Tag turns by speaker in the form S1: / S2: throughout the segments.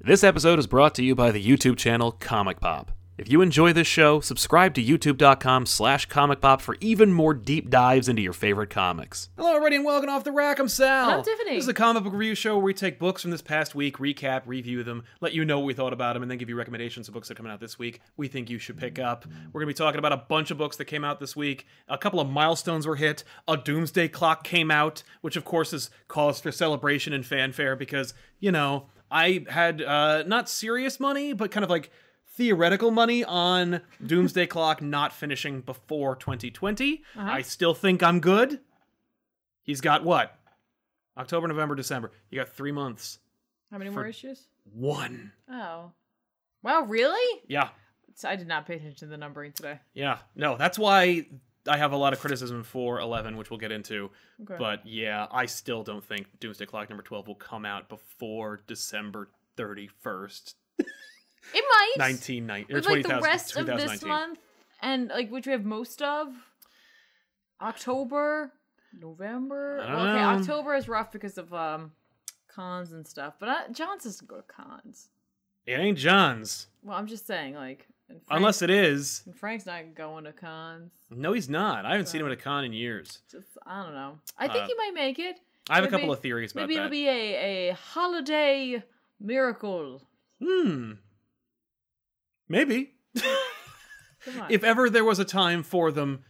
S1: This episode is brought to you by the YouTube channel Comic Pop. If you enjoy this show, subscribe to youtube.com slash comic pop for even more deep dives into your favorite comics. Hello, everybody, and welcome to off the rack. I'm Sal.
S2: And I'm Tiffany.
S1: This is a comic book review show where we take books from this past week, recap, review them, let you know what we thought about them, and then give you recommendations of books that are coming out this week we think you should pick up. We're going to be talking about a bunch of books that came out this week. A couple of milestones were hit. A doomsday clock came out, which, of course, is cause for celebration and fanfare because, you know, I had uh, not serious money, but kind of like theoretical money on Doomsday Clock not finishing before 2020. I still think I'm good. He's got what? October, November, December. You got three months.
S2: How many more issues?
S1: One.
S2: Oh. Wow, really?
S1: Yeah.
S2: So I did not pay attention to the numbering today.
S1: Yeah. No, that's why I have a lot of criticism for 11, which we'll get into.
S2: Okay.
S1: But yeah, I still don't think Doomsday Clock number 12 will come out before December 31st,
S2: It might.
S1: 1990 or
S2: With like the
S1: 20,000
S2: rest of this
S1: 2019.
S2: month and like which we have most of. October, November.
S1: I don't
S2: Well, okay,
S1: know.
S2: October is rough because of um cons and stuff. But I, John's doesn't go to cons.
S1: It ain't John's.
S2: Well, I'm just saying, like and Frank-
S1: Unless it is.
S2: and Frank's not going to cons.
S1: No, he's not. I haven't seen him at a con in years.
S2: Just I don't know. I think
S1: Uh,
S2: he might make it.
S1: I have a
S2: Maybe-
S1: couple of theories about
S2: Maybe
S1: that.
S2: it'll be a, a holiday miracle.
S1: hmm. Maybe.
S2: Come on.
S1: If ever there was a time for them,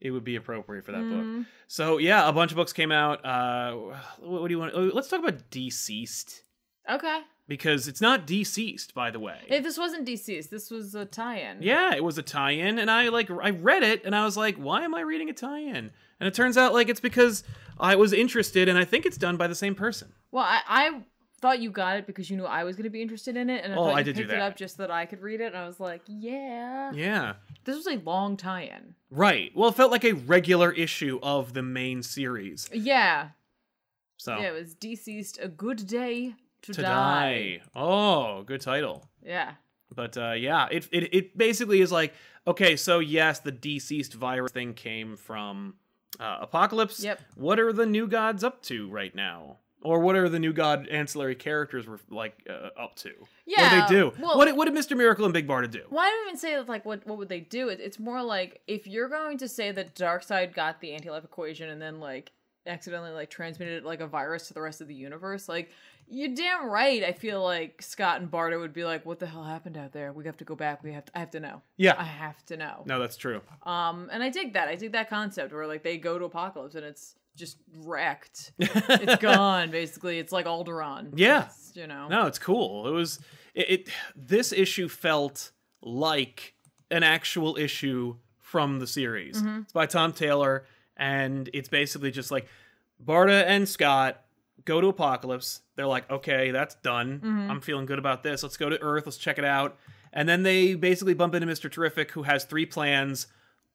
S1: it would be appropriate for that book.
S2: Mhm.
S1: So yeah, a bunch of books came out. Uh, what, what do you want? oh, Let's talk about deceased
S2: Okay.
S1: because it's not deceased, by the way.
S2: If this wasn't DC's, this was a tie-in.
S1: yeah, it was a tie-in, and I like I read it, and I was like, why am I reading a tie-in? And it turns out like it's because I was interested, and I think it's done by the same person.
S2: Well, I, I thought you got it because you knew I was going to be interested in it, and I
S1: Oh,
S2: thought
S1: I
S2: you
S1: did do
S2: picked it
S1: that.
S2: up just so that I could read it, and I was like, yeah.
S1: Yeah.
S2: This was a long tie-in.
S1: Right. Well, it felt like a regular issue of the main series.
S2: Yeah.
S1: So
S2: Yeah, it was deceased. A good day to,
S1: Oh. to die. Oh, good title.
S2: Yeah.
S1: But uh, yeah, it, it it basically is like okay, so yes, the deceased virus thing came from uh, Apocalypse.
S2: Yep.
S1: What are the new gods up to right now? Or what are the new god ancillary characters were like uh, up to?
S2: Yeah.
S1: What do they do?
S2: Well,
S1: what did, what did Mr. Miracle and Big Barda do?
S2: Well, I don't even say that, like what what would they do? It, it's more like if you're going to say that Darkseid got the anti-life equation and then like accidentally like transmitted like a virus to the rest of the universe, like you're damn right. I feel like Scott and Barta would be like, "What the hell happened out there? We have to go back. We have to. I have to know. I
S1: Yeah.
S2: have to know."
S1: No, that's true.
S2: Um, and I dig that. I dig that concept where like they go to Apocalypse and it's just wrecked. it's gone basically. It's like Alderaan.
S1: Yeah.
S2: It's, you know.
S1: No, it's cool. It was it, it this issue felt like an actual issue from the series.
S2: Mm-hmm.
S1: It's by Tom Taylor and it's basically just like Barta and Scott go to Apocalypse. They're like, "Okay, that's done.
S2: Mm-hmm.
S1: I'm feeling good about this. Let's go to Earth. Let's check it out." And then they basically bump into Mr. Terrific who has three plans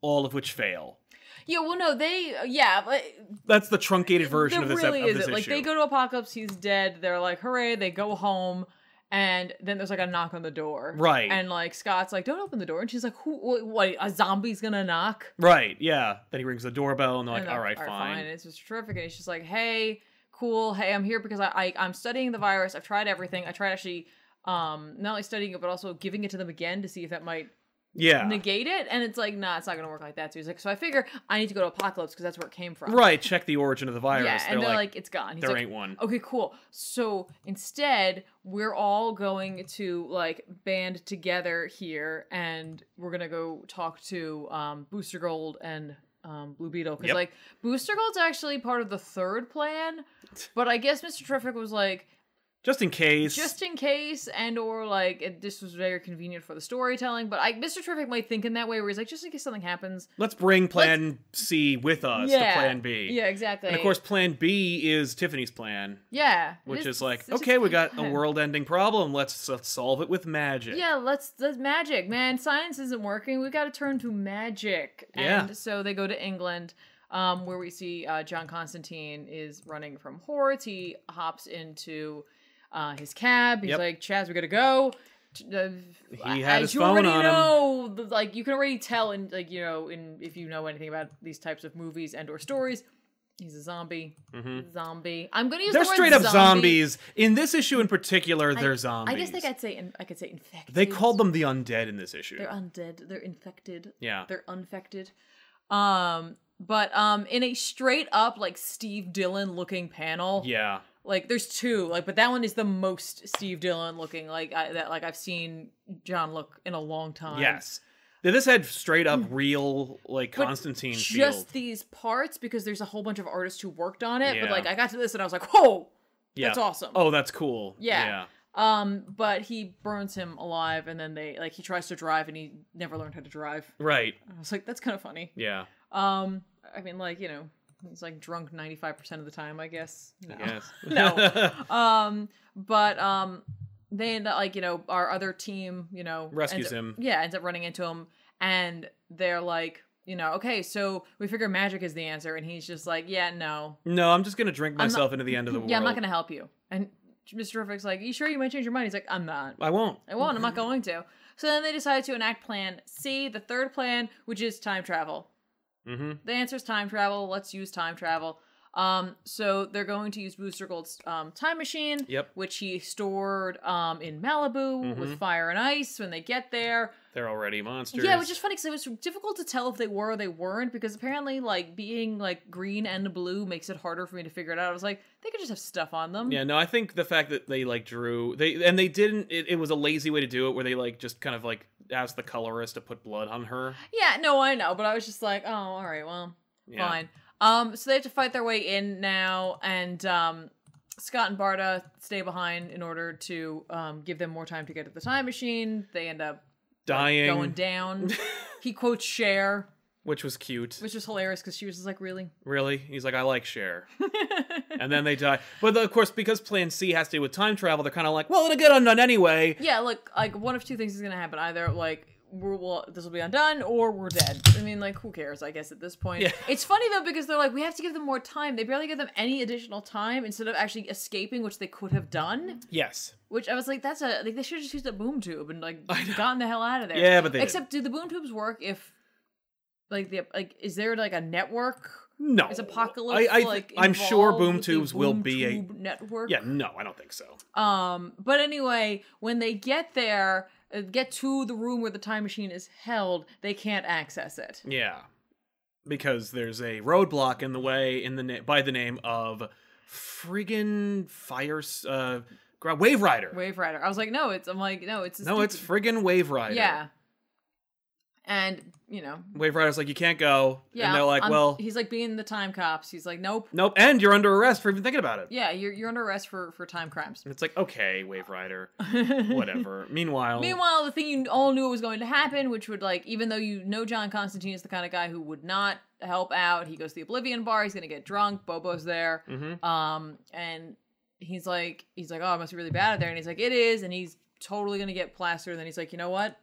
S1: all of which fail.
S2: Yeah. Well, no, they. Yeah. But
S1: That's the truncated version of this, ep- of this issue.
S2: Like they go to Apocalypse, he's dead. They're like, hooray! They go home, and then there's like a knock on the door,
S1: Right.
S2: And like Scott's like, don't open the door, and she's like, who? What? what a zombie's gonna knock?
S1: right, yeah. Then he rings the doorbell and they're like,
S2: And
S1: "All
S2: they're
S1: right, fine."
S2: And it's just terrific, and he's just like, hey, cool. Hey, I'm here because I, I I'm studying the virus. I've tried everything. I tried actually. Um, not only studying it, but also giving it to them again to see if that might
S1: Yeah.
S2: negate it. And it's like, nah, it's not gonna work like that. So he's like, so I figure I need to go to Apocalypse because that's where it came from.
S1: Right, check the origin of the virus.
S2: Yeah,
S1: they're,
S2: and they're like,
S1: like,
S2: it's gone. He's
S1: there
S2: like, oh,
S1: ain't one.
S2: Okay, cool. So instead, we're all going to like band together here, and we're gonna go talk to um, Booster Gold and um, Blue Beetle because
S1: Yep.
S2: like Booster Gold's actually part of the third plan, but I guess Mister Terrific was like
S1: Just in case.
S2: just in case, and or like it, this was very convenient for the storytelling. But I Mister Terrific might think in that way where he's like, just in case something happens.
S1: let's bring plan C with us to plan B.
S2: Yeah, exactly.
S1: And of course, plan B is Tiffany's plan,
S2: yeah, it
S1: which is like,
S2: it's just
S1: okay, we got a
S2: plan.
S1: world ending problem. Let's, let's solve it with magic.
S2: Yeah, let's that's magic, man. Science isn't working. We got to turn to magic.
S1: Yeah.
S2: And so they go to England, um, where we see uh, John Constantine is running from Hordes. He hops into uh, his cab. He's
S1: Yep.
S2: like, "Chaz, we gotta go." T- Uh,
S1: He had
S2: as
S1: his
S2: you
S1: phone
S2: already
S1: on him.
S2: know, the- like you can already tell, in like you know, in if you know anything about these types of movies and or stories, He's a zombie.
S1: Mm-hmm.
S2: Zombie. I'm gonna use
S1: They're
S2: the word
S1: straight up
S2: zombie.
S1: zombies. In this issue in particular, they're zombies.
S2: I guess they could say in, I could say infected.
S1: They called them the undead in this issue.
S2: They're undead. They're infected.
S1: yeah.
S2: They're infected. Um, but um, in a straight up like Steve Dillon looking panel.
S1: yeah.
S2: Like there's two. Like, but that one is the most Steve Dillon looking. Like I, that. Like I've seen John look in a long time.
S1: Yes. Now, This had straight up real like
S2: Mm. But
S1: Constantine field.
S2: Just these parts because there's a whole bunch of artists who worked on it.
S1: Yeah.
S2: But like I got to this and I was like, whoa,
S1: yeah.
S2: that's awesome.
S1: Oh, that's cool.
S2: Yeah. Um, but he burns him alive, and then they like he tries to drive, and he never learned how to drive.
S1: Right.
S2: I was like, that's kind of funny.
S1: Yeah.
S2: Um, I mean, like you know, he's like drunk ninety five percent of the time, I guess. No.
S1: Yes.
S2: No. Um, but um, they end up like you know our other team, you know,
S1: Rescues
S2: ends up-
S1: him.
S2: Yeah, ends up running into him, and they're like, you know, okay, so we figure magic is the answer, and he's just like, yeah, no,
S1: No, I'm just gonna drink
S2: I'm not-
S1: myself into the end of the world.
S2: yeah, I'm not gonna help you. And Mr. Terrific's like, you sure you might change your mind? He's like, I'm not.
S1: I won't.
S2: I won't. I'm not
S1: Mm-hmm.
S2: going to. So then they decided to enact plan C, the third plan, which is time travel.
S1: Mm-hmm.
S2: The answer is time travel. Let's use time travel. Um, so they're going to use Booster Gold's um, time machine,
S1: Yep.
S2: which he stored um, in Malibu with
S1: Mhm.
S2: fire and ice when they get there.
S1: They're already monsters.
S2: Yeah, which is funny because it was difficult to tell if they were or they weren't because apparently, like, being like green and blue makes it harder for me to figure it out. I was like, they could just have stuff on them.
S1: Yeah, no, I think the fact that they like drew they and they didn't it, it was a lazy way to do it where they like just kind of like asked the colorist to put blood on her.
S2: Yeah, no, I know, but I was just like, oh, all right, well,
S1: Yeah.
S2: fine. Um, so they have to fight their way in now, and um, Scott and Barda stay behind in order to um, give them more time to get to the time machine. They end up like,
S1: Dying
S2: going down. he quotes Cher,
S1: which was cute.
S2: which is hilarious because she was just like, really.
S1: Really? He's like, I like Cher. and then they die. But of course, because Plan C has to do with time travel, they're kind of like, well, it'll get undone anyway.
S2: Yeah, look, like one of two things is gonna happen: either like we're, we'll, this will be undone, or we're dead. I mean, like who cares? I guess at this point,
S1: Yeah.
S2: it's funny though because they're like, we have to give them more time. They barely give them any additional time instead of actually escaping, which they could have done.
S1: Yes.
S2: Which I was like, that's a like they should have just used a boom tube and like
S1: I know.
S2: gotten the hell out of there.
S1: Yeah, but they
S2: Except, do the boom tubes work if? Like the like, is there like a network?
S1: didn't. no.
S2: Is apocalypse
S1: Oh, I, I,
S2: like?
S1: I'm sure
S2: involved
S1: boom
S2: with the
S1: tubes will
S2: boom
S1: be
S2: tube network.
S1: a. Yeah, no, I don't think so.
S2: Um, but anyway, when they get there, uh, get to the room where the time machine is held, they can't access it.
S1: Yeah, because there's a roadblock in the way in the na- by the name of friggin' fire s- uh, gra- wave rider.
S2: Wave Rider. I was like, no, it's. I'm like, no, it's. a
S1: no, it's
S2: stupid-
S1: friggin' wave rider.
S2: yeah. And you know,
S1: wave rider's like you can't go.
S2: yeah.
S1: and they're like,
S2: I'm-
S1: well,
S2: he's like being the time cops. He's like, nope.
S1: nope, and you're under arrest for even thinking about it.
S2: Yeah, you're you're under arrest for for time crimes.
S1: And it's like, okay, Wave Rider, whatever. Meanwhile,
S2: Meanwhile, the thing you all knew was going to happen, which would like, even though you know John Constantine is the kind of guy who would not help out, he goes to the Oblivion Bar. He's gonna get drunk. Bobo's there.
S1: Mhm.
S2: Um, and he's like, he's like, oh, it must be really bad out there. And he's like, it is. And he's totally gonna get plastered. And then he's like, you know what?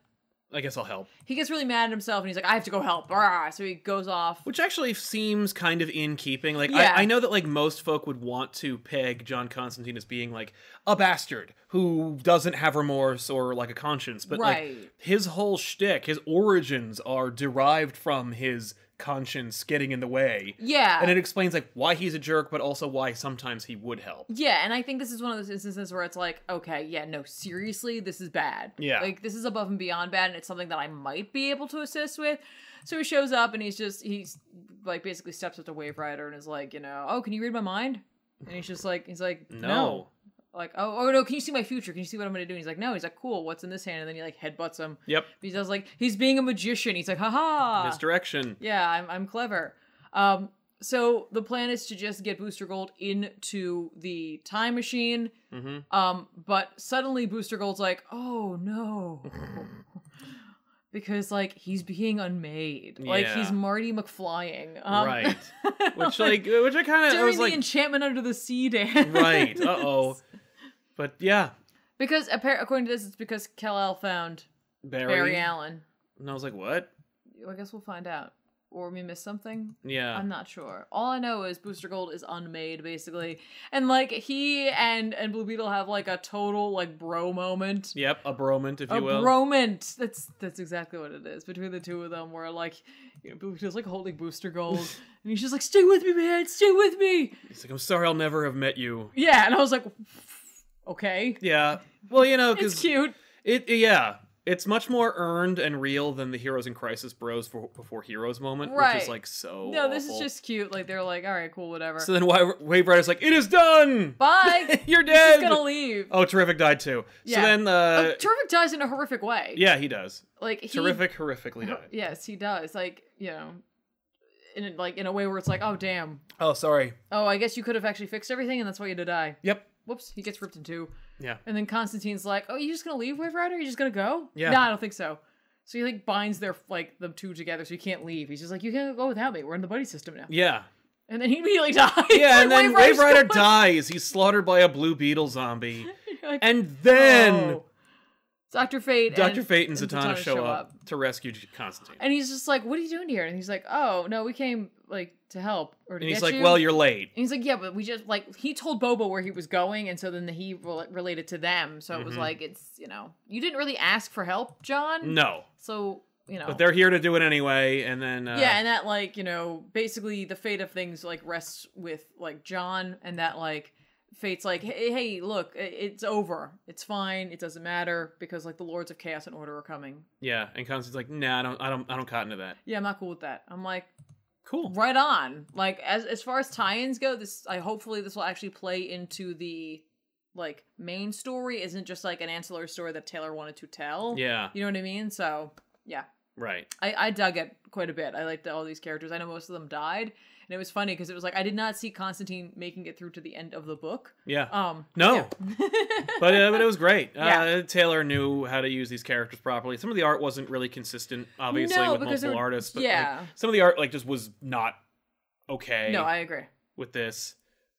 S1: I guess I'll help.
S2: He gets really mad at himself, and he's like, I have to go help. Brah. So he goes off.
S1: Which actually seems kind of in keeping. Like,
S2: Yeah.
S1: I, I know that like most folk would want to peg John Constantine as being like a bastard who doesn't have remorse or like a conscience, but like
S2: Right.
S1: his whole shtick, his origins are derived from his conscience getting in the way.
S2: Yeah.
S1: And it explains like why he's a jerk, but also why sometimes he would help.
S2: yeah, and I think this is one of those instances where it's like, okay, yeah, no, seriously, this is bad.
S1: Yeah.
S2: Like, this is above and beyond bad, and it's something that I might be able to assist with. So he shows up, and he's just, he's like basically steps up to Wave Rider and is like, you know, oh, can you read my mind? And he's just like, he's like,
S1: No.
S2: no. like, oh, oh no, can you see my future? Can you see what I'm gonna do? And he's like, no. He's like, cool. What's in this hand? And then he like headbutts him.
S1: Yep.
S2: He does like he's being a magician. He's like, haha.
S1: Misdirection.
S2: Yeah, I'm I'm clever. Um, so the plan is to just get Booster Gold into the time machine.
S1: Mhm.
S2: Um, but suddenly Booster Gold's like, oh no. Because like he's being unmade, like
S1: Yeah.
S2: he's Marty McFlying, um,
S1: right. Which like, which I kind of I
S2: during
S1: was
S2: the
S1: like,
S2: enchantment under the sea dance,
S1: right. Uh oh. But yeah,
S2: Because appar- according to this, it's because Kal El found
S1: Barry.
S2: Barry Allen.
S1: And I was like, what?
S2: I guess we'll find out. or we missed something.
S1: Yeah.
S2: I'm not sure. All I know is Booster Gold is unmade basically, and like he and and Blue Beetle have like a total like bro moment.
S1: Yep, a bromant, if
S2: A
S1: you will.
S2: bromance. That's that's exactly what it is between the two of them. Where like, you know, Blue Beetle's like holding Booster Gold, and he's just like, "Stay with me, man. Stay with me."
S1: He's like, I'm sorry, I'll never have met you.
S2: Yeah, and I was like, "Okay,
S1: Yeah. Well, you know,
S2: it's
S1: because
S2: cute."
S1: it, yeah, it's much more earned and real than the Heroes in Crisis Bros for, before Heroes moment, which
S2: Right.
S1: is like so.
S2: No, this is
S1: awful.
S2: just cute. Like they're like, "All right, cool, whatever."
S1: So then, why Wave Rider's like, it is done.
S2: Bye.
S1: You're
S2: He's
S1: dead.
S2: gonna leave.
S1: Oh, terrific died too. So
S2: Yeah.
S1: then, uh,
S2: Oh, Terrific dies in a horrific way.
S1: yeah, he does.
S2: like he,
S1: terrific, horrifically died.
S2: Yes, he does. Like you know, in a- like in a way where it's like, oh damn,
S1: Oh, sorry.
S2: oh I guess you could have actually fixed everything, and that's why you had to die.
S1: Yep.
S2: Whoops, he gets ripped in two,
S1: Yeah.
S2: and then Constantine's like, oh, you just gonna leave Wave Rider? You just gonna go?
S1: Yeah.
S2: No, I don't think so. So he like binds their like them two together, so he can't leave. He's just like, you can't go without me. We're in the buddy system now.
S1: Yeah.
S2: And then he immediately dies.
S1: Yeah, and
S2: Like,
S1: then Wave Rider
S2: Rider's
S1: dies. He's slaughtered by a blue beetle zombie.
S2: gone. Like,
S1: And then
S2: oh. Doctor Fate.
S1: Dr.
S2: and-
S1: Fate and
S2: and
S1: Zatanna show up to rescue J- Constantine. And,
S2: And he's just like, "What are you doing here?" And he's like, "Oh no, we came like to help or to
S1: he's
S2: get
S1: like,
S2: you."
S1: well, you're late.
S2: And he's like, yeah, but we just like he told Bobo where he was going, and so then he rel related to them. So it was
S1: Mhm.
S2: like it's you know you didn't really ask for help, John.
S1: No.
S2: So you know.
S1: But they're here to do it anyway. And then. Uh,
S2: yeah, and that like you know basically the fate of things like rests with like John, and that like fate's like hey, hey look i- it's over it's fine it doesn't matter because like the lords of chaos and order are coming
S1: yeah. And Constantine's like, nah, I don't, I don't, I don't cotton to that.
S2: yeah i'm not cool with that i'm like
S1: Cool.
S2: right on like as as far as tie-ins go this i hopefully this will actually play into the like main story isn't just like an ancillary story that taylor wanted to tell
S1: Yeah.
S2: you know what i mean so yeah
S1: Right.
S2: i i dug it quite a bit i liked all these characters i know most of them died and it was funny because it was like i did not see constantine making it through to the end of the book
S1: Yeah.
S2: um
S1: No.
S2: yeah.
S1: But, uh, but it was great.
S2: Yeah.
S1: Uh, Taylor knew how to use these characters properly. Some of the art wasn't really consistent, obviously,
S2: No,
S1: with
S2: because
S1: multiple
S2: there were-
S1: artists. But, like,
S2: yeah
S1: some of the art, like, just was not okay.
S2: no i agree
S1: with this.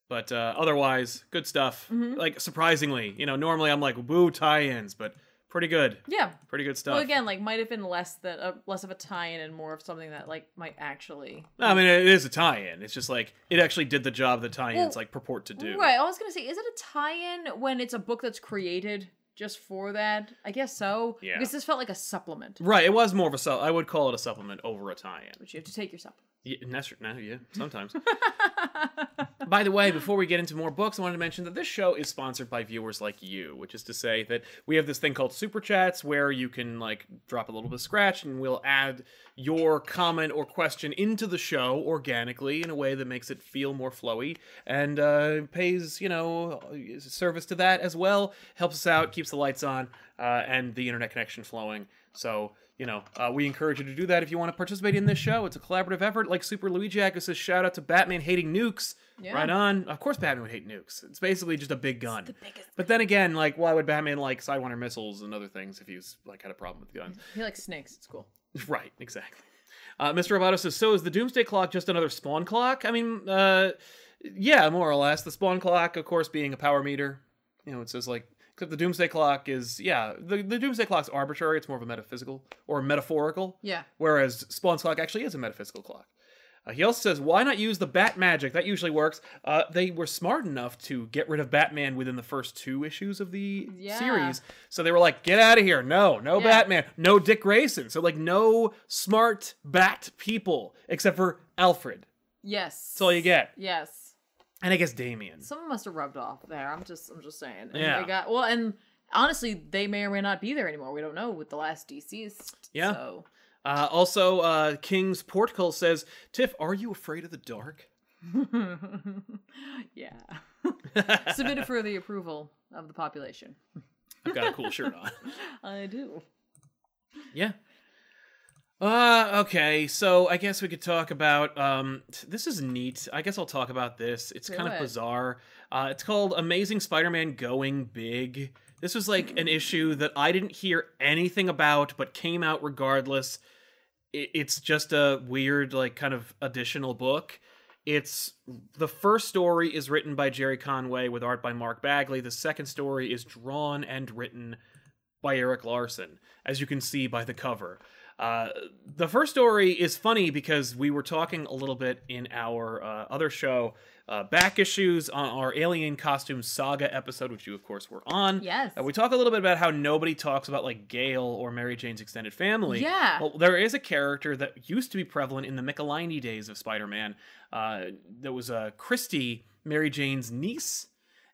S1: But uh, otherwise, good stuff.
S2: Mhm.
S1: Like surprisingly, you know, normally I'm like boo tie-ins, but pretty good,
S2: yeah
S1: pretty good stuff.
S2: well again like might have been less than uh, less of a tie-in and more of something that like might actually
S1: No, I mean, it is a tie-in. It's just like it actually did the job the tie-ins
S2: Well,
S1: like purport to do.
S2: Right. I was gonna say, is it a tie-in when it's a book that's created just for that? I guess so.
S1: Yeah.
S2: Because this felt like a supplement,
S1: Right, It was more of a su- I would call it a supplement over a tie-in.
S2: which you have to take your supplement.
S1: Yeah, and that's no, yeah, sometimes. By the way, before we get into more books, I wanted to mention that this show is sponsored by viewers like you, which is to say that we have this thing called Super Chats where you can like drop a little bit of scratch and we'll add your comment or question into the show organically in a way that makes it feel more flowy and uh, pays, you know, service to that as well, helps us out, keeps the lights on uh, and the internet connection flowing. So, you know, uh, we encourage you to do that if you want to participate in this show. It's a collaborative effort. Like Super Luigi Jack who says, shout out to Batman hating nukes.
S2: Yeah.
S1: Right on. Of course, Batman would hate nukes. It's basically just a big gun.
S2: The biggest.
S1: But then again, like, why would Batman like Sidewinder missiles and other things if he's like had a problem with guns?
S2: He likes snakes. It's cool.
S1: right, exactly. Uh, Mr. Roboto says, so is the Doomsday Clock just another spawn clock? I mean, uh, yeah, more or less. The spawn clock, of course, being a power meter. You know, it says like, except the Doomsday Clock is, yeah, the, the Doomsday Clock's arbitrary. It's more of a metaphysical or metaphorical
S2: Yeah.
S1: whereas Spawn's clock actually is a metaphysical clock. Uh, he also says, why not use the bat magic? That usually works. Uh, they were smart enough to get rid of Batman within the first two issues of the
S2: Yeah.
S1: series. So they were like, get out of here. No, no
S2: Yeah.
S1: Batman. No Dick Grayson. So, like, no smart bat people except for Alfred.
S2: Yes.
S1: That's all you get.
S2: Yes.
S1: And I guess Damien.
S2: Someone must have rubbed off there. I'm just I'm just saying. And
S1: Yeah.
S2: They got well and honestly they may or may not be there anymore. We don't know with the last DC's.
S1: Yeah.
S2: So
S1: Uh, also, uh, King's Portico says, Tiff, are you afraid of the dark?
S2: yeah. Submitted for the approval of the population.
S1: I've got a cool shirt on.
S2: I do.
S1: Yeah. Uh, okay, so I guess we could talk about um t- this is neat. I guess I'll talk about this. It's
S2: Do
S1: kind of
S2: it.
S1: bizarre. Uh it's called Amazing Spider-Man Going Big. This was like an issue that I didn't hear anything about but came out regardless. I- It's just a weird like kind of additional book. It's the first story is written by Jerry Conway with art by Mark Bagley. The second story is drawn and written by Eric Larson, as you can see by the cover. Uh, the first story is funny because we were talking a little bit in our uh, other show, uh, back issues on our Alien Costume Saga episode, which you, of course, were on.
S2: Yes.
S1: Uh, we talk a little bit about how nobody talks about like Gail or Mary Jane's extended family.
S2: Yeah.
S1: Well, there is a character that used to be prevalent in the Michelini days of Spider-Man. Uh, that was uh, Christy, Mary Jane's niece,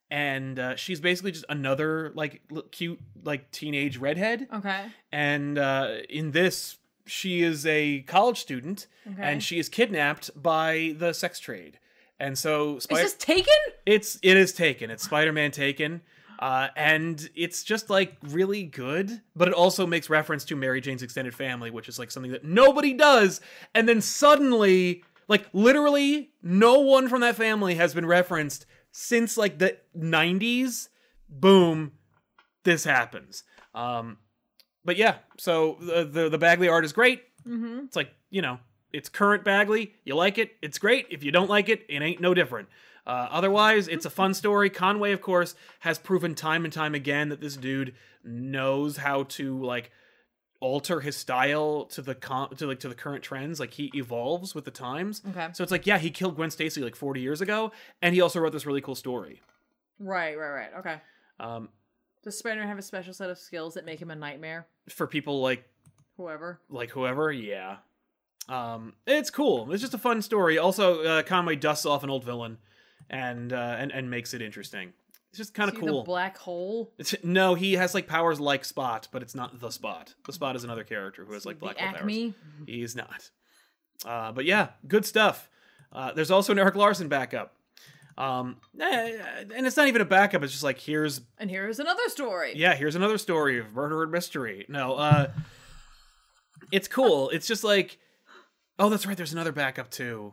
S1: and uh, she's basically just another like l- cute like teenage redhead.
S2: Okay.
S1: And uh, in this, she is a college student,
S2: Okay.
S1: and she is kidnapped by the sex trade. And so
S2: is
S1: Spider-
S2: this taken?
S1: it's it is taken. It's Spider-Man taken. Uh, and it's just like really good, but it also makes reference to Mary Jane's extended family, which is like something that nobody does. And then suddenly, like literally, no one from that family has been referenced since like the '90s. Boom, this happens. Um, but yeah, so the the, the Bagley art is great.
S2: Mm-hmm.
S1: It's like, you know, it's current Bagley. You like it, it's great. If you don't like it, it ain't no different. Uh, otherwise, it's a fun story. Conway, of course, has proven time and time again that this dude knows how to like alter his style to the con- to like to the current trends. Like he evolves with the times.
S2: Okay.
S1: So it's like, yeah, he killed Gwen Stacy like 40 years ago, and he also wrote this really cool story.
S2: Right, right, right. Okay.
S1: Um,
S2: Does Spider-Man have a special set of skills that make him a nightmare?
S1: for people like
S2: Whoever.
S1: like whoever yeah um it's cool it's just a fun story also uh, conway dusts off an old villain and uh and, and makes it interesting it's just kind of
S2: See
S1: cool
S2: The black hole.
S1: It's- no he has like powers like spot but it's not the spot the spot is another character who has like
S2: Mm. The
S1: black hole powers
S2: acme.
S1: he's not uh but yeah good stuff uh there's also an eric larson backup um eh, and it's not even a backup it's just like here's
S2: And here is another story.
S1: yeah, here's another story of murder and mystery. No, uh it's cool. It's just like oh, that's right, there's another backup too.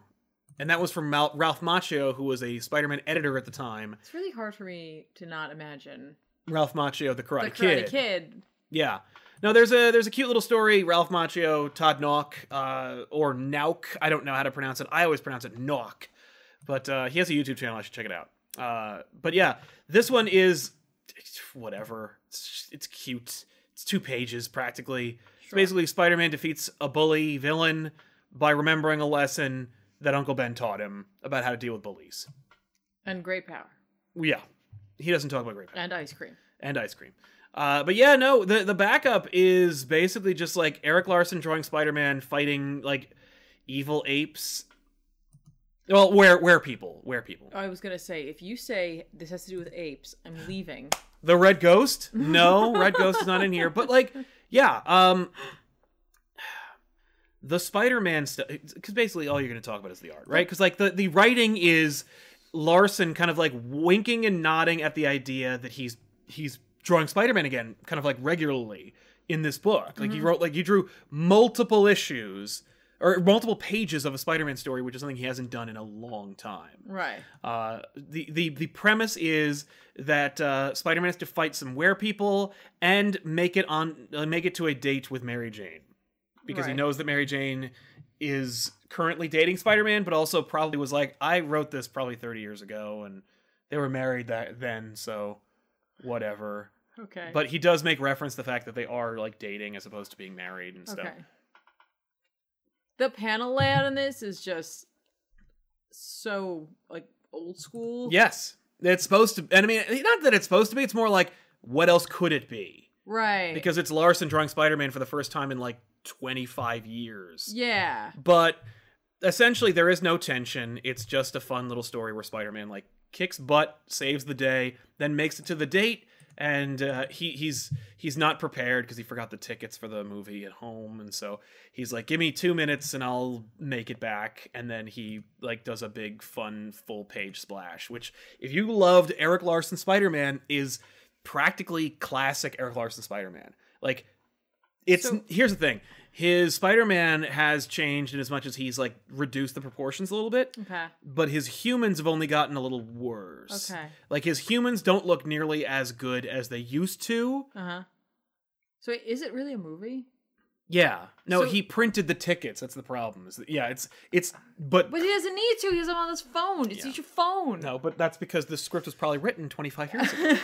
S1: And that was from Mal- Ralph Macchio, who was a Spider-Man editor at the time.
S2: It's really hard for me to not imagine
S1: Ralph Macchio, the Karate,
S2: the Karate Kid.
S1: Yeah. No, there's a there's a cute little story. Ralph Macchio, Todd Nock, uh, or Nauk. I don't know how to pronounce it. I always pronounce it Nock, but uh, he has a YouTube channel. I should check it out. Uh, but yeah, this one is whatever. It's, just- it's cute. It's two pages practically. It's
S2: Sure.
S1: basically Spider-Man defeats a bully villain by remembering a lesson that Uncle Ben taught him about how to deal with bullies.
S2: And great power.
S1: Yeah, he doesn't talk about great. power
S2: And ice cream.
S1: and ice cream. Uh, but yeah, no, the the backup is basically just like Eric Larson drawing Spider Man fighting like evil apes. Well, where where people, where people.
S2: I was gonna say, if you say this has to do with apes, I'm leaving.
S1: The Red Ghost? No, Red Ghost is not in here. But like, yeah, um, the Spider Man stuff. Because basically, all you're going to talk about is the art, right? Because like the the writing is Larson kind of like winking and nodding at the idea that he's he's drawing Spider Man again, kind of like regularly in this book. Like you wrote, like you drew multiple issues or multiple pages of a Spider Man story, which is something he hasn't done in a long time.
S2: Right.
S1: Uh, the the the premise is that uh, Spider-Man has to fight some werepeople and make it on uh, make it to a date with Mary Jane because he
S2: Right.
S1: knows that Mary Jane is currently dating Spider-Man, but also probably was like, I wrote this probably thirty years ago, and they were married that then, so whatever.
S2: Okay.
S1: But he does make reference to the fact that they are like dating as opposed to being married and stuff.
S2: okay. The panel layout in this is just so like old school.
S1: Yes, it's supposed to. And I mean, not that it's supposed to be. It's more like, what else could it be?
S2: Right.
S1: because it's Larson drawing Spider-Man for the first time in like 25 years.
S2: yeah.
S1: But essentially there is no tension. It's just a fun little story where Spider-Man like kicks butt, saves the day, then makes it to the date and uh, he he's he's not prepared because he forgot the tickets for the movie at home and so he's like give me 2 minutes and I'll make it back and then he like does a big fun full page splash which if you loved Eric Larson Spider-Man is practically classic Eric Larson Spider-Man. Like it's
S2: So-
S1: here's the thing. His Spider-Man has changed in as much as he's like reduced the proportions a little bit,
S2: Okay.
S1: but his humans have only gotten a little worse.
S2: Okay.
S1: Like his humans don't look nearly as good as they used to.
S2: Uh huh. So is it really a movie?
S1: Yeah. No,
S2: So-
S1: he printed the tickets. That's the problem. Is that, yeah, it's it's but,
S2: But he doesn't need to. He has them on his phone. It's
S1: Yeah.
S2: your phone.
S1: no, but that's because the script was probably written 25 years ago.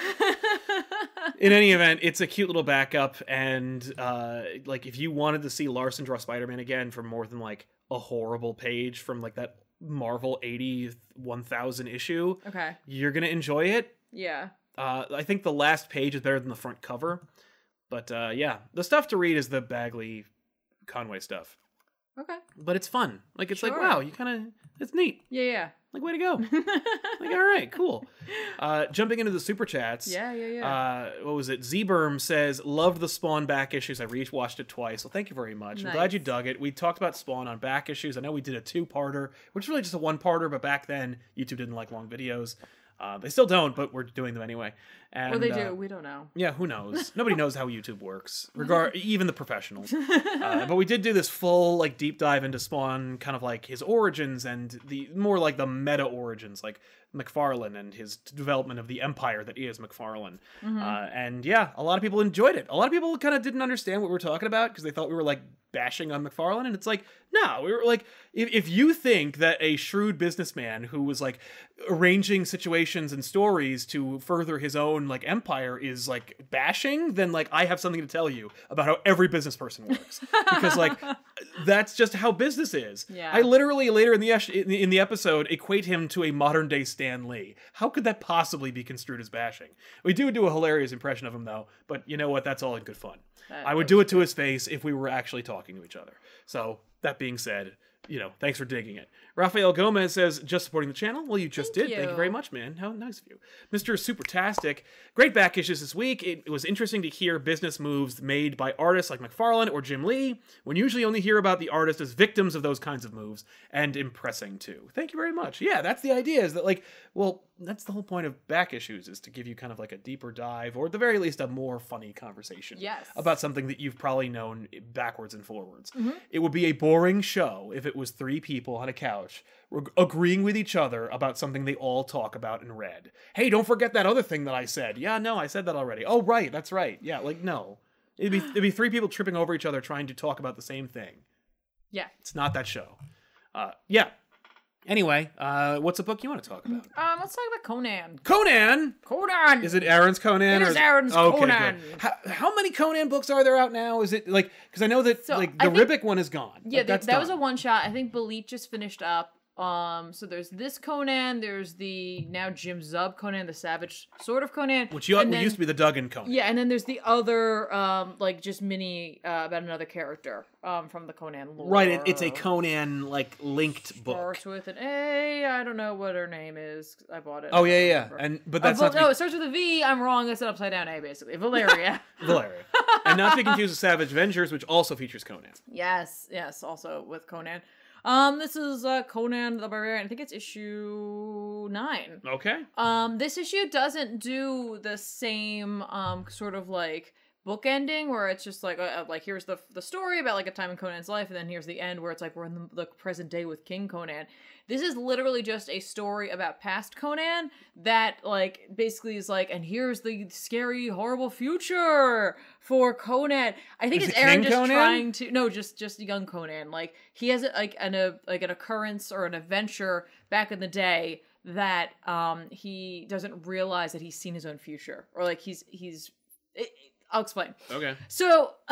S1: in any event, it's a cute little backup, and uh, like if you wanted to see Larson draw Spider-Man again for more than like a horrible page from like that Marvel eighty one thousand issue,
S2: okay.
S1: you're gonna enjoy it.
S2: Yeah.
S1: Uh, I think the last page is better than the front cover, but uh, yeah, the stuff to read is the Bagley Conway stuff,
S2: Okay.
S1: but it's fun. Like it's like
S2: Sure.
S1: wow, you kind of it's neat.
S2: Yeah.
S1: Like way to go.
S2: Yeah.
S1: Like all right, cool. Uh, jumping into the super chats.
S2: yeah. Yeah. Yeah.
S1: Uh, what was it? Zberm says, "Loved the Spawn back issues. I rewatched it twice. Well, thank you very much. I'm glad
S2: Nice.
S1: you dug it. We talked about Spawn on back issues. I know we did a two-parter, which is really just a one-parter, but back then YouTube didn't like long videos. Uh, they still don't, but we're doing them anyway. And,
S2: or they
S1: uh,
S2: do. We don't know.
S1: yeah, who knows? Nobody knows how YouTube works, regard even the professionals. Uh, but we did do this full like deep dive into Spawn, kind of like his origins and the more like the meta origins, like McFarlane and his development of the empire that is McFarlane. Uh, and yeah, a lot of people enjoyed it. A lot of people kind of didn't understand what we were talking about because they thought we were like bashing on McFarlane, and it's like no, we were like if, if you think that a shrewd businessman who was like arranging situations and stories to further his own like empire is like bashing, then like I have something to tell you about how every business person works because like that's just how business is.
S2: Yeah.
S1: I literally later in the esh- in the in the episode equate him to a modern day Stan Lee. How could that possibly be construed as bashing? We do do a hilarious impression of him though, but you know what? That's all in good fun.
S2: That-
S1: I would do it to his face if we were actually talking to each other. So that being said, you know, thanks for digging it. Rafael Gomez says, just supporting the channel. Well, you just
S2: Thank
S1: did. Thank you
S2: you.
S1: very much, man. How nice of you. Mr. Supertastic. Great back issues this week. It, it was interesting to hear business moves made by artists like McFarlane or Jim Lee, when you usually only hear about the artist as victims of those kinds of moves and impressing too. Thank you very much. Yeah, that's the idea is that, like, well, that's the whole point of back issues is to give you kind of like a deeper dive or at the very least a more funny conversation
S2: Yes.
S1: about something that you've probably known backwards and forwards. It would be a boring show if it was three people on a couch reg- agreeing with each other about something they all talk about and read. Hey, don't forget that other thing that I said. Yeah, no, I said that already. Oh, right, that's right. Yeah, like no, it'd be it'd be three people tripping over each other trying to talk about the same thing.
S2: Yeah.
S1: It's not that show. Uh, yeah. Anyway, uh, what's a book you want to talk about?
S2: Um, let's talk about Conan.
S1: Conan.
S2: Conan.
S1: Is it Aaron's Conan?
S2: It
S1: or
S2: is Aaron's
S1: okay,
S2: Conan.
S1: good. How, how many Conan books are there out now? Is it like because I know that
S2: So,
S1: like
S2: I
S1: the
S2: think-
S1: Ribic one is gone.
S2: Yeah,
S1: Like,
S2: that,
S1: that's
S2: that was a
S1: done.
S2: one shot. I think Belit just finished up. Um, so there's this Conan. There's the now Jim Zub Conan, the Savage sort of Conan,
S1: which you,
S2: and then-
S1: used to be the Duggan Conan.
S2: Yeah, and then there's the other, um, like just mini uh, about another character, um, from the Conan lore.
S1: Right, it, it's a Conan like linked book.
S2: Starts with an A. I don't know what her name is. 'cause I bought it.
S1: Oh
S2: I
S1: yeah,
S2: don't
S1: yeah, yeah.
S2: remember.
S1: and but
S2: Uh,
S1: that's
S2: Val-
S1: not to
S2: no,
S1: be-
S2: it starts with a V. I'm wrong. That's an upside down A, basically. Valeria.
S1: Valeria, and not to be confused with Savage Avengers, which also features Conan.
S2: yes, yes. Also with Conan. Um, this is uh, Conan the Barbarian. I think it's issue nine.
S1: Okay,
S2: Um, this issue doesn't do the same um sort of like book ending where it's just like uh, uh, like here's the the story about like a time in Conan's life and then here's the end where it's like we're in the, the present day with King Conan. This is literally just a story about past Conan that like basically is like and here's the scary horrible future for Conan. I think
S1: Is
S2: it's
S1: it
S2: Aaron
S1: King
S2: just
S1: Conan?
S2: trying to no just just young Conan like he has like an a, like an occurrence or an adventure back in the day that um he doesn't realize that he's seen his own future or like he's he's it, I'll explain.
S1: okay.
S2: So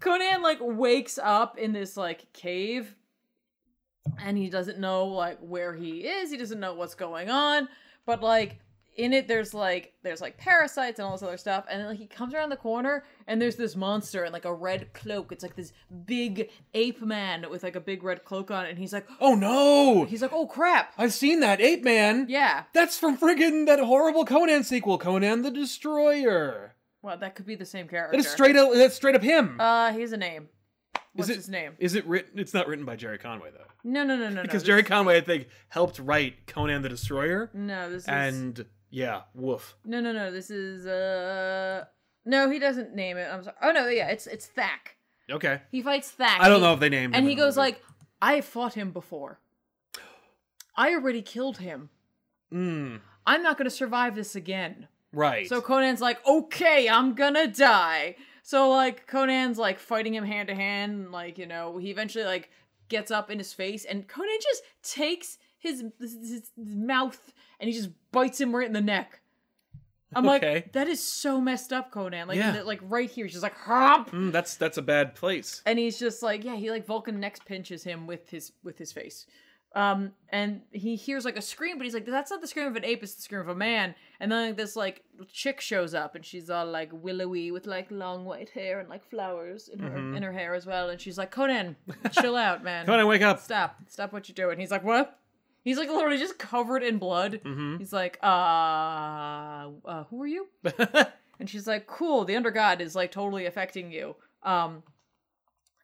S2: Conan like wakes up in this like cave and he doesn't know like where he is, he doesn't know what's going on, but like in it there's like there's like parasites and all this other stuff and then like he comes around the corner and there's this monster in like a red cloak. It's like this big ape man with like a big red cloak on and he's like
S1: Oh no,
S2: he's like oh crap.
S1: I've seen that Ape Man.
S2: Yeah.
S1: That's from friggin' that horrible Conan sequel, Conan the Destroyer.
S2: Well, that could be the same character.
S1: That is straight up. That's straight up him.
S2: Uh, he has a name. What's
S1: it-
S2: his name?
S1: Is it written? It's not written by Jerry Conway though.
S2: No, no, no, no, no.
S1: because
S2: this-
S1: Jerry Conway, I think, helped write Conan the Destroyer,
S2: No, this is
S1: and yeah, woof.
S2: no, no, no. This is uh, no, he doesn't name it. I'm sorry. Oh no, yeah, it's it's Thack.
S1: Okay,
S2: He fights Thack.
S1: I don't know
S2: He-
S1: if they named.
S2: And
S1: him
S2: he
S1: in the
S2: goes
S1: movie.
S2: like, "I fought him before. I already killed him.
S1: mm,
S2: I'm not gonna survive this again."
S1: right.
S2: So Conan's like, okay, I'm gonna die. So like Conan's like fighting him hand to hand, and, like you know he eventually like gets up in his face, and Conan just takes his, his, his mouth and he just bites him right in the neck. I'm
S1: Okay.
S2: like, that is so messed up, Conan. Like,
S1: Yeah.
S2: that- like right here, she's like, hop,
S1: Mm, that's that's a bad place.
S2: and he's just like, yeah, he like Vulcan next pinches him with his with his face, um, and he hears like a scream, but he's like, that's not the scream of an ape, it's the scream of a man. And then like, this like chick shows up, and she's all like willowy with like long white hair and like flowers in her in her hair as well, and she's like, Conan, chill out, man.
S1: Conan, wake up.
S2: stop, stop what you're doing. He's like, what? He's like literally just covered in blood. He's like, uh, uh, who are you?
S1: Mm-hmm.
S2: and she's like, cool, the under god is like totally affecting you. Um,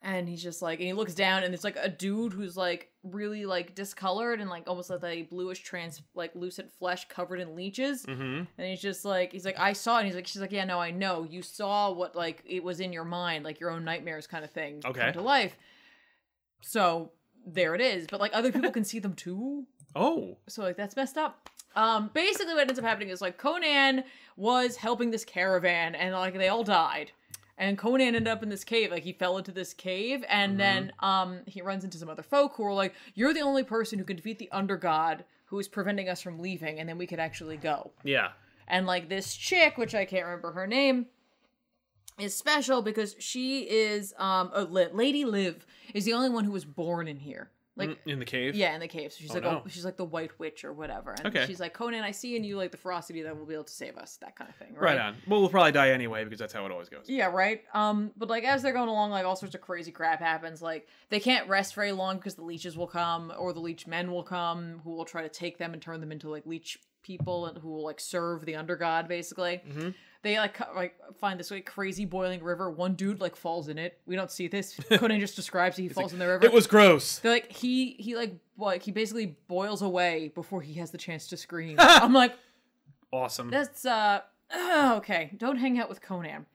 S2: and he's just like, and he looks down, and it's like a dude who's like really like discolored and like almost like a bluish trans like lucent flesh covered in leeches.
S1: hmm
S2: And he's just like, he's like, I saw, it. and he's like, she's like, yeah, no, I know, you saw what like it was in your mind, like your own nightmares kind of thing, come
S1: Okay.
S2: to life. So there it is, but like other people can see them too
S1: Oh,
S2: so like that's messed up um basically what ends up happening is like conan was helping this caravan and like they all died and conan ended up in this cave like he fell into this cave and then um he runs into some other folk who are like you're the only person who can defeat the undergod who is preventing us from leaving and then we could actually go
S1: yeah.
S2: and like this chick which i can't remember her name is special because she is um a li- lady liv is the only one who was born in here like
S1: Mm, in the cave.
S2: yeah, in the cave. So she's
S1: Oh,
S2: like,
S1: no.
S2: oh, she's like the White Witch or whatever. And
S1: Okay.
S2: she's like, Conan, I see in you like the ferocity that will be able to save us, that kind of thing.
S1: Right
S2: Right.
S1: on. Well, we'll probably die anyway because that's how it always goes.
S2: Yeah, right. Um, but like as they're going along, like all sorts of crazy crap happens. Like they can't rest very long because the leeches will come, or the leech men will come, who will try to take them and turn them into like leech people, and who will like serve the undergod basically.
S1: Mhm.
S2: They like co- like find this like crazy boiling river. One dude like falls in it. We don't see this. Conan just describes it. He falls in the river.
S1: It was gross.
S2: They're like he he like like he basically boils away before he has the chance to scream. I'm like
S1: Awesome.
S2: that's uh okay. Don't hang out with Conan.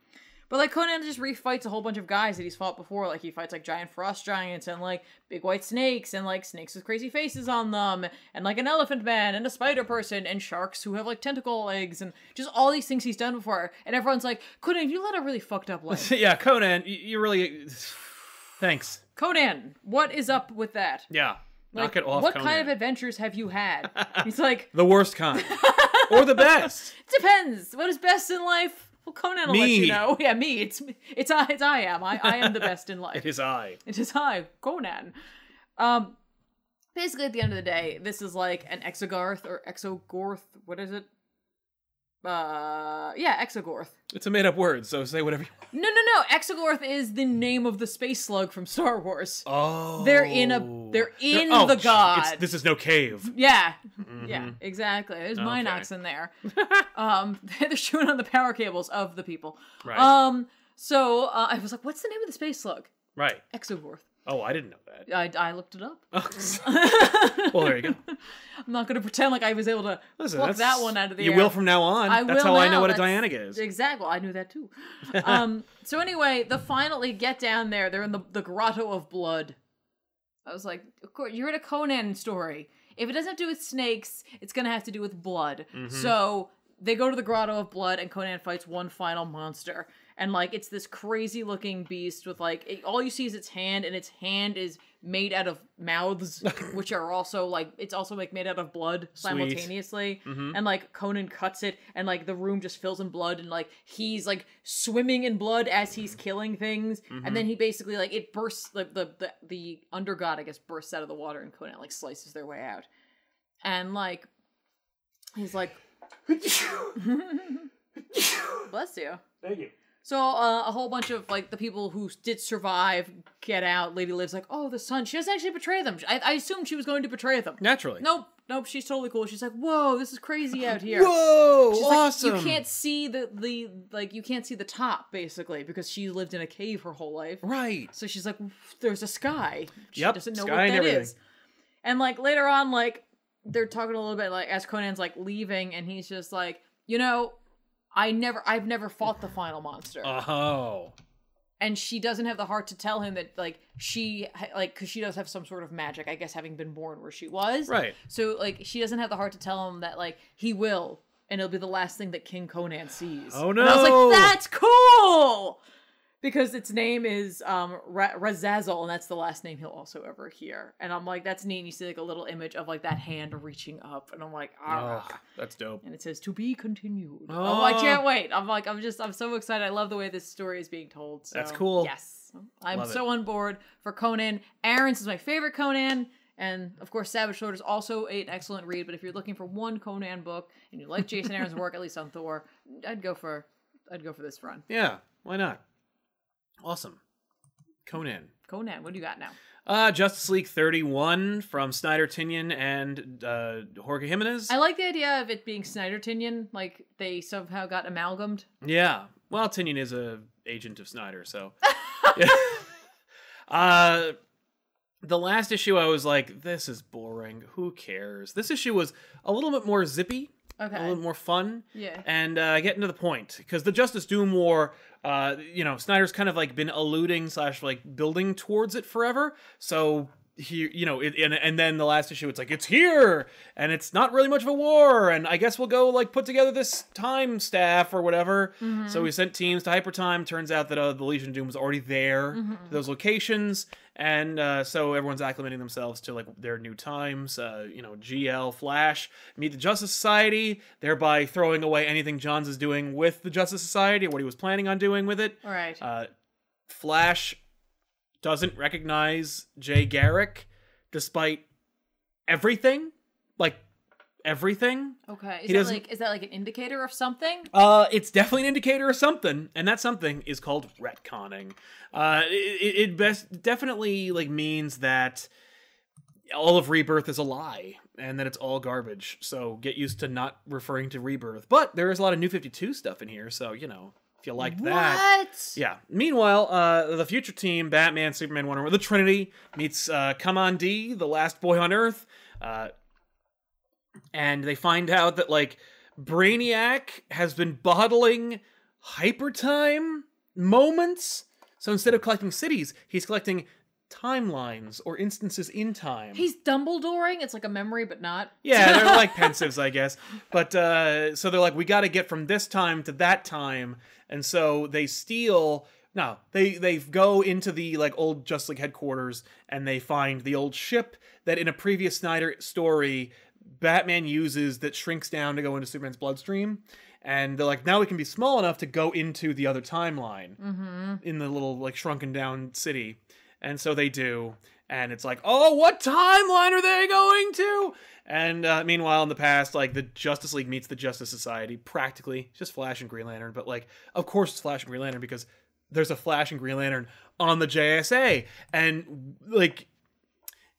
S2: But like Conan just refights a whole bunch of guys that he's fought before. Like he fights like giant frost giants and like big white snakes and like snakes with crazy faces on them and like an elephant man and a spider person and sharks who have like tentacle legs and just all these things he's done before. And everyone's like, Conan, you led a really fucked up life.
S1: yeah, Conan, you, you really. Thanks.
S2: Conan, what is up with that?
S1: Yeah.
S2: Like,
S1: Knock it off.
S2: What
S1: Conan.
S2: kind of adventures have you had? He's like,
S1: The worst kind, or the best.
S2: depends. What is best in life? Well, Conan will let
S1: Me.
S2: you know. Yeah, me. It's it's I. It's I am. I, I am the best in life.
S1: It is I.
S2: It is I, Conan. Um, basically, at the end of the day, this is like an exogarth or exogorth. What is it? Uh, yeah, exogorth.
S1: It's a made-up word, so say whatever you want.
S2: No, no, no. Exogorth is the name of the space slug from Star Wars.
S1: Oh.
S2: They're in a- they're in
S1: oh,
S2: the
S1: sh- it's-
S2: god.
S1: This is no cave.
S2: Yeah. Yeah, exactly. There's Minox
S1: Mm-hmm. Okay.
S2: in there. um, they're chewing on the power cables of the people.
S1: Right.
S2: Um, so uh, I was like, what's the name of the space slug?
S1: Right.
S2: Exogorth.
S1: Oh, I didn't know that.
S2: I, I looked it up.
S1: well, there you go.
S2: I'm not going to pretend like I was able to
S1: Listen,
S2: pluck
S1: that's-
S2: that one out of the
S1: You
S2: air.
S1: will from now on.
S2: I
S1: that's
S2: will
S1: how I
S2: now.
S1: know what a
S2: That's-
S1: Diana is.
S2: Exactly. Well, I knew that too. um, so anyway, the finally get down there. They're in the, the grotto of blood. I was like, of course, you're in a Conan story. If it doesn't have to do with snakes, it's gonna have to do with blood. So they go to the grotto of blood, and Conan fights one final monster. And like, it's this crazy looking beast with like, it, all you see is its hand, and its hand is made out of mouths, which are also like, it's also like made out of blood simultaneously. And like, Conan cuts it, and like, the room just fills in blood, and like, he's like swimming in blood as he's killing things. And then he basically like, it bursts, like the the the undergod, I guess, bursts out of the water, and Conan like slices their way out. And like, he's like, bless you.
S1: Thank you.
S2: So uh, a whole bunch of like the people who did survive get out. Lady Liv's like, oh, the sun. She doesn't actually betray them. I, I assumed she was going to betray them.
S1: Naturally.
S2: Nope, nope. She's totally cool. She's like, whoa, this is crazy out here.
S1: Whoa!
S2: She's like,
S1: awesome.
S2: you can't see the the like you can't see the top basically because she lived in a cave her whole life.
S1: Right.
S2: So she's like, there's a sky. She
S1: Yep,
S2: doesn't know
S1: sky
S2: what
S1: and
S2: that
S1: everything.
S2: is. And like later on, like they're talking a little bit like as Conan's like leaving, and he's just like, you know, I never, I've never fought the final monster,
S1: Oh.
S2: and she doesn't have the heart to tell him that like she like because she does have some sort of magic, I guess, having been born where she was,
S1: Right.
S2: So like she doesn't have the heart to tell him that like he will. And it'll be the last thing that King Conan sees.
S1: Oh,
S2: And I was
S1: no.
S2: like, "That's cool." because its name is um Ra- Razazel, and that's the last name he'll also ever hear. And I'm like, that's neat. And you see like a little image of like that hand reaching up, and I'm like, ah.
S1: Ugh, Oh, that's dope.
S2: And it says to be continued. Oh, I
S1: Oh.
S2: can't wait! I'm like, I'm just, I'm so excited. I love the way this story is being told. So,
S1: That's cool.
S2: Yes, I'm
S1: Love it.
S2: so on board for Conan. Aaron's is my favorite Conan, and of course, Savage Sword is also an excellent read. But if you're looking for one Conan book and you like Jason Aaron's work, at least on Thor, I'd go for, I'd go for this run.
S1: Yeah, why not? Awesome. Conan.
S2: Conan, what do you got now?
S1: Uh, Justice League 31 from Snyder Tinian and uh, Jorge Jimenez.
S2: I like the idea of it being Snyder Tinian, like they somehow got amalgamed.
S1: yeah. Well, Tinian is a agent of Snyder, so. Yeah. Uh, the last issue, I was like, this is boring. Who cares? This issue was a little bit more zippy, a
S2: Okay.
S1: little more fun.
S2: Yeah.
S1: and uh, getting to the point because the Justice Doom War, uh, you know, Snyder's kind of like been alluding slash like building towards it forever. So he, you know, it, and and then the last issue, it's like it's here, and it's not really much of a war, and I guess we'll go like put together this time staff or whatever.
S2: Mm-hmm.
S1: So we sent teams to Hypertime. Turns out that uh, the Legion of Doom was already there to those locations. And uh, so everyone's acclimating themselves to like their new times. Uh, you know, GL Flash meet the Justice Society, thereby throwing away anything Johns is doing with the Justice Society or what he was planning on doing with it.
S2: All right.
S1: Uh, Flash doesn't recognize Jay Garrick, despite everything, like everything.
S2: okay. Is
S1: he
S2: that
S1: doesn't-
S2: like is that like an indicator of something?
S1: Uh, it's definitely an indicator of something, and that something is called retconning. Uh, it, it- it best definitely like means that all of rebirth is a lie and that it's all garbage. So get used to not referring to rebirth. But there is a lot of New Fifty Two stuff in here, so you know if you liked that.
S2: What?
S1: Yeah. Meanwhile, uh, the future team, Batman, Superman, Wonder Woman, the Trinity meets uh, Come On D, the last boy on Earth, uh, and they find out that like Brainiac has been bottling hypertime moments. So instead of collecting cities, he's collecting timelines or instances in time.
S2: He's Dumbledoring. It's like a memory, but not.
S1: Yeah, they're like pensives, I guess. But uh, so they're like, we got to get from this time to that time, and so they steal. No, they they go into the like old Just League headquarters and they find the old ship that in a previous Snyder story, Batman uses that shrinks down to go into Superman's bloodstream, and they're like, now we can be small enough to go into the other timeline
S2: Mm-hmm.
S1: in the little like shrunken down city. And so they do. And it's like, oh, what timeline are they going to? And uh, meanwhile, in the past, like the Justice League meets the Justice Society practically. It's just Flash and Green Lantern. But like, of course, it's Flash and Green Lantern because there's a Flash and Green Lantern on the JSA. And like,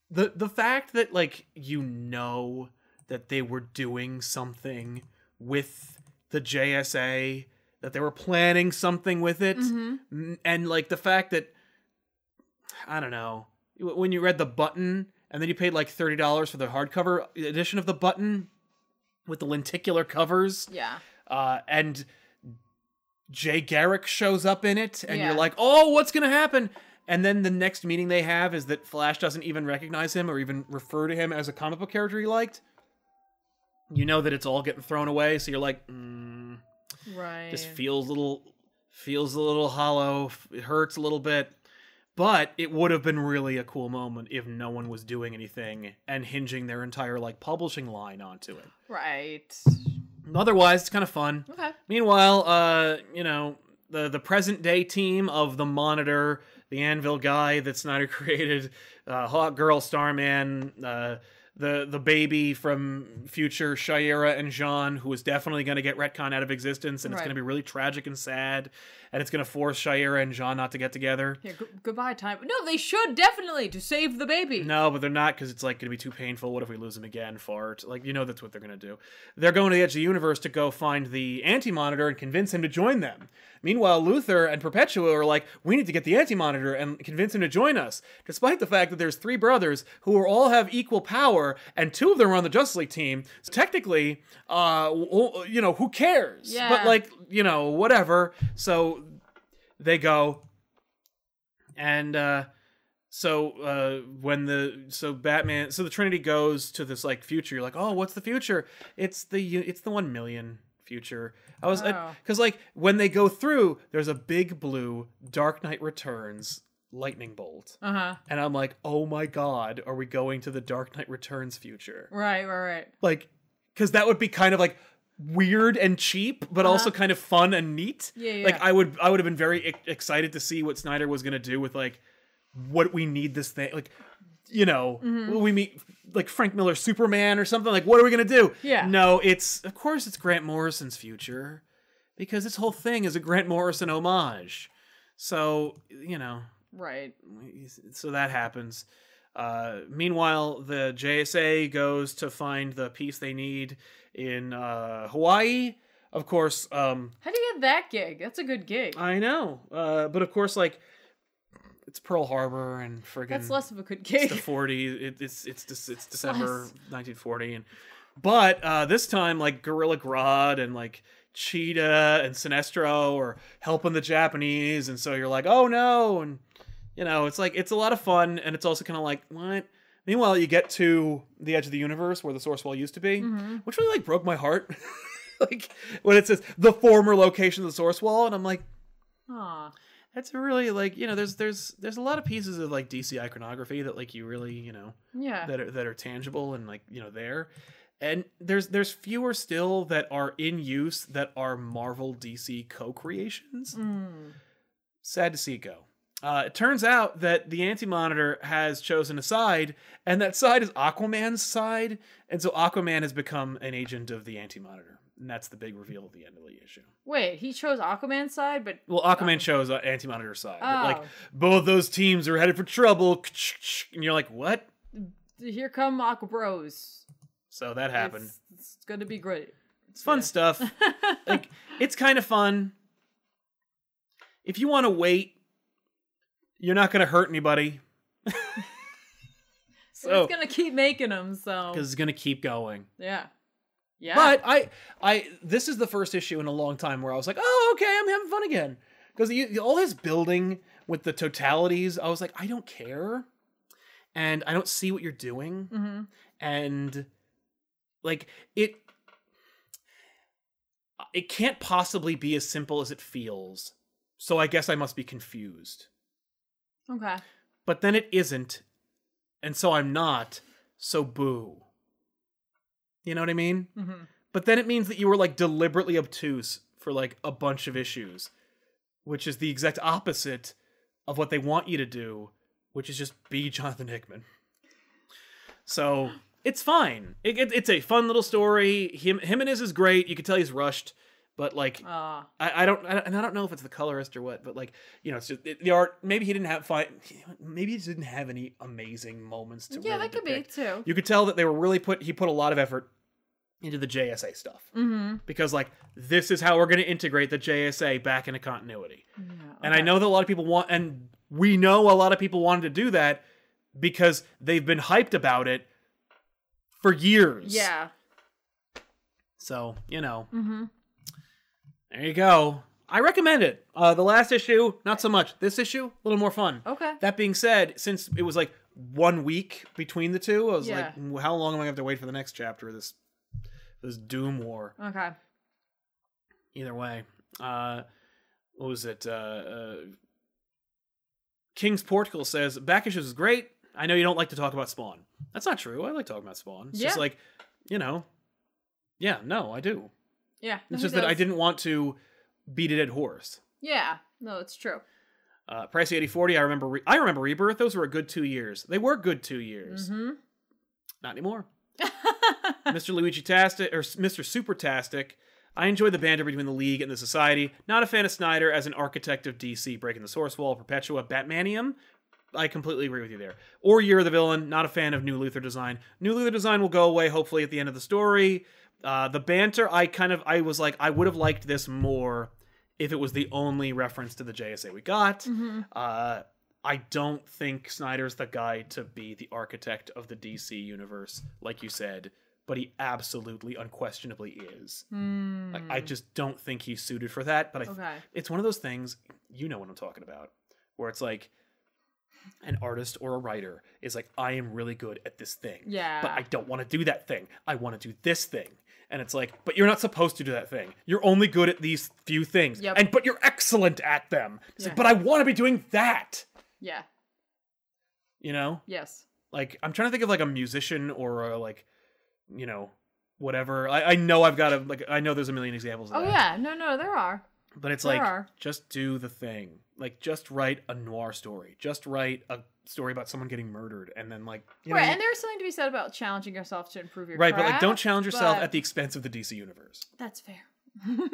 S1: the, the fact that like you know that they were doing something with the JSA, that they were planning something with it,
S2: Mm-hmm.
S1: N- and like the fact that I don't know w- when you read the button and then you paid like thirty dollars for the hardcover edition of the button with the lenticular covers,
S2: Yeah.
S1: uh, and Jay Garrick shows up in it, and
S2: Yeah.
S1: you're like, oh, what's gonna happen? And then the next meeting they have is that Flash doesn't even recognize him or even refer to him as a comic book character he liked. You know that it's all getting thrown away, so you're like, mm,
S2: Right.
S1: just feels a little feels a little hollow f- it hurts a little bit but it would have been really a cool moment if no one was doing anything and hinging their entire like publishing line onto it
S2: right.
S1: otherwise it's kind of fun
S2: Okay.
S1: meanwhile uh you know the the present day team of the monitor the anvil guy that snyder created uh hawk girl starman uh the, the baby from future Shaira and Jean, who is definitely going to get retcon out of existence, and it's
S2: Right.
S1: going to be really tragic and sad, and it's going to force Shaira and Jean not to get together.
S2: Yeah. G- goodbye time. No, they should definitely to save the baby.
S1: No, but they're not because it's like going to be too painful. What if we lose him again? Fart. Like you know that's what they're going to do. They're going to the edge of the universe to go find the Anti Monitor and convince him to join them. Meanwhile, Luther and Perpetua are like, we need to get the Anti Monitor and convince him to join us, despite the fact that there's three brothers who are, all have equal power, and two of them are on the Justice League team. So technically, uh, w- w- you know, who cares?
S2: Yeah.
S1: But like, you know, whatever. So they go and uh so uh when the so batman so the trinity goes to this like future you're like oh what's the future it's the u- it's the 1 million future. I was
S2: Oh.
S1: because like when they go through, there's a big blue Dark Knight Returns lightning bolt,
S2: Uh huh.
S1: and I'm like, oh my god, are we going to the Dark Knight Returns future?
S2: Right, right, right.
S1: Like, because that would be kind of like weird and cheap, but also kind of fun and neat.
S2: Yeah, yeah,
S1: Like
S2: yeah.
S1: I would, I would have been very e- excited to see what Snyder was gonna do with like what we need this thing like. You know,
S2: Mm-hmm.
S1: we meet like Frank Miller Superman or something. Like, what are we gonna do?
S2: Yeah.
S1: No, it's of course it's Grant Morrison's future because this whole thing is a Grant Morrison homage. So you know,
S2: Right.
S1: so that happens. Uh, meanwhile, the JSA goes to find the piece they need in uh, Hawaii. Of course, um,
S2: How do you get that gig? That's a good gig.
S1: I know, uh, but of course, like it's Pearl Harbor and friggin'
S2: That's less of a good
S1: it's
S2: gig.
S1: the 40s. It, it's it's just it's December 1940, and but uh, this time like Gorilla Grodd and like Cheetah and Sinestro are helping the Japanese, and so you're like, oh no, and you know it's like it's a lot of fun, and it's also kind of like what. Meanwhile, you get to the edge of the universe where the source wall used to be,
S2: Mm-hmm.
S1: which really like broke my heart. like when it says the former location of the source wall, and I'm like,
S2: Aw.
S1: that's really like you know there's there's there's a lot of pieces of like dc iconography that like you really you know
S2: Yeah.
S1: that are that are tangible and like you know there and there's there's fewer still that are in use that are marvel dc co-creations
S2: Mm.
S1: sad to see it go uh, it turns out that the anti-monitor has chosen a side and that side is aquaman's side and so aquaman has become an agent of the anti-monitor and that's the big reveal at the end of the issue
S2: Wait, he chose Aquaman's side, but
S1: well, Aquaman shows uh, Anti Monitor side. but,
S2: Oh.
S1: Like both those teams are headed for trouble, and you're like, what?
S2: oh, here come Aqua Bros.
S1: So that happened. It's,
S2: It's, it's gonna be great.
S1: fun
S2: yeah.
S1: stuff. like it's kind of fun. If you want to wait, you're not going to hurt anybody So-
S2: it's gonna keep making them. So
S1: because it's going to keep going.
S2: yeah, yeah.
S1: But I, I, this is the first issue in a long time where I was like, oh, okay, I'm having fun again. Because all his building with the totalities, I was like, I don't care, and I don't see what you're doing.
S2: hmm
S1: and like it it can't possibly be as simple as it feels so i guess i must be confused
S2: okay,
S1: but then it isn't and so i'm not so boo you know what i mean
S2: hmm
S1: but then it means that you were like deliberately obtuse for like a bunch of issues which is the exact opposite of what they want you to do which is just be jonathan hickman so it's fine it, it- it's a fun little story him him and his is great you can tell he's rushed but like
S2: uh,
S1: I, I don't, I don't, and I don't know if it's the colorist or what, but like, you know, it's just it, the art. Maybe he didn't have fine. Maybe he just didn't have any amazing moments to.
S2: yeah,
S1: really
S2: that could
S1: depict.
S2: be too.
S1: You could tell that they were really put. He put a lot of effort into the JSA stuff
S2: mm-hmm.
S1: because, like, this is how we're going to integrate the JSA back into continuity.
S2: Yeah,
S1: And I
S2: okay.
S1: know that a lot of people want, and we know a lot of people wanted to do that because they've been hyped about it for years.
S2: Yeah.
S1: So you know,
S2: Mm-hmm.
S1: there you go. I recommend it. Uh, the last issue, not so much. This issue, a little more fun.
S2: Okay.
S1: That being said, since it was like one week between the two, I was
S2: Yeah.
S1: like, "Mm, how long am I going to have to wait for the next chapter of this this Doom War?
S2: Okay.
S1: Either way, uh, what was it? Uh, uh, King's Portugal says back issues is great. I know you don't like to talk about Spawn. That's not true. I like talking about Spawn. It's just
S2: Yeah.
S1: like, you know, yeah, no, I do.
S2: Yeah.
S1: It's
S2: he
S1: just that I
S2: does.
S1: didn't want to beat a dead horse.
S2: Yeah. No, it's true.
S1: Uh, Pricey eighty forty. I remember. Re- I remember Rebirth. Those were a good two years. They were good two years.
S2: Mm-hmm.
S1: Not anymore. Mr. Luigi Tastic or Mr. Super Tastic. I enjoy the banter between the League and the Society. Not a fan of Snyder as an architect of DC, breaking the source wall, Perpetua, Batmanium. I completely agree with you there. Or Year of the Villain. Not a fan of New Luther design. New Luther design will go away hopefully at the end of the story. Uh, the banter, I kind of, I was like, I would have liked this more if it was the only reference to the JSA we got.
S2: mm-hmm.
S1: Uh, I don't think Snyder's the guy to be the architect of the DC universe, like you said, but he absolutely, unquestionably is. Like, I just don't think he's suited for that. But I,
S2: Mm-hmm. Hmm. Okay.
S1: it's one of those things, you know what I'm talking about, where it's like an artist or a writer is like, I am really good at this thing,
S2: Yeah.
S1: but I don't want to do that thing. I want to do this thing. and it's like but you're not supposed to do that thing you're only good at these few things
S2: Yep.
S1: and but you're excellent at them it's
S2: Yeah.
S1: like but i want to be doing that
S2: Yeah.
S1: you know
S2: Yes.
S1: like i'm trying to think of like a musician or a, like you know whatever i, I know i've got a like i know there's a million examples of
S2: Oh
S1: that
S2: yeah. No, no, there are.
S1: but it's
S2: There
S1: like
S2: are.
S1: just do the thing like just write a noir story just write a story about someone getting murdered and then like you
S2: right,
S1: know,
S2: and there's something to be said about challenging yourself to improve your
S1: right but like don't
S2: craft,
S1: challenge yourself
S2: but-
S1: at the expense of the dc universe
S2: That's fair.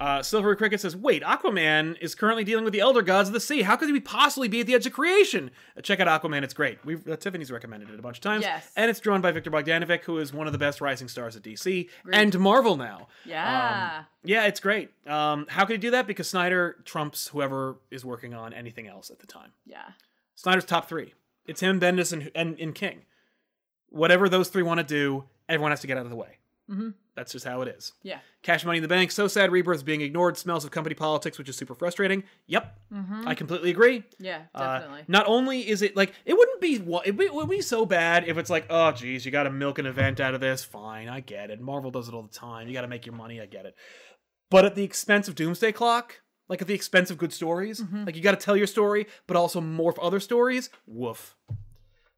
S1: uh, Silver Cricket says, "Wait, Aquaman is currently dealing with the Elder Gods of the Sea. How could we possibly be at the edge of creation? Uh, Check out Aquaman; it's great. We've uh, Tiffany's recommended it a bunch of times,
S2: Yes.
S1: and it's drawn by Victor Bogdanovic, who is one of the best rising stars at DC and Marvel now.
S2: Yeah.
S1: Yeah, it's great. Um, how could he do that? Because Snyder trumps whoever is working on anything else at the time.
S2: yeah.
S1: Snyder's top three. It's him, Bendis, and and, and King. Whatever those three want to do, everyone has to get out of the way.
S2: Mhm.
S1: That's just how it is."
S2: Yeah.
S1: Cash Money in the Bank, so sad Rebirth's being ignored, smells of company politics, which is super frustrating. Yep,
S2: hmm
S1: I completely agree.
S2: Yeah,
S1: Uh,
S2: definitely.
S1: not only is it like it wouldn't be wa- it would be so bad if it's like oh geez you got to milk an event out of this fine I get it Marvel does it all the time you got to make your money I get it but at the expense of Doomsday Clock like at the expense of good stories like you got to tell your story but also morph other stories woof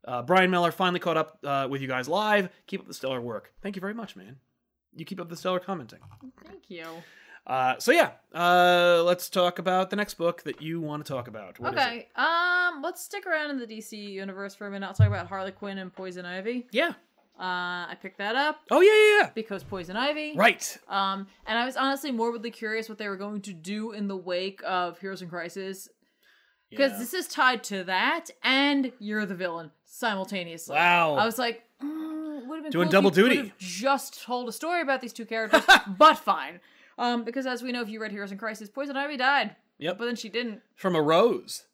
S1: uh, Brian Miller finally caught up uh, with you guys live keep up the stellar work thank you very much man you keep up the stellar commenting.
S2: Thank you.
S1: Uh, so yeah, uh, let's talk about the next book that you want to talk about. What is it?
S2: okay. Um, let's stick around in the DC universe for a minute. I'll talk about Harley Quinn and Poison Ivy.
S1: Yeah.
S2: Uh, I picked that up
S1: Oh yeah, yeah,
S2: because Poison Ivy.
S1: yeah. Right.
S2: Um, and I was honestly morbidly curious what they were going to do in the wake of Heroes in Crisis because
S1: Yeah.
S2: this is tied to that and you're the villain simultaneously.
S1: Wow.
S2: I was like, mm, would have
S1: Doing
S2: been cool if
S1: double
S2: you
S1: duty.
S2: would've Just told a story about these two characters, but fine. Um, because as we know, if you read Heroes in Crisis, Poison Ivy died.
S1: Yep.
S2: But then she didn't.
S1: From a rose.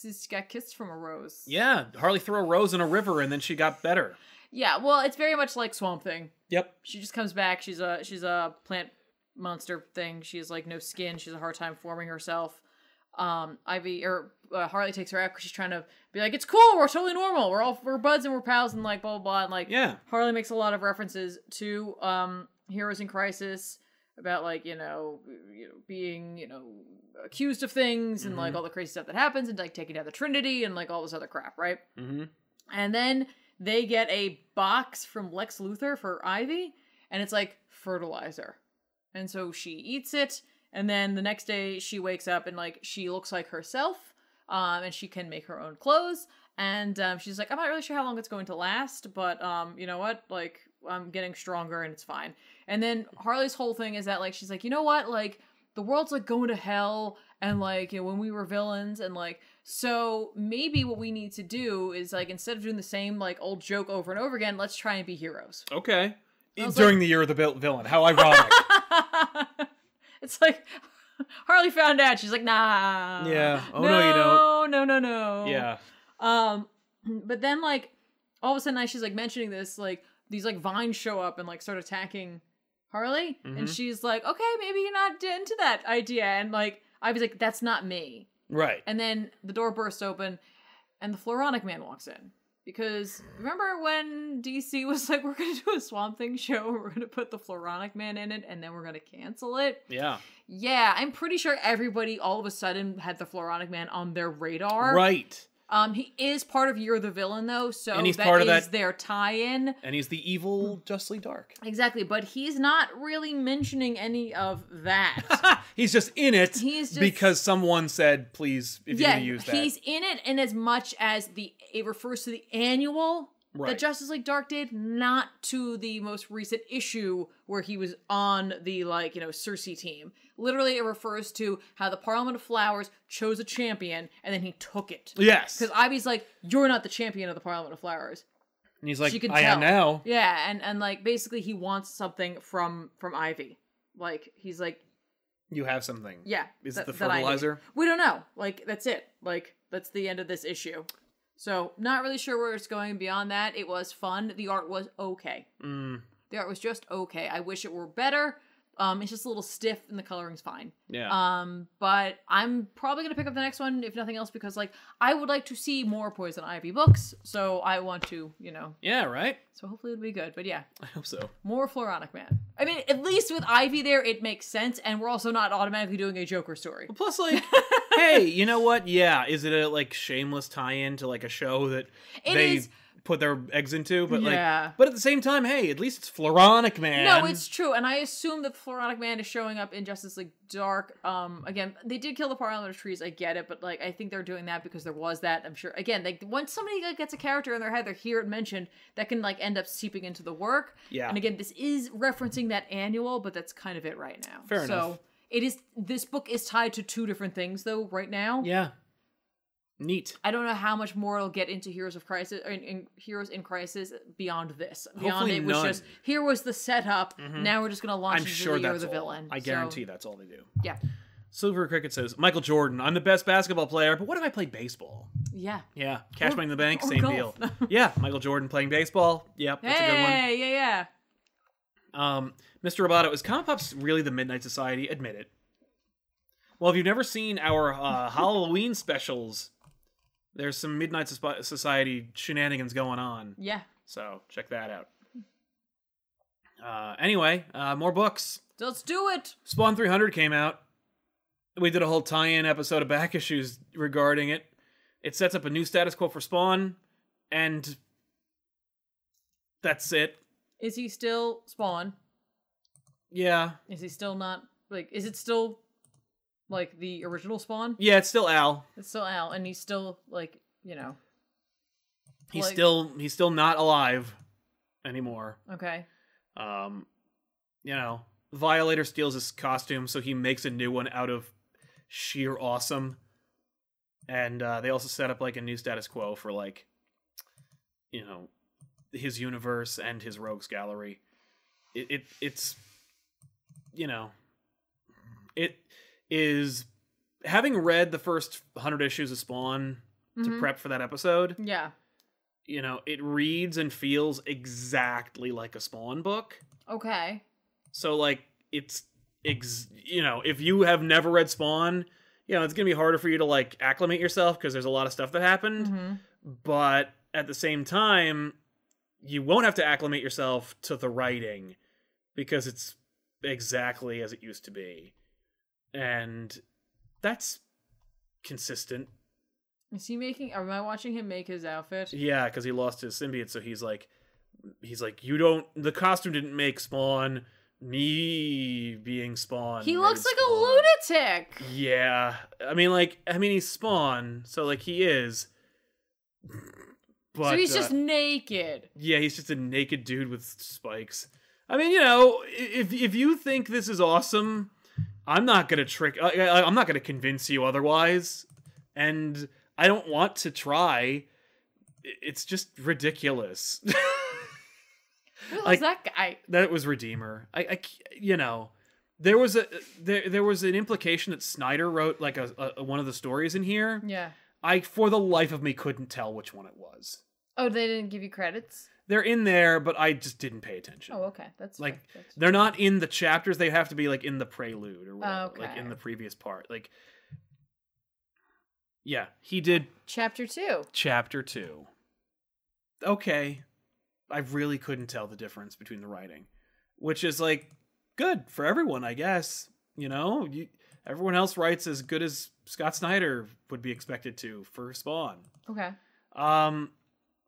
S2: She just got kissed from a rose.
S1: Yeah. Harley threw a rose in a river, and then she got better.
S2: Yeah. Well, it's very much like Swamp Thing.
S1: Yep.
S2: She just comes back. She's a she's a plant monster thing. She has like no skin. She has a hard time forming herself. Um, Ivy or uh, Harley takes her out because she's trying to be like, it's cool. We're totally normal. We're all we're buds and we're pals and like blah blah blah. And like
S1: Yeah.
S2: Harley makes a lot of references to um Heroes in Crisis about like you know you know being you know accused of things and like all the crazy stuff that happens and like taking down the Trinity and like all this other crap, right?
S1: Mm-hmm.
S2: And then they get a box from Lex Luthor for Ivy, and it's like fertilizer. And so she eats it, and then the next day she wakes up and like she looks like herself, um, and she can make her own clothes. And um, she's like, I'm not really sure how long it's going to last, but um, you know what? Like, I'm getting stronger and it's fine. And then Harley's whole thing is that like she's like, you know what? Like, the world's like going to hell and like you know when we were villains and like so maybe what we need to do is like instead of doing the same like old joke over and over again let's try and be heroes
S1: Okay. E,
S2: I was
S1: During the year of the vil- villain. How ironic.
S2: it's like harley found out she's like nah
S1: Yeah. Oh, no, you don't.
S2: no no no
S1: yeah.
S2: um but then like all of a sudden as she's like mentioning this like these like vines show up and like start attacking harley and
S1: Mhm.
S2: she's like okay maybe you're not into that idea and like i was like that's not me
S1: Right.
S2: And then the door bursts open and the Floronic Man walks in. Because remember when DC was like, we're going to do a Swamp Thing show, we're going to put the Floronic Man in it, and then we're going to cancel it?
S1: Yeah.
S2: Yeah, I'm pretty sure everybody all of a sudden had the Floronic Man on their radar.
S1: Right.
S2: Um, he is part of You're the Villain, though, so
S1: And he's
S2: that
S1: part of
S2: is
S1: that-
S2: their tie in.
S1: And he's the
S2: Hmm.
S1: evil Justly Dark.
S2: Exactly, but he's not really mentioning any of that.
S1: he's just in it
S2: He's just-
S1: because someone said, "Please, if you're
S2: yeah,
S1: gonna use that."
S2: he's in it in as much as the it refers to the annual
S1: Right.
S2: that Justice League Dark did, not to the most recent issue where he was on the like you know Cersei team. Literally, it refers to how the Parliament of Flowers chose a champion and then he took it.
S1: yes.
S2: Because Ivy's like, you're not the champion of the Parliament of Flowers.
S1: And he's like,
S2: she can
S1: "I am
S2: tell.
S1: now."
S2: Yeah, and and like basically he wants something from from Ivy. Like he's like,
S1: You have something.
S2: yeah,
S1: Is
S2: that-
S1: it the
S2: that I need.
S1: fertilizer?
S2: we don't know. Like that's it. Like that's the end of this issue. So not really sure where it's going beyond that. It was fun. The art was okay.
S1: Mm,
S2: The art was just okay. I wish it were better. Um, it's just a little stiff and the coloring's fine.
S1: yeah.
S2: Um, but I'm probably gonna pick up the next one if nothing else because like I would like to see more Poison Ivy books. So I want to, you know.
S1: yeah. Right.
S2: So hopefully it'll be good. But yeah,
S1: I hope so.
S2: more Floronic Man. I mean, at least with Ivy there, it makes sense, and we're also not automatically doing a Joker story.
S1: Plus, like, hey, you know what? Yeah, is it a like shameless tie-in to like a show that
S2: It
S1: they
S2: is-
S1: put their eggs into? But
S2: Yeah.
S1: like, but at the same time, hey, at least it's Floronic Man.
S2: No, it's true, and I assume that Floronic Man is showing up in Justice League Dark. Um, again, they did kill the Parliament of Trees. I get it, but like, I think they're doing that because there was that. I'm sure. Again, like once somebody like, gets a character in their head, they hear it mentioned, that can like end up seeping into the work.
S1: Yeah.
S2: And again, this is referencing that annual, but that's kind of it right now.
S1: Fair
S2: so,
S1: enough.
S2: It is this book is tied to two different things though right now.
S1: yeah, neat.
S2: I don't know how much more it'll get into Heroes of Crisis or in, in Heroes in Crisis beyond this. Beyond
S1: Hopefully
S2: it was
S1: none. Mm-hmm.
S2: just here was the setup. Now we're just gonna launch
S1: I'm
S2: into
S1: sure
S2: the year of
S1: that's
S2: the
S1: all.
S2: villain.
S1: I
S2: So,
S1: guarantee that's all they do.
S2: yeah,
S1: Silver Cricket says, Michael Jordan, I'm the best basketball player, but what if I play baseball?
S2: yeah.
S1: Yeah, Cash
S2: Or-
S1: Money in the Bank,
S2: or
S1: same
S2: golf.
S1: deal. yeah, Michael Jordan playing baseball. Yep, that's a good one.
S2: Hey, yeah, yeah.
S1: Um, Mr. Roboto, is Comic Pop's really the Midnight Society? Admit it. Well, if you've never seen our uh, Halloween specials, there's some Midnight Sospi- Society shenanigans going on.
S2: Yeah.
S1: So check that out. Uh, anyway, uh, more books.
S2: Let's do it.
S1: Spawn 300 came out. We did a whole tie in episode of back issues regarding it. It sets up a new status quo for Spawn, and that's it.
S2: Is he still spawn?
S1: Yeah.
S2: Is he still not like is it still like the original spawn?
S1: Yeah, it's still Al.
S2: It's still Al and he's still like, you know.
S1: he's
S2: Like-
S1: still he's still not alive anymore
S2: Okay.
S1: um you know violator steals his costume so he makes a new one out of sheer awesome and uh they also set up like a new status quo for like you know his universe and his rogues gallery it, it it's you know it is having read the first 100 issues of spawn to
S2: Mhm.
S1: prep for that episode
S2: Yeah.
S1: you know, it reads and feels exactly like a Spawn book.
S2: Okay.
S1: So like it's ex- you know, if you have never read Spawn, you know, it's going to be harder for you to like acclimate yourself because there's a lot of stuff that happened,
S2: hmm
S1: but at the same time, you won't have to acclimate yourself to the writing because it's exactly as it used to be. And that's consistent.
S2: Is he making am I watching him make his outfit?
S1: Yeah, because he lost his symbiote, so he's like, he's like, you don't. The costume didn't make Spawn. Me being Spawn.
S2: He
S1: made
S2: looks like a
S1: Spawn."
S2: lunatic.
S1: Yeah, I mean, like, I mean, he's Spawn, so like he is. But
S2: so he's
S1: uh,
S2: just naked.
S1: yeah, he's just a naked dude with spikes. I mean, you know, i- if if you think this is awesome, I'm not gonna trick. I, I, I'm not gonna convince you otherwise, and I don't want to try. I- It's just ridiculous.
S2: Who the
S1: like-
S2: hell's that guy?
S1: that was Redeemer. I, I c- you know, there was a there there was an implication that Snyder wrote like a, a one of the stories in here.
S2: Yeah.
S1: I for the life of me couldn't tell which one it was.
S2: Oh, they didn't give you credits.
S1: They're in there, but I just didn't pay attention.
S2: Oh, okay. That's
S1: Like,
S2: fair. That's fair.
S1: they're not in the chapters they have to be like in the prelude or whatever like
S2: Okay.
S1: in the previous part like yeah he did
S2: chapter two.
S1: chapter 2 okay i really couldn't tell the difference between the writing which is like good for everyone i guess you know you, everyone else writes as good as scott snyder would be expected to for spawn
S2: Okay.
S1: um,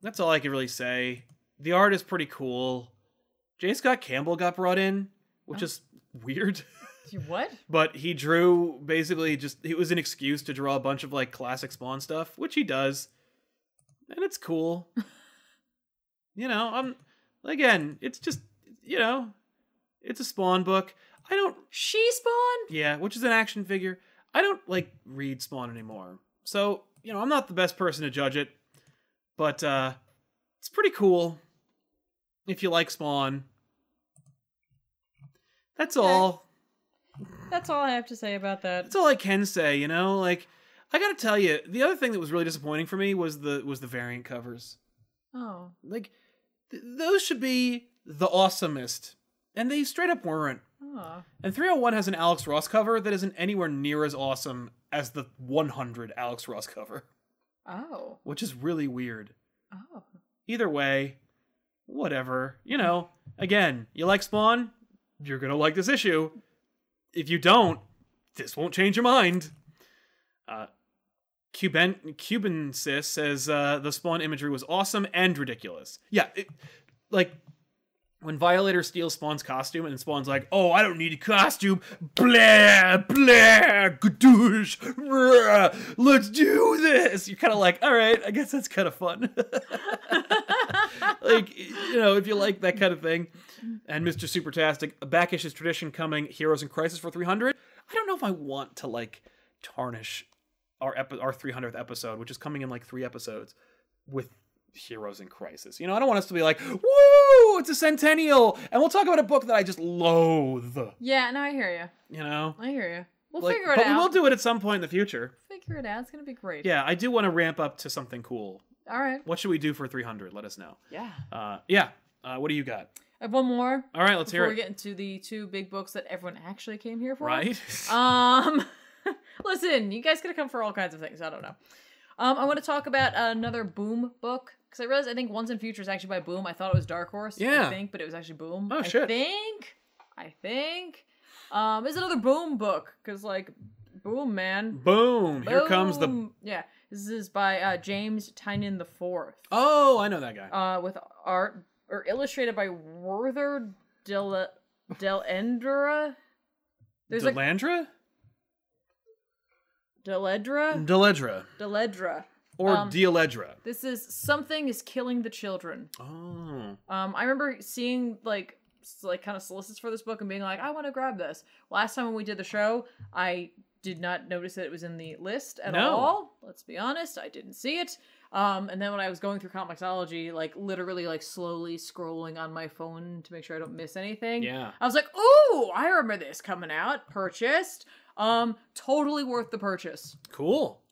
S1: that's all I can really say. The art is pretty cool. J. Scott Campbell got brought in, which
S2: Oh.
S1: is weird,
S2: You- What?
S1: but he drew basically just it was an excuse to draw a bunch of like classic Spawn stuff, which he does, and it's cool. you know, I'm again, it's just you know, it's a Spawn book. I don't
S2: She spawned.
S1: yeah, which is an action figure. I don't like read Spawn anymore. So, you know, I'm not the best person to judge it, but uh it's pretty cool if you like Spawn. That's
S2: Okay.
S1: all.
S2: That's all I have to say about that.
S1: That's all I can say, you know? Like I got to tell you, the other thing that was really disappointing for me was the was the variant covers.
S2: Oh.
S1: Like th- those should be the awesomest, and they straight up weren't.
S2: Oh.
S1: And 301 has an Alex Ross cover that isn't anywhere near as awesome as the 100 Alex Ross cover,
S2: Oh.
S1: which is really weird.
S2: Oh.
S1: Either way, whatever. You know, again, you like Spawn? you're gonna like this issue. If you don't, this won't change your mind. Uh, Cuban Cuban sis says uh, the Spawn imagery was awesome and ridiculous. Yeah, it, like when Violator steals Spawn's costume and Spawn's like, "Oh, I don't need a costume." Blah blah gadoosh. rah, Let's do this. You're kind of like, "All right, I guess that's kind of fun." like, you know, if you like that kind of thing. And Mr. Supertastic, a back issues tradition coming, Heroes in Crisis for 300. I don't know if I want to like tarnish our epi- our 300th episode, which is coming in like 3 episodes with Heroes in Crisis. You know, I don't want us to be like, "Woo, it's a centennial." And we'll talk about a book that I just loathe,
S2: Yeah, no, I hear
S1: you know?
S2: you. I hear you. We'll
S1: Like,
S2: figure it
S1: but
S2: out.
S1: we'll do it at some point in the future.
S2: figure it out. It's gonna be great.
S1: Yeah, I do want to ramp up to something cool.
S2: All right.
S1: What should we do for 300? Let us know.
S2: Yeah.
S1: Uh, yeah. Uh, what do you got?
S2: I have one more
S1: All right, let's
S2: before
S1: hear
S2: we
S1: it.
S2: get into the two big books that everyone actually came here for.
S1: Right?
S2: Um, listen, you guys could come for all kinds of things. I don't know. Um, I want to talk about another Boom book because I realized I think Once in Future is actually by Boom. I thought it was Dark Horse.
S1: Yeah.
S2: I think, but it was actually Boom.
S1: Oh,
S2: I
S1: shit.
S2: think. I think. Um, it's another Boom book because like Boom man.
S1: Boom. Here comes the.
S2: Boom. yeah. This is by uh, James Tynan the Fourth.
S1: Oh, I know that guy.
S2: Uh, with art or illustrated by Werther Del Del Endera. There's like
S1: Delandra?
S2: Deledra.
S1: Deledra.
S2: Deledra.
S1: Or
S2: Um,
S1: Dieledra.
S2: This is something is killing the children.
S1: Oh.
S2: Um, I remember seeing like s- like kind of solicits for this book and being like, I want to grab this. Last time when we did the show, I did not notice that it was in the list at
S1: No.
S2: all. Let's be honest, I didn't see it. Um, and then when I was going through Comixology, like literally like slowly scrolling on my phone to make sure I don't miss anything.
S1: Yeah.
S2: I was like, ooh, I remember this coming out, purchased. Um, totally worth the purchase
S1: Cool.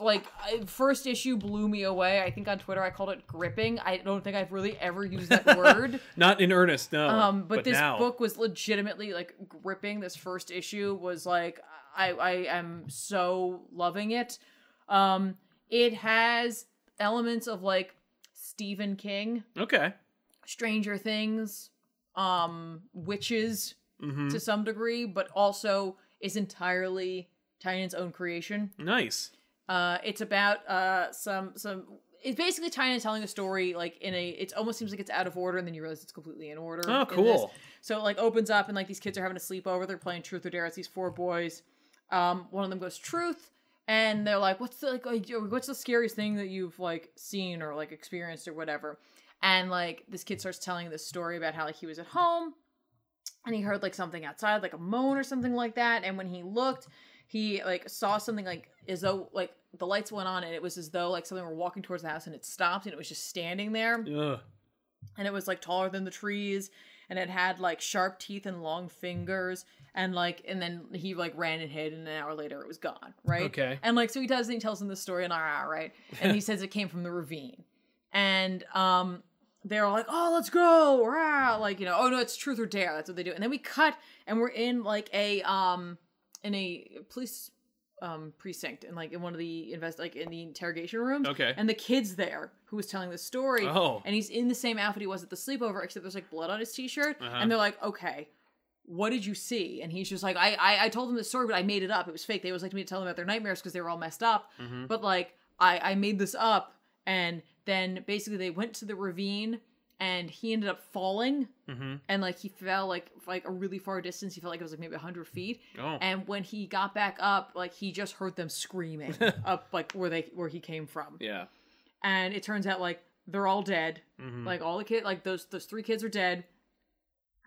S2: like I- first issue blew me away. I think on Twitter I called it gripping. I don't think I've really ever used that word.
S1: Not in earnest, no.
S2: Um, but, this
S1: Oh, now.
S2: book was legitimately like gripping. This first issue was like I I am so loving it. Um, it has elements of like Stephen King,
S1: Okay.
S2: Stranger Things, um, witches
S1: hmm
S2: to some degree, but also is entirely Tynan's own creation.
S1: Nice.
S2: Uh, it's about uh some some. It's basically China telling a story like in a. It almost seems like it's out of order, and then you realize it's completely in order.
S1: Oh,
S2: in this.
S1: cool.
S2: So it like opens up, and like these kids are having a sleepover. They're playing Truth or Dare. It's these four boys. Um, one of them goes Truth, and they're like, "What's the like? uh, What's the scariest thing that you've like seen or like experienced or whatever?" And like this kid starts telling this story about how like he was at home, and he heard like something outside, like a moan or something like that. And when he looked, he like saw something like as though like the lights went on, and it was as though like something were walking towards the house, and it stopped, and it was just standing there
S1: Ugh.
S2: and it was like taller than the trees and it had like sharp teeth and long fingers and like and then he like ran and hid and an hour later it was gone right
S1: Okay.
S2: and like so he does and he tells him the story in our hour right and he says it came from the ravine and um they're all like oh let's go rah, like you know oh no it's truth or dare that's what they do and then we cut and we're in like a um in a police um precinct and like in one of the invest like in the interrogation rooms
S1: Okay.
S2: and the kid's there who was telling the story
S1: Oh.
S2: and he's in the same outfit he was at the sleepover except there's like blood on his t-shirt
S1: Uh-huh.
S2: and they're like okay what did you see and he's just like I, I i told them the story but i made it up it was fake they always liked me to tell them about their nightmares because they were all messed up
S1: Mhm.
S2: but like i i made this up and then basically they went to the ravine and he ended up falling
S1: Mm-hmm.
S2: and like he fell like like a really far distance he felt like it was like maybe 100 feet
S1: Oh.
S2: and when he got back up like he just heard them screaming up like where they where he came from
S1: yeah.
S2: and it turns out like they're all dead
S1: Mm-hmm.
S2: like all the kid, like those those three kids are dead.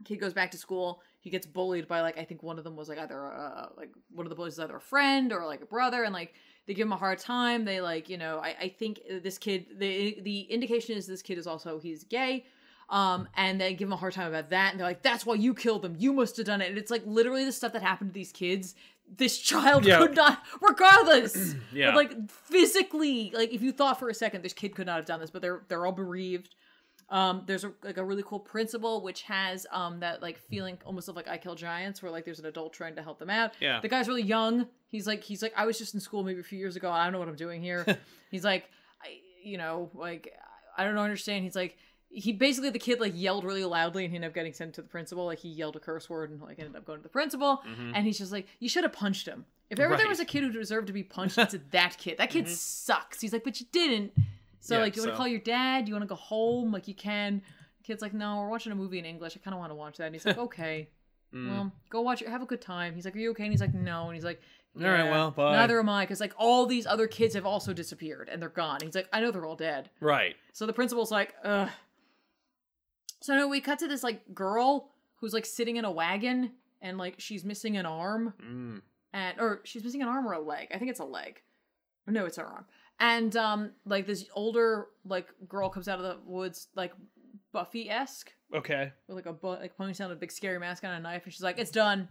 S2: Kid goes back to school. He gets bullied by like I think one of them was like either uh, like one of the boys is either a friend or like a brother, and like they give him a hard time. They like you know I I think this kid the the indication is this kid is also he's gay. Um, and they give him a hard time about that, and they're like, "That's why you killed them. You must have done it." And it's like literally the stuff that happened to these kids. This child
S1: Yeah.
S2: could not, regardless.
S1: yeah.
S2: But like physically, like if you thought for a second this kid could not have done this, but they're they're all bereaved. Um, there's a, like a really cool principle which has um that like feeling almost of like I kill giants, where like there's an adult trying to help them out.
S1: yeah.
S2: The guy's really young. He's like he's like I was just in school maybe a few years ago. I don't know what I'm doing here. he's like I you know like I don't understand. He's like he basically the kid like yelled really loudly and he ended up getting sent to the principal. Like he yelled a curse word and like ended up going to the principal.
S1: Mhm.
S2: And he's just like, you should have punched him. If ever
S1: Right.
S2: there was a kid who deserved to be punched, it's that kid. That kid
S1: Mhm.
S2: sucks. He's like, but you didn't. So
S1: Yeah,
S2: like, you want
S1: so-
S2: to call your dad? You want to go home? Like you can. The kid's like, no, we're watching a movie in English. I kind of want to watch that. And he's like, okay,
S1: Mm.
S2: well, go watch it. Have a good time. He's like, are you okay? And he's like, no. And he's like.
S1: All right,
S2: "Yeah,
S1: well, bye.
S2: Neither am I, because like all these other kids have also disappeared and they're gone. He's like, I know they're all dead.
S1: right.
S2: So the principal's like, ugh. So now we cut to this like girl who's like sitting in a wagon and like she's missing an arm
S1: Mm.
S2: and or she's missing an arm or a leg. I think it's a leg. No, it's her arm. And um like this older like girl comes out of the woods like Buffy esque
S1: Okay.
S2: with like a bu- like ponytail and a big scary mask on a knife and she's like it's done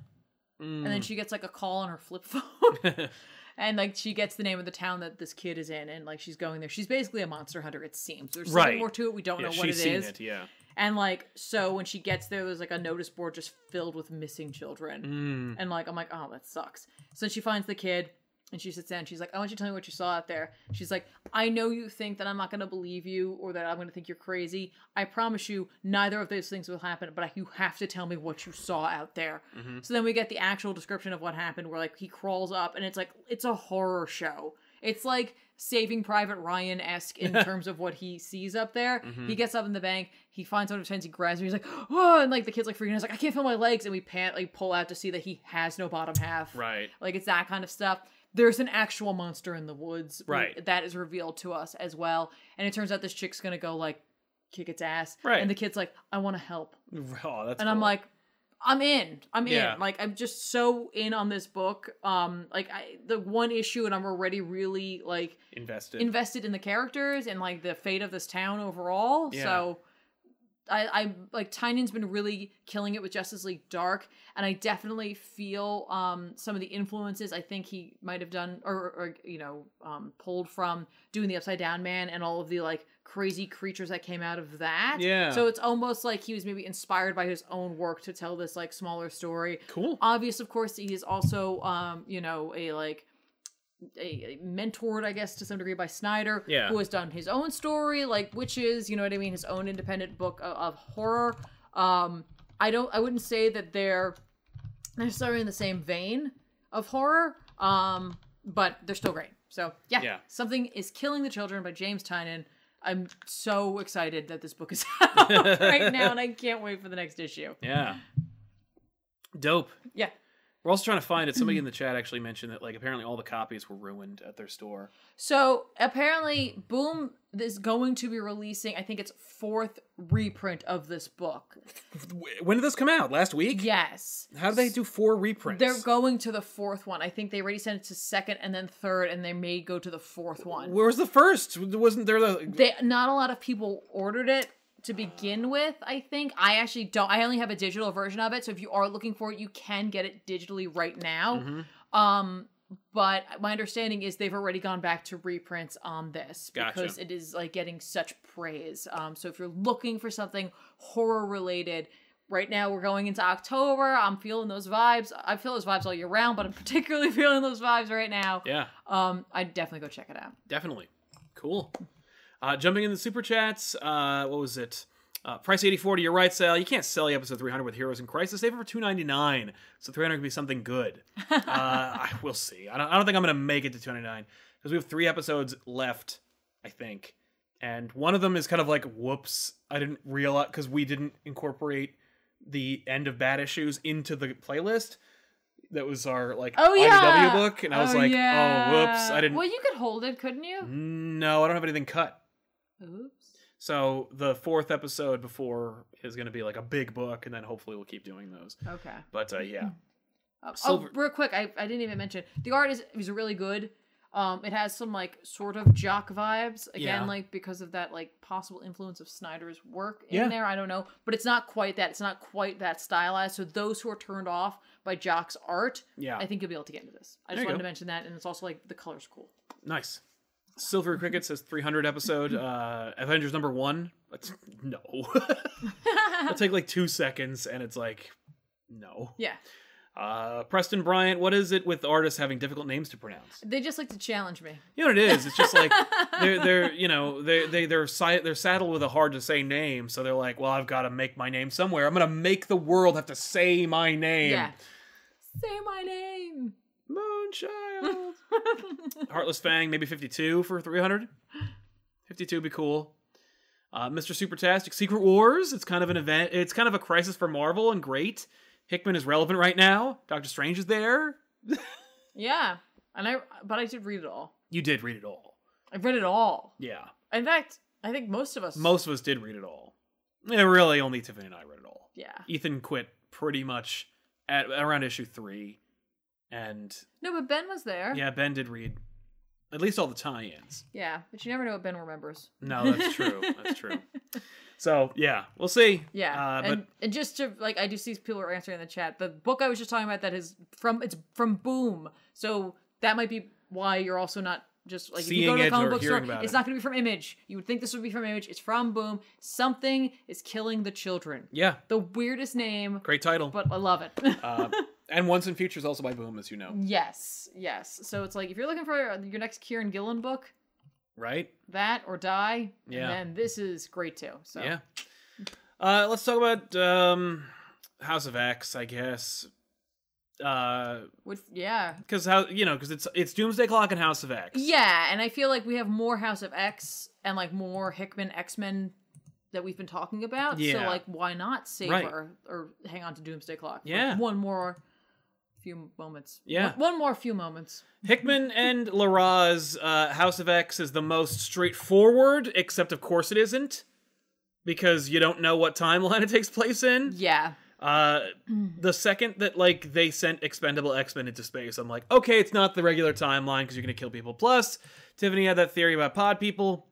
S1: Mm.
S2: and then she gets like a call on her flip phone
S1: then
S2: and like she gets the name of the town that this kid is in and like she's going there she's basically a monster hunter it seems there's
S1: Right.
S2: something more to it we don't
S1: yeah,
S2: know what
S1: she's
S2: it
S1: seen
S2: is
S1: it. Yeah.
S2: and like, so when she gets there, there's like a notice board just filled with missing children.
S1: Mm.
S2: And like, I'm like, oh, that sucks. So she finds the kid and she sits down. She's like, I want you to tell me what you saw out there. She's like, I know you think that I'm not going to believe you or that I'm going to think you're crazy. I promise you, neither of those things will happen, but you have to tell me what you saw out there.
S1: Mhm.
S2: So then we get the actual description of what happened where like he crawls up and it's like, it's a horror show. It's like Saving Private Ryan esque in terms of what he sees up there.
S1: Mhm.
S2: He gets up in the bank, he finds one of his friends, he grabs him, he's like, oh, and like the kid's like freaking out, he's like, I can't feel my legs. And we pant, like pull out to see that he has no bottom half.
S1: Right.
S2: Like it's that kind of stuff. There's an actual monster in the woods. We-
S1: Right.
S2: that is revealed to us as well. And it turns out this chick's gonna go like kick its ass.
S1: Right.
S2: And the kid's like, I wanna help.
S1: Oh, that's.
S2: and I'm
S1: cool.
S2: like, I'm in. I'm
S1: Yeah.
S2: in. Like I'm just so in on this book. Um like I the one issue and I'm already really like
S1: invested.
S2: invested in the characters and like the fate of this town overall.
S1: Yeah.
S2: So I, I like Tynan's been really killing it with Justice League Dark, and I definitely feel um some of the influences I think he might have done or, or you know um pulled from doing the Upside Down Man and all of the like crazy creatures that came out of that.
S1: Yeah.
S2: So it's almost like he was maybe inspired by his own work to tell this like smaller story
S1: cool.
S2: obvious of course that he is also um you know a like a, a mentored i guess to some degree by snyder
S1: Yeah.
S2: who has done his own story like witches you know what i mean his own independent book of, of horror um i don't i wouldn't say that they're necessarily in the same vein of horror um but they're still great so yeah,
S1: Yeah.
S2: something is killing the children by james tynan i'm so excited that this book is out right now and i can't wait for the next issue
S1: Yeah. Dope.
S2: yeah
S1: We're also trying to find it. Somebody in the chat actually mentioned that like apparently all the copies were ruined at their store.
S2: So apparently, Boom is going to be releasing. I think it's fourth reprint of this book.
S1: When did this come out? Last week?
S2: Yes,
S1: How did they do four reprints?
S2: they're going to the fourth one. I think they already sent it to second and then third, and they may go to the fourth one.
S1: Where was the first? Wasn't there the
S2: They not a lot of people ordered it to begin with. I think I actually don't. I only have a digital version of it. So if you are looking for it, you can get it digitally right now.
S1: Mhm.
S2: Um, but my understanding is they've already gone back to reprints on this
S1: Gotcha.
S2: because it is like getting such praise. Um, so if you're looking for something horror related, right now we're going into October. I'm feeling those vibes. I feel those vibes all year round, but I'm particularly feeling those vibes right now.
S1: Yeah,
S2: Um, I'd definitely go check it out.
S1: definitely. Cool. Uh, jumping in the super chats. Uh, what was it? Uh, price eighty four to your right, Sal. You can't sell episode three hundred with Heroes in Crisis. Save it for two ninety nine. So three hundred could be something good. uh, I, we'll see. I don't, I don't think I'm gonna make it to two ninety nine because we have three episodes left. I think, and one of them is kind of like whoops. I didn't realize because we didn't incorporate the end of bad issues into the playlist. That was our like
S2: Oh yeah,
S1: IDW E book, and I was
S2: Oh,
S1: like,
S2: yeah.
S1: oh whoops, I didn't
S2: Well, you could hold it, couldn't you?
S1: No, I don't have anything cut.
S2: Oops.
S1: So the fourth episode before is going to be like a big book, and then hopefully we'll keep doing those.
S2: Okay.
S1: But uh, yeah,
S2: Uh,
S1: Silver-
S2: Oh, real quick, I, I didn't even mention the art is is really good. Um, it has some like sort of jock vibes again,
S1: Yeah.
S2: like because of that like possible influence of Snyder's work in
S1: Yeah.
S2: there. I don't know, but it's not quite that. It's not quite that stylized. So those who are turned off by Jock's art,
S1: yeah,
S2: I think you'll be able to get into this. I
S1: There
S2: just
S1: you
S2: wanted
S1: go.
S2: to mention that, and it's also like the colors cool.
S1: nice. Silver Cricket says 300 episode. Uh, Avengers number one. That's, no, it'll take like two seconds, and it's like no.
S2: yeah,
S1: Uh, Preston Bryant, what is it with artists having difficult names to pronounce?
S2: They just like to challenge me.
S1: You know what it is? It's just like they're they're you know they they they're si- they're saddled with a hard to say name, so they're like, well, I've got to make my name somewhere. I'm gonna make the world have to say my name.
S2: Yeah. Say my name.
S1: Moonchild. Heartless Fang, maybe 52 for 300. 52 would be cool. Uh, Mr. Supertastic, Secret Wars. It's kind of an event. It's kind of a crisis for Marvel, and great. Hickman is relevant right now. Doctor Strange is there.
S2: Yeah. And I but I did read it all.
S1: You did read it all.
S2: I read it all.
S1: Yeah,
S2: In fact, I think most of us
S1: most of us did read it all. Yeah, really, only Tiffany and I read it all.
S2: Yeah.
S1: Ethan quit pretty much at around issue three, and
S2: No, but Ben was there.
S1: yeah, Ben did read at least all the tie-ins.
S2: Yeah. But you never know what Ben remembers.
S1: No, that's true. that's true. So yeah, we'll see.
S2: Yeah,
S1: uh, but
S2: and, and just to like, I do see people are answering in the chat. The book I was just talking about that is from it's from Boom, so that might be why you're also not just like if you
S1: Seeing
S2: go to
S1: it
S2: a comic
S1: or
S2: book store,
S1: hearing about
S2: it's
S1: it.
S2: not going to be from Image. You would think this would be from Image. It's from Boom. Something is killing the children.
S1: yeah,
S2: The weirdest name,
S1: great title.
S2: but I love it.
S1: uh, and Once in Future is also by Boom, as you know,
S2: yes, yes. So it's like if you're looking for your next Kieran Gillen book,
S1: right?
S2: that or die.
S1: Yeah.
S2: and then this is great too. So
S1: Yeah. Uh, let's talk about um, House of X, I guess. Uh,
S2: with yeah,
S1: because how you know because it's it's Doomsday Clock and House of X.
S2: Yeah, and I feel like we have more House of X and like more Hickman X Men that we've been talking about. So
S1: Yeah.
S2: like, why not save
S1: Right.
S2: or, or hang on to Doomsday Clock? for
S1: Yeah.
S2: one more few moments.
S1: Yeah.
S2: one, one more few moments.
S1: Hickman and Lara's uh, House of X is the most straightforward, except of course it isn't, because you don't know what timeline it takes place in.
S2: Yeah,
S1: Uh, the second that like they sent expendable x-men into space i'm like okay it's not the regular timeline because you're gonna kill people plus tiffany had that theory about pod people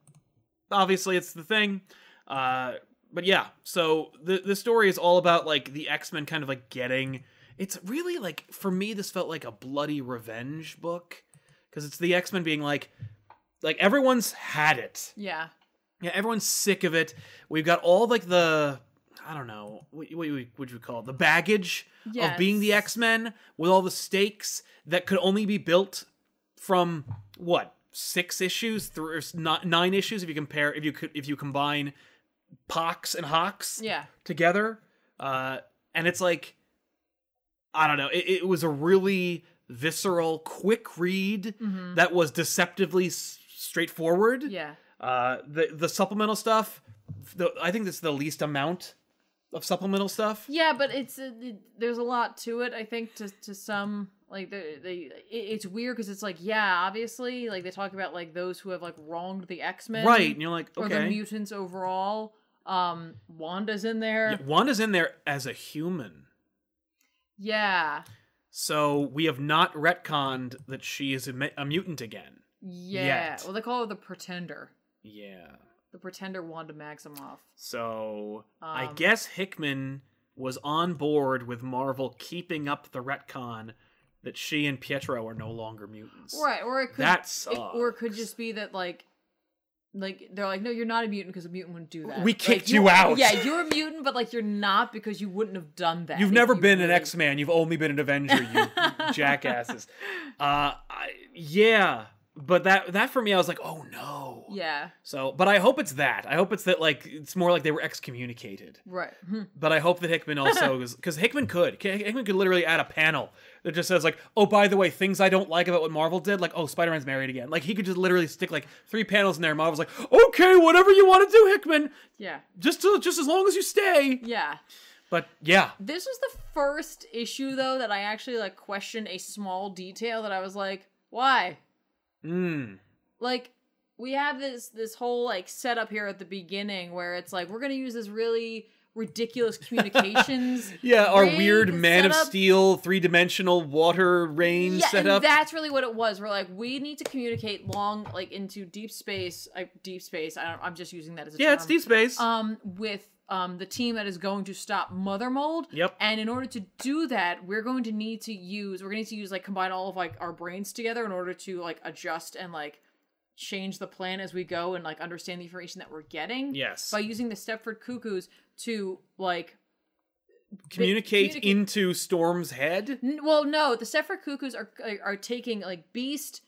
S1: obviously it's the thing uh but yeah so the the story is all about like the x-men kind of like getting it's really like for me this felt like a bloody revenge book because it's the x-men being like like everyone's had it
S2: yeah,
S1: yeah, everyone's sick of it. We've got all like the I don't know what, what you- would you call it? the baggage of being the
S2: Yes.
S1: X Men with all the stakes that could only be built from what six issues, three or s- ni- nine issues if you compare if you could if you combine Pox and Hawks
S2: yeah,
S1: together. Uh, and it's like, I don't know. It, it was a really visceral, quick read that was deceptively s- straightforward.
S2: mm-hmm. yeah.
S1: Uh, the the supplemental stuff, the, I think that's the least amount of supplemental stuff.
S2: Yeah, but it's uh, th- there's a lot to it. I think to to some like they, they it- it's weird because it's like yeah, obviously like they talk about like those who have like wronged the X Men,
S1: Right, and you're like,
S2: Or the
S1: okay,
S2: mutants overall. Um, Wanda's in there.
S1: Yeah, Wanda's in there as a human,
S2: Yeah.
S1: so we have not retconned that she is a, mu- a mutant again.
S2: Yeah.
S1: Yet.
S2: Well, they call her the Pretender.
S1: Yeah,
S2: The Pretender Wanda Maximoff.
S1: so I
S2: Um,
S1: guess Hickman was on board with Marvel keeping up the retcon that she and Pietro are no longer mutants.
S2: Right. Or it could.
S1: That's
S2: it- or it could just be that like. Like they're like, no, you're not a mutant because a mutant wouldn't do that.
S1: We
S2: Like,
S1: kicked you out.
S2: Yeah, you're a mutant, but like you're not because you wouldn't have done that.
S1: You've
S2: if
S1: never
S2: you
S1: been an
S2: really-
S1: X Man. You've only been an Avenger. You jackasses. Uh, I, yeah, but that that for me, I was like, oh no.
S2: Yeah.
S1: So, but I hope it's that. I hope it's that. Like, it's more like they were excommunicated.
S2: Right. Hmm.
S1: But I hope that Hickman also is because Hickman could. Hickman could literally add a panel that just says like, oh, by the way, things I don't like about what Marvel did, like, oh, Spider Man's married again. Like, he could just literally stick like three panels in there. And Marvel's like, okay, whatever you want to do, Hickman.
S2: Yeah.
S1: Just to, just as long as you stay.
S2: Yeah.
S1: But yeah,
S2: This was the first issue though that I actually like questioned a small detail that I was like, why?
S1: mm,
S2: like we have this this whole like setup here at the beginning where it's like we're gonna use this really ridiculous communications
S1: Yeah, our
S2: rig
S1: weird Man of
S2: setup.
S1: Steel three dimensional water rain
S2: yeah and
S1: setup.
S2: that's really what it was we're like we need to communicate long like into deep space I, deep space i don't i'm just using that as a
S1: yeah, it's
S2: term.
S1: deep space.
S2: um with um the team that is going to stop mother mold
S1: Yep.
S2: and in order to do that we're going to need to use we're going to need to use like combine all of like our brains together in order to like adjust and like change the plan as we go and like understand the information that we're getting
S1: yes.
S2: by using the Stepford Cuckoos to like
S1: communicate,
S2: communicate-
S1: into Storm's head.
S2: N- well, no, the Sephra Cuckoos are are- are taking like Beast,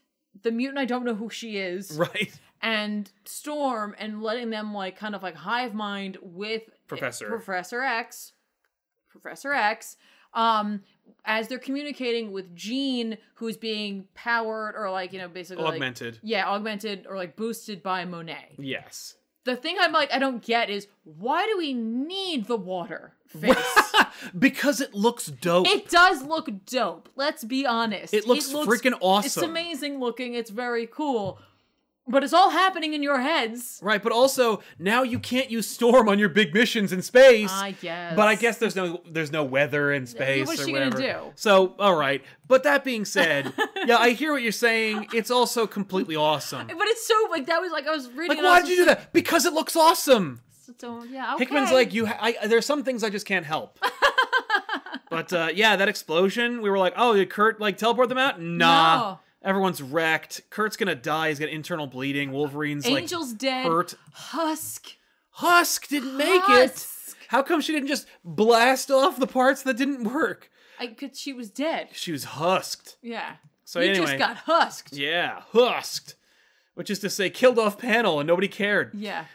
S2: the mutant. I don't know who she is,
S1: Right,
S2: and Storm, and letting them like kind of like hive mind with
S1: Professor.
S2: Professor X, Professor X. Um, as they're communicating with Jean, who's being powered or like you know basically like-
S1: augmented.
S2: yeah, augmented or like boosted by Monet.
S1: Yes.
S2: The thing I'm like I don't get is why do we need the water face?
S1: because it looks dope. It,
S2: It does look dope. Let's be honest.
S1: looks, freaking awesome.
S2: It's amazing looking. It's very cool. But it's all happening in your heads.
S1: Right, but also now you can't use Storm on your big missions in space.
S2: I guess.
S1: But I guess there's no there's no weather in space
S2: what's
S1: or
S2: she gonna
S1: whatever.
S2: do?
S1: So all right. But that being said, yeah, I hear what you're saying. It's also completely awesome.
S2: But it's so like that was like I was reading.
S1: Like,
S2: and I
S1: why
S2: was
S1: did you do that? Because it looks awesome.
S2: just- So, yeah. Okay.
S1: Hickman's like you. Ha- I, there's some things I just can't help. but uh, yeah, that explosion. We were like, oh, did Kurt like teleport them out? Nah.
S2: No.
S1: Everyone's wrecked. Kurt's gonna die. He's got internal bleeding. Wolverine's
S2: Angel's dead.
S1: like hurt.
S2: Husk.
S1: Husk didn't make
S2: Husk.
S1: it. How come she didn't just blast off the parts that didn't work?
S2: I could. She was dead.
S1: She was husked.
S2: Yeah.
S1: So
S2: you
S1: anyway,
S2: just got husked. Yeah.
S1: yeah, husked, which is to say, killed off panel and nobody cared.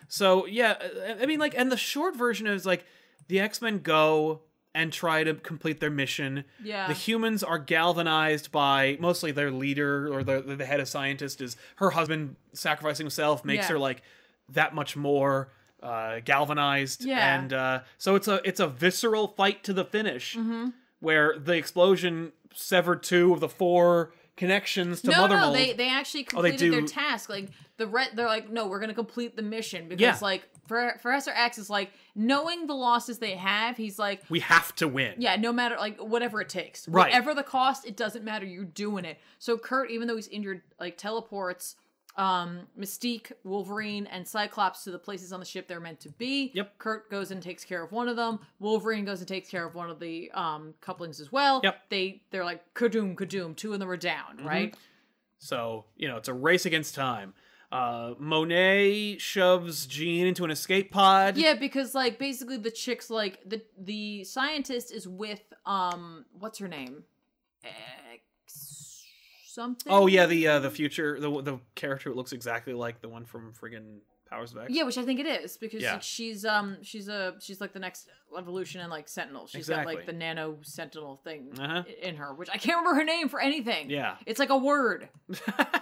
S1: So yeah, uh, I- I mean, like, and the short version is like the X Men go and try to complete their mission.
S2: Yeah.
S1: The humans are galvanized by mostly their leader or the the head of scientist is her husband sacrificing himself makes
S2: Yeah.
S1: her like that much more uh, galvanized.
S2: Yeah.
S1: And uh, so it's a it's a visceral fight to the finish
S2: Mm-hmm.
S1: where the explosion severed two of the four connections to
S2: no,
S1: Mother
S2: no,
S1: Mold.
S2: they they actually
S1: they
S2: completed their
S1: do-
S2: task. Like the re- they're like, no, we're gonna complete the mission because
S1: Yeah.
S2: like Pro- Professor X is like, knowing the losses they have, he's like,
S1: we have to win.
S2: yeah, no matter like whatever it takes,
S1: Right.
S2: Whatever the cost, it doesn't matter. You're doing it. So Kurt, even though he's injured, like teleports um Mystique, Wolverine, and Cyclops to the places on the ship they're meant to be.
S1: Yep.
S2: Kurt goes and takes care of one of them. Wolverine goes and takes care of one of the um couplings as well.
S1: Yep. Mm-hmm.
S2: They they're like kadoom kadoom. Two of them are down, right?
S1: So, you know, it's a race against time. Uh, Monet shoves Jean into an escape pod.
S2: Yeah, because like basically the chicks like the the scientist is with um what's her name? X something.
S1: Oh yeah, the uh, the future the the character who looks exactly like the one from friggin' Powers of X.
S2: Yeah, which I think it is because
S1: Yeah.
S2: like, she's um she's a she's like the next evolution in like Sentinel. She's got like
S1: Exactly.
S2: the nano Sentinel thing
S1: Uh-huh.
S2: i- in her, which I can't remember her name for anything.
S1: Yeah.
S2: it's like a word.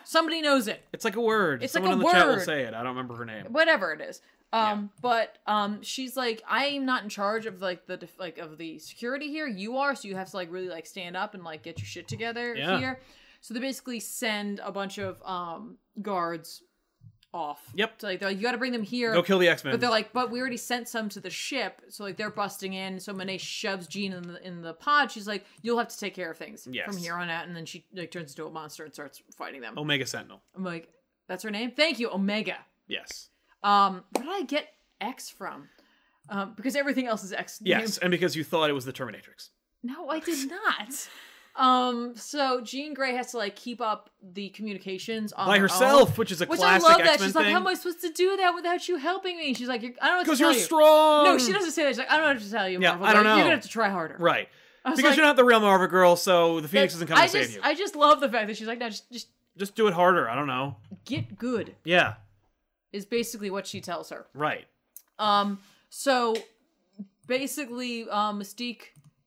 S2: Somebody knows it.
S1: It's like a word.
S2: It's like
S1: Someone
S2: a
S1: in the chat will
S2: word.
S1: say it. I don't remember her name.
S2: whatever it is. Um, but um, she's like, I'm not in charge of like the def- like of the security here. You are, so you have to like really like stand up and like get your shit together
S1: Yeah.
S2: here. So they basically send a bunch of um guards off.
S1: Yep.
S2: So, like they're like, you got to bring them here.
S1: Go kill the X Men.
S2: But they're like, but we already sent some to the ship, so like they're busting in. So Monet shoves Jean in the in the pod. She's like, "You'll have to take care of things
S1: Yes. Oh.
S2: from here on out." And then she like turns into a monster and starts fighting them.
S1: Omega Sentinel.
S2: I'm like, "That's her name? Thank you, Omega."
S1: Yes.
S2: Um, where did I get X from? Um, because everything else is X.
S1: Yes, and because you thought it was the Terminatrix.
S2: No, I did not. um, so Jean Grey has to like keep up the communications on
S1: By
S2: her own,
S1: herself, which is a
S2: which I
S1: classic
S2: love that.
S1: X Men
S2: She's
S1: thing.
S2: like, "How am I supposed to do that without you helping me?" She's like, you're, "I don't know what to
S1: because
S2: tell
S1: you're
S2: you."
S1: strong.
S2: No, she doesn't say that. She's like, "I don't know what to tell you."
S1: Yeah,
S2: Marvel,
S1: I don't
S2: but You're
S1: know.
S2: gonna have to try harder.
S1: Right.
S2: was
S1: Because
S2: like-
S1: you're not the real Marvel girl, so the Phoenix isn't coming
S2: I
S1: to save
S2: just,
S1: you.
S2: I just love the fact that she's like, "No, just, just
S1: Just do it harder. I don't know.
S2: get good."
S1: Yeah.
S2: Is basically what she tells her.
S1: Right.
S2: Um, so basically, uh, Mystique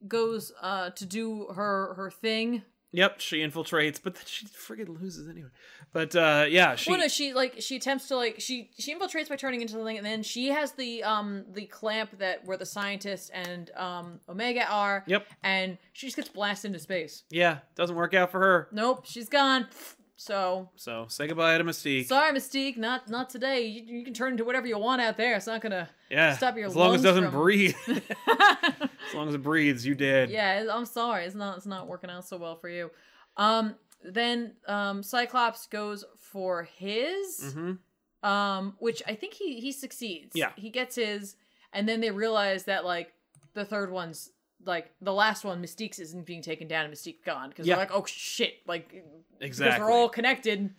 S2: goes uh, to do her her thing.
S1: Yep, she infiltrates, but then she friggin' loses anyway. But uh yeah, she
S2: well, no, she like she attempts to like she she infiltrates by turning into the thing, and then she has the um the clamp that where the scientist and um Omega are.
S1: Yep.
S2: And she just gets blasted into space.
S1: Yeah, doesn't work out for her.
S2: Nope, she's gone. So
S1: So say goodbye to Mystique.
S2: sorry, Mystique, not not today. You, you can turn into whatever you want out there. It's not gonna.
S1: yeah.
S2: stop your
S1: as long as it
S2: lungs
S1: doesn't
S2: from-
S1: breathe. as long as it breathes, you did.
S2: yeah i'm sorry it's not it's not working out so well for you um then um cyclops goes for his
S1: hmm
S2: um which i think he he succeeds
S1: Yeah.
S2: he gets his and then they realize that like the third one's like the last one mystique's isn't being taken down and mystique gone because
S1: Yeah.
S2: they're like oh shit like because
S1: Exactly.
S2: they're all connected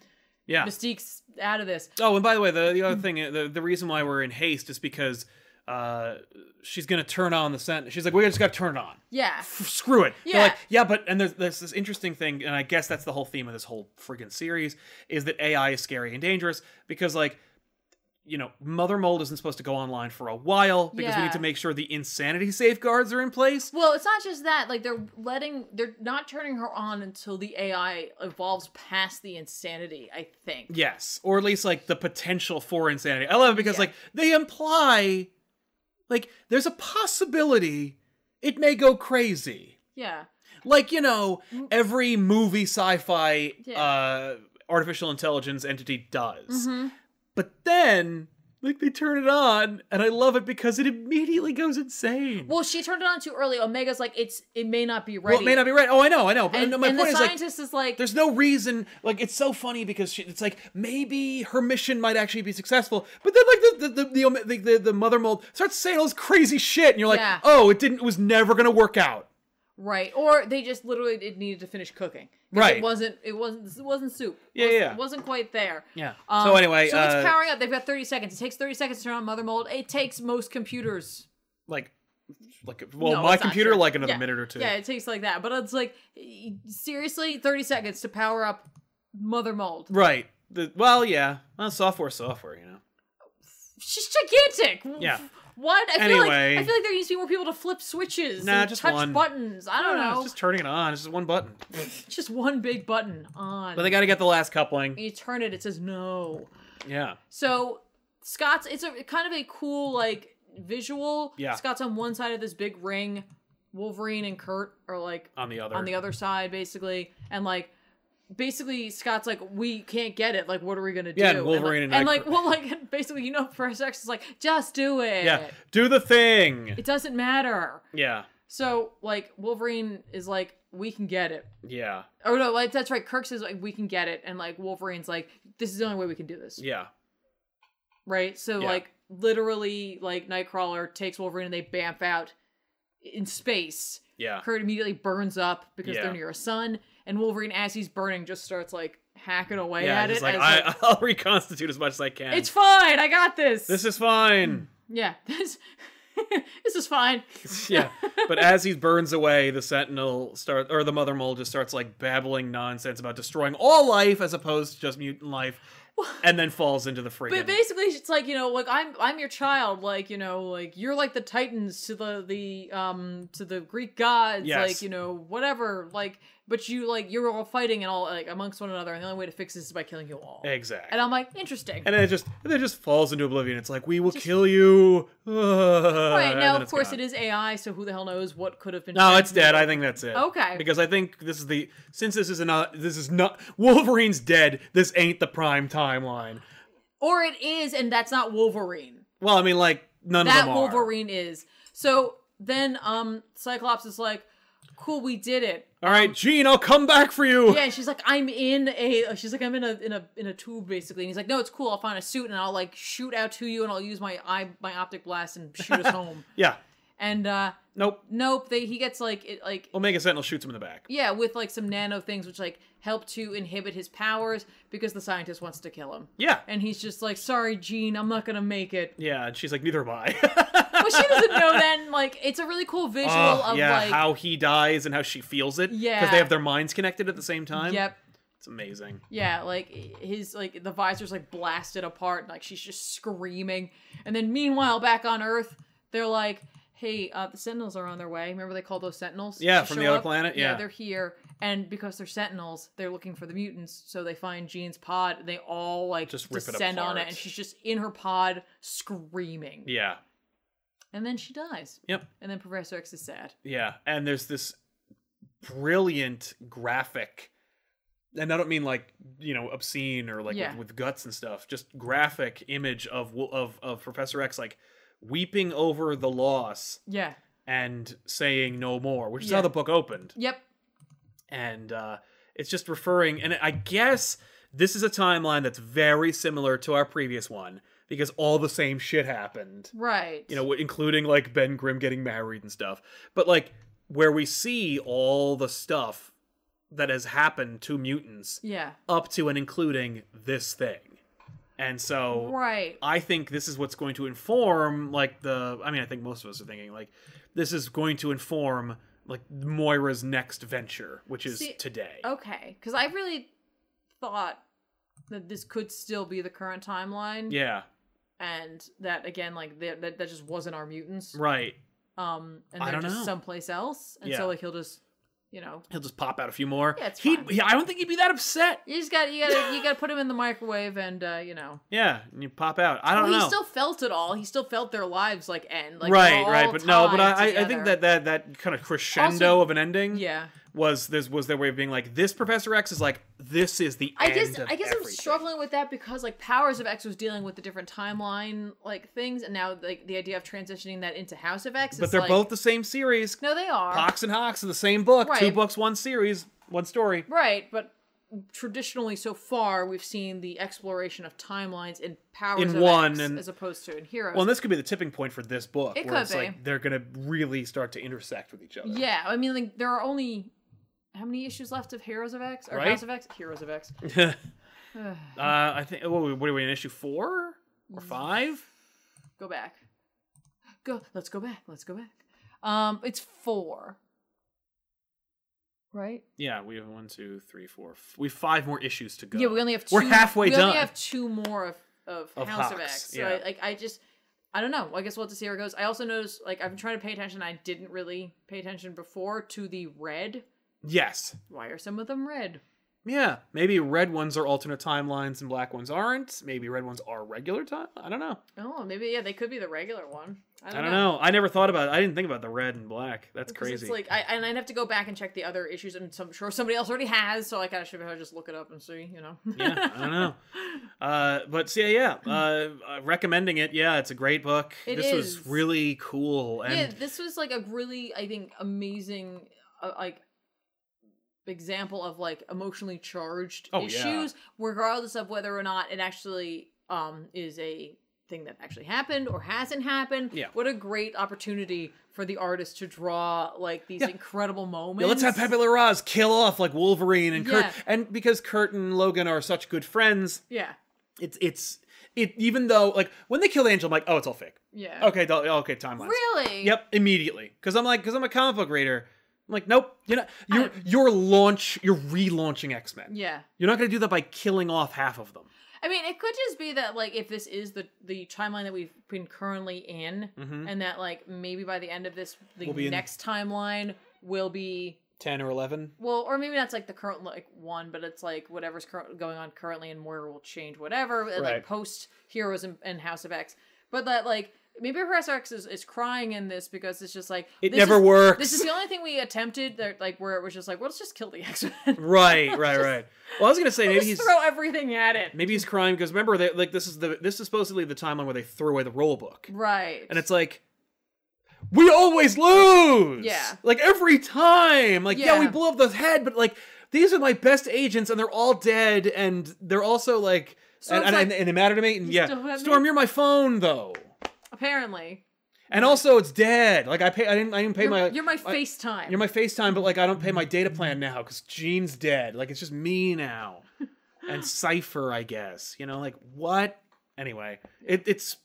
S1: yeah.
S2: mystique's out of this Mm.
S1: uh, Oh, and by the way, the, the other thing, the, the reason why we're in haste is because uh, she's gonna turn on the scent. She's like, we just gotta turn it on.
S2: Yeah.
S1: F- screw it. They're
S2: Yeah.
S1: like, yeah, but and there's, there's this interesting thing, and I guess that's the whole theme of this whole friggin' series is that AI is scary and dangerous because like. You know, Mother Mold isn't supposed to go online for a while because we
S2: Yeah.
S1: need to make sure the insanity safeguards are in place.
S2: Well, it's not just that. Like they're letting, they're not turning her on until the AI evolves past the insanity. I think.
S1: Yes, or at least like the potential for insanity. I love it because
S2: Yeah.
S1: like they imply, like there's a possibility it may go crazy.
S2: Yeah.
S1: Like you know, every movie sci-fi
S2: Mm. Yeah.
S1: uh, artificial intelligence entity does.
S2: Mhm.
S1: But then, like they turn it on, and I love it because it immediately goes insane.
S2: Well, she turned it on too early. Omega's like, it's it may not be ready.
S1: Well, it may not be right. Oh, I know, I know. But
S2: And,
S1: no, my
S2: and
S1: point
S2: the
S1: is like.
S2: scientist is like,
S1: There's no reason. Like it's so funny because she, it's like maybe her mission might actually be successful, but then like the the the the, the, the, the mother mold starts saying all this crazy shit, and you're like,
S2: Yeah.
S1: oh, it didn't. It was never gonna work out.
S2: right, or they just literally it needed to finish cooking. 'Cause
S1: Right.
S2: It wasn't. It wasn't. It wasn't soup.
S1: Yeah,
S2: It wasn't-
S1: yeah.
S2: It wasn't quite there.
S1: Yeah.
S2: Um,
S1: so anyway,
S2: so
S1: uh,
S2: it's powering up. They've got 30 seconds. It takes 30 seconds to turn on mother mold. It takes most computers.
S1: like, like well,
S2: No,
S1: my
S2: it's not
S1: computer
S2: true.
S1: like another
S2: Yeah.
S1: minute or two.
S2: Yeah, it takes like that. But it's like y- seriously, 30 seconds to power up mother mold.
S1: Right. The, well, yeah. Well, software, software. You know.
S2: She's gigantic.
S1: Yeah.
S2: What? I feel
S1: Anyway.
S2: like I feel like there needs to be more people to flip switches.
S1: Nah,
S2: and
S1: just
S2: touch
S1: one.
S2: buttons. I don't know.
S1: Ah,
S2: Mm-hmm.
S1: It's just turning it on. It's just one button.
S2: It's just one big button on.
S1: but they got to get the last coupling.
S2: you turn it, it says no.
S1: Yeah.
S2: So Scott's it's a kind of a cool like visual.
S1: Yeah.
S2: Scott's on one side of this big ring. Wolverine and Kurt are like
S1: On the other.
S2: on the other side basically, and like basically Scott's like we can't get it. Like what are we gonna do?
S1: Yeah, and Wolverine and
S2: and
S1: I-
S2: like, well like basically you know Professor X is like just do it.
S1: Yeah. Do the thing.
S2: It doesn't matter.
S1: Yeah.
S2: So like Wolverine is like we can get it.
S1: Yeah.
S2: Oh no, like that's right. Kirk says like we can get it, and like Wolverine's like this is the only way we can do this,
S1: Yeah.
S2: right? So
S1: Yeah.
S2: like literally, like Nightcrawler takes Wolverine and they bamf out in space.
S1: Yeah.
S2: Kurt immediately burns up because
S1: Yeah.
S2: they're near a sun, and Wolverine, as he's burning, just starts like hacking away
S1: yeah,
S2: at
S1: just
S2: it.
S1: like,
S2: as,
S1: I,
S2: like,
S1: I'll reconstitute as much as I can.
S2: it's fine, I got this.
S1: this is fine.
S2: yeah, this this is fine.
S1: yeah, but as he burns away, the Sentinel start or the Mother Mole just starts like babbling nonsense about destroying all life as opposed to just mutant life, and then falls into the
S2: But
S1: freaking.
S2: basically, it's like you know, like I'm I'm your child, like you know, like you're like the Titans to the the um to the Greek gods,
S1: Yes.
S2: like you know, whatever, like. But you like you're all fighting and all like amongst one another, and the only way to fix this is by killing you all.
S1: exactly.
S2: And I'm like, interesting.
S1: And then it just and then it just falls into oblivion. It's like we will kill you.
S2: right
S1: Right
S2: now, of course, it is AI, so who the hell knows what could have been.
S1: No, it's
S2: transmitted.
S1: dead. I think that's it.
S2: Okay.
S1: Because I think this is the since this is not this is not Wolverine's dead. This ain't the prime timeline.
S2: Or it is, and that's not Wolverine.
S1: Well, I mean, like none of
S2: that
S1: them are.
S2: Wolverine is. So then, um, Cyclops is like, "Cool, we did it."
S1: All right, Gene, I'll come back for you.
S2: Yeah, and she's like, I'm in a. uh," She's like, I'm in a in a in a tube basically. And he's like, No, it's cool. I'll find a suit and I'll like shoot out to you and I'll use my eye my optic blast and shoot us home.
S1: Yeah.
S2: And uh
S1: Nope.
S2: nope, they he gets like it like
S1: Omega Sentinel shoots him in the back.
S2: yeah with like some nano things which like help to inhibit his powers because the scientist wants to kill him.
S1: Yeah.
S2: And he's just like, Sorry, Gene, I'm not gonna make it.
S1: Yeah, and she's like, neither am I.
S2: But she doesn't know then. Like, it's a really cool visual
S1: Oh,
S2: of
S1: yeah,
S2: like.
S1: how he dies and how she feels it.
S2: Yeah.
S1: Because they have their minds connected at the same time.
S2: Yep.
S1: It's amazing.
S2: Yeah, like his like the visor's like blasted apart, and, like she's just screaming. And then meanwhile, back on Earth, they're like, "Hey, uh, the Sentinels are on their way." Remember they call those Sentinels?
S1: Yeah,
S2: to
S1: from the
S2: show
S1: other planet, yeah.
S2: they're here, and because they're Sentinels, they're looking for the mutants. So they find Jean's pod, and they all like
S1: Just rip it
S2: descend on
S1: apart.
S2: it, and she's just in her pod screaming,
S1: Yeah.
S2: and then she dies.
S1: Yep.
S2: And then Professor X is sad.
S1: Yeah. And there's this brilliant graphic. And I don't mean like, you know, obscene or like
S2: Yeah.
S1: with, with guts and stuff. Just graphic image of Wo- of of Professor X like weeping over the loss
S2: Yeah.
S1: and saying no more, which is
S2: Yeah.
S1: how the book opened.
S2: Yep.
S1: and uh, it's just referring and i guess this is a timeline that's very similar to our previous one because all the same shit happened
S2: Right.
S1: you know including like ben grimm getting married and stuff but like where we see all the stuff that has happened to mutants
S2: Yeah.
S1: up to and including this thing And so
S2: Right.
S1: I think this is what's going to inform like the I mean I think most of us are thinking like this is going to inform like Moira's next venture, which is
S2: See, oh,
S1: today.
S2: Okay. Because I really thought that this could still be the current timeline.
S1: Yeah,
S2: And that again, like that that that just wasn't our mutants.
S1: right.
S2: Um, and
S1: I
S2: they're
S1: don't
S2: just
S1: know.
S2: someplace else. And
S1: Yeah.
S2: so like he'll just, you know,
S1: He'll just pop out a few more.
S2: Yeah, it's
S1: he,
S2: fine.
S1: he I don't think he'd be that upset.
S2: you just got to you got to you got to put him in the microwave and uh, you know.
S1: Yeah, and you pop out. I don't
S2: well,
S1: know.
S2: he still felt it all. He still felt their lives like end. Like
S1: right,
S2: all
S1: right, but no, but
S2: tied
S1: I, I- I
S2: together.
S1: think that that that kind of crescendo
S2: Also-
S1: of an ending
S2: yeah.
S1: was this was their way of being like this Professor X is like this is the
S2: I
S1: end
S2: guess
S1: of
S2: I guess I'm
S1: everything.
S2: struggling with that because like Powers of X was dealing with the different timeline like things, and now like the idea of transitioning that into House of X.
S1: But
S2: is,
S1: they're
S2: like-
S1: both the same series.
S2: no, they are
S1: Pox and Hawks are the same book. Two
S2: Right.
S1: books, one series, one story.
S2: right, but traditionally so far we've seen the exploration of timelines in Powers
S1: In
S2: of
S1: one
S2: X
S1: and-
S2: as opposed to in Heroes.
S1: Well, and this could be the tipping point for this book.
S2: It
S1: where
S2: could
S1: it's like
S2: be.
S1: they're gonna really start to intersect with each other.
S2: yeah, I mean like there are only how many issues left of Heroes of X or
S1: Right?
S2: House of X? Heroes of X.
S1: uh, I think. What, what are we in issue four or five?
S2: go back. Go. Let's go back. Let's go back. Um, it's four. Right.
S1: Yeah, we have one, two, three, four. f- We have five more issues to go.
S2: Yeah, we only have. Two,
S1: We're halfway
S2: We
S1: done.
S2: only have two more of of,
S1: Of
S2: House of
S1: Hawks,
S2: X. So
S1: yeah.
S2: I, like I just. I don't know. I guess we'll have to see how it goes. I also noticed, like, I've been trying to pay attention. I didn't really pay attention before to the red.
S1: yes.
S2: Why are some of them red?
S1: Yeah. Maybe red ones are alternate timelines and black ones aren't. Maybe red ones are regular time. I don't know.
S2: Oh, maybe yeah, they could be the regular one. I
S1: I
S2: don't,
S1: don't, know. I never thought about. it. I didn't think about the red and black. That's
S2: Because
S1: crazy.
S2: It's like I and I'd have to go back and check the other issues. I'm, I'm sure somebody else already has, so like I should probably just look it up and see. You know.
S1: yeah, I don't know. Uh, but see, yeah, uh, uh, recommending it. Yeah, it's a great book.
S2: It
S1: this
S2: is.
S1: was really cool, and
S2: yeah, this was like a really, I think, amazing, uh, like example of like emotionally charged
S1: Oh, yeah.
S2: issues, regardless of whether or not it actually um is a thing that actually happened or hasn't happened.
S1: Yeah.
S2: What a great opportunity for the artist to draw like these
S1: Yeah.
S2: incredible moments.
S1: Yeah, let's have Pepe Larraz kill off like Wolverine and Kurt,
S2: Yeah.
S1: and because Kurt and Logan are such good friends,
S2: Yeah.
S1: it's it's it. Even though like when they kill Angel, I'm like, oh, it's all fake.
S2: Yeah.
S1: Okay, doll- okay, timeline.
S2: Really?
S1: Yep, immediately. Because I'm like, because I'm a comic book reader. I'm like, nope. You know, you're you're launch, you're relaunching X Men.
S2: Yeah.
S1: You're not gonna do that by killing off half of them.
S2: I mean, it could just be that like if this is the the timeline that we've been currently in,
S1: Mhm.
S2: and that like maybe by the end of this, the
S1: We'll be in-
S2: next timeline will be
S1: Ten or eleven.
S2: well, or maybe that's like the current like one, but it's like whatever's current going on currently, and Moira will change whatever and,
S1: Right.
S2: like post Heroes and, and House of X, but that like. Maybe Professor X is, is crying in this because it's just like
S1: It
S2: this
S1: never
S2: is-
S1: works.
S2: This is the only thing we attempted that like where it was just like, well, let's just kill the X Men,
S1: Right, right, right. Well, I was gonna say maybe he's
S2: just throw everything at it,
S1: maybe he's crying because remember they, like this is the this is supposedly the timeline where they threw away the rule book,
S2: right?
S1: and it's like we always lose.
S2: Yeah.
S1: like every time. Like yeah, we
S2: Yeah.
S1: blew up the head, but like these are my best agents, and they're all dead, and they're also like
S2: So
S1: and,
S2: it's
S1: and, and,
S2: like-
S1: and it mattered to me. And yeah,
S2: still have me?
S1: Storm, you're my phone though.
S2: apparently
S1: And also, it's dead. Like I pay, I didn't, I didn't pay
S2: you're,
S1: my.
S2: you're my
S1: I-
S2: FaceTime.
S1: You're my FaceTime, but like I don't pay my data plan now because Gene's dead. Like it's just me now, and Cipher, I guess. You know, like what? Anyway, it, it's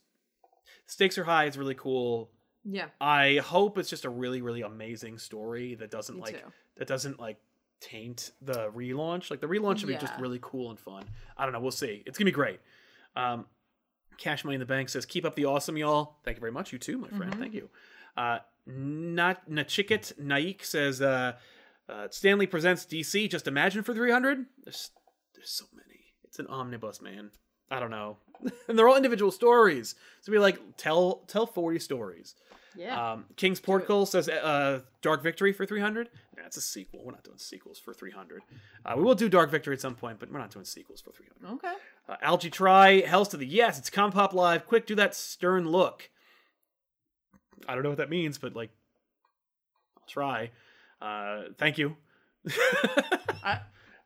S1: stakes are high. It's really cool.
S2: yeah.
S1: I hope it's just a really, really amazing story that doesn't
S2: Me
S1: like
S2: too.
S1: that doesn't like taint the relaunch. Like the relaunch should be just
S2: Yeah.
S1: really cool and fun. I don't know. We'll see. It's gonna be great. Um, Cash Money in the Bank says, "Keep up the awesome, y'all. Thank you very much. You too, my friend.
S2: Mhm.
S1: Thank you." Uh, not Nachikit Naik says, uh, uh, "Stanley presents DC. Just imagine for 300. There's there's so many. It's an omnibus, man. I don't know, and they're all individual stories. So be like, tell tell 40 stories."
S2: Yeah.
S1: Um, King's Portico says uh, Dark Victory for 300. That's a sequel. We're not doing sequels for 300. Uh, we will do Dark Victory at some point, but we're not doing sequels for 300.
S2: okay.
S1: Uh, Algae Try, Hells to the Yes, it's Compop Live. Quick, do that stern look. I don't know what that means, but like, I'll try. Uh, thank you. I,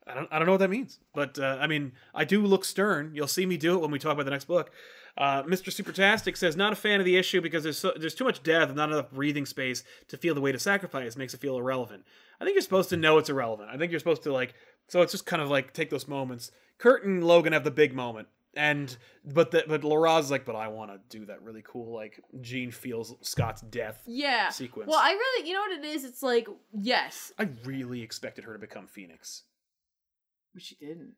S1: I don't I don't know what that means, but uh, I mean I do look stern. You'll see me do it when we talk about the next book. Uh, Mr. Supertastic says not a fan of the issue because there's so, there's too much death and not enough breathing space to feel the weight of sacrifice makes it feel irrelevant. I think you're supposed to know it's irrelevant. I think you're supposed to like so it's just kind of like take those moments. Kurt and Logan have the big moment. and but the, but Laura's like, but I want to do that really cool like Jean feels Scott's death
S2: Yeah.
S1: sequence.
S2: Well, I really, you know what it is? It's like, yes.
S1: I really expected her to become Phoenix.
S2: But she didn't.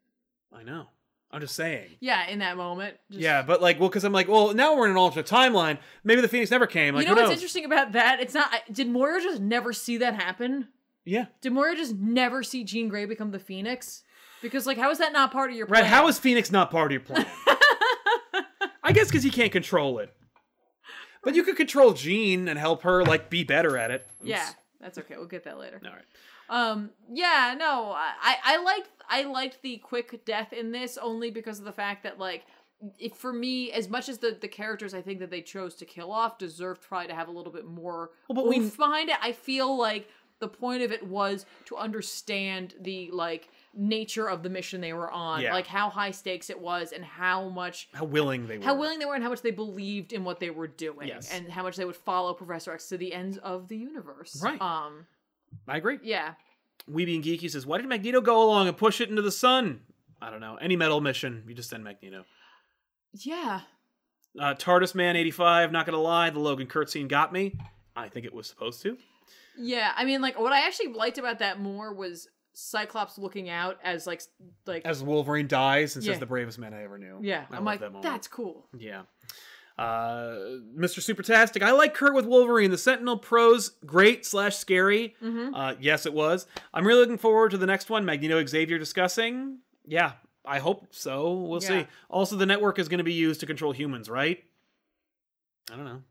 S1: I know. I'm just saying.
S2: Yeah, in that moment. just-
S1: Yeah, but like, well, because I'm like, well, now we're in an alternate timeline. Maybe the Phoenix never came. Like,
S2: you know
S1: who
S2: what's
S1: knows?
S2: interesting about that? It's not. I- Did Moira just never see that happen?
S1: Yeah,
S2: Did Moira just never see Jean Grey become the Phoenix? Because like, how is that not part of your plan?
S1: right. How is Phoenix not part of your plan? I guess because you can't control it. But you could control Jean and help her like be better at it. Oops.
S2: Yeah, that's okay. We'll get that later.
S1: All right.
S2: Um. Yeah. No. I. I- I liked. I liked the quick death in this only because of the fact that like. If for me, as much as the, the characters I think that they chose to kill off deserved probably to have a little bit more
S1: Well, but we-
S2: oomph behind it, I feel like the point of it was to understand the like nature of the mission they were on,
S1: Yeah.
S2: like how high stakes it was, and how much
S1: How willing they were.
S2: how willing they were and how much they believed in what they were doing,
S1: Yes.
S2: and how much they would follow Professor X to the ends of the universe.
S1: Right.
S2: Um.
S1: I agree.
S2: Yeah.
S1: We being geeky says, why did Magneto go along and push it into the sun? I don't know. Any metal mission, you just send Magneto.
S2: Yeah.
S1: Uh, TARDIS Man 85. Not gonna lie, the Logan Kurt scene got me. I think it was supposed to.
S2: Yeah, I mean, like what I actually liked about that more was Cyclops looking out as like s- like
S1: As Wolverine dies and
S2: Yeah.
S1: says, "The bravest man I ever knew."
S2: yeah.
S1: I
S2: I'm
S1: love
S2: like
S1: that moment.
S2: that's cool.
S1: Yeah. Uh, Mr. Supertastic, I like Kurt with Wolverine. The Sentinel pros great slash scary.
S2: hmm
S1: Uh, yes, it was. I'm really looking forward to the next one. Magneto Xavier discussing. Yeah, I hope so. We'll
S2: Yeah.
S1: see. Also, the network is going to be used to control humans, right? I don't know.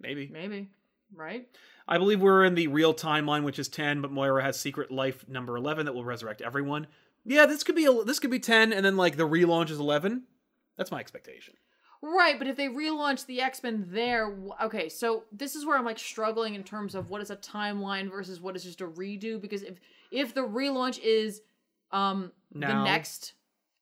S1: Maybe.
S2: Maybe right?
S1: I believe we're in the real timeline, which is ten, but Moira has secret life number eleven that will resurrect everyone. Yeah, this could be a, this could be ten, and then like the relaunch is eleven. That's my expectation.
S2: Right, but if they relaunch the X Men there, wh- okay. So this is where I'm like struggling in terms of what is a timeline versus what is just a redo. Because if if the relaunch is um
S1: Now.
S2: the next,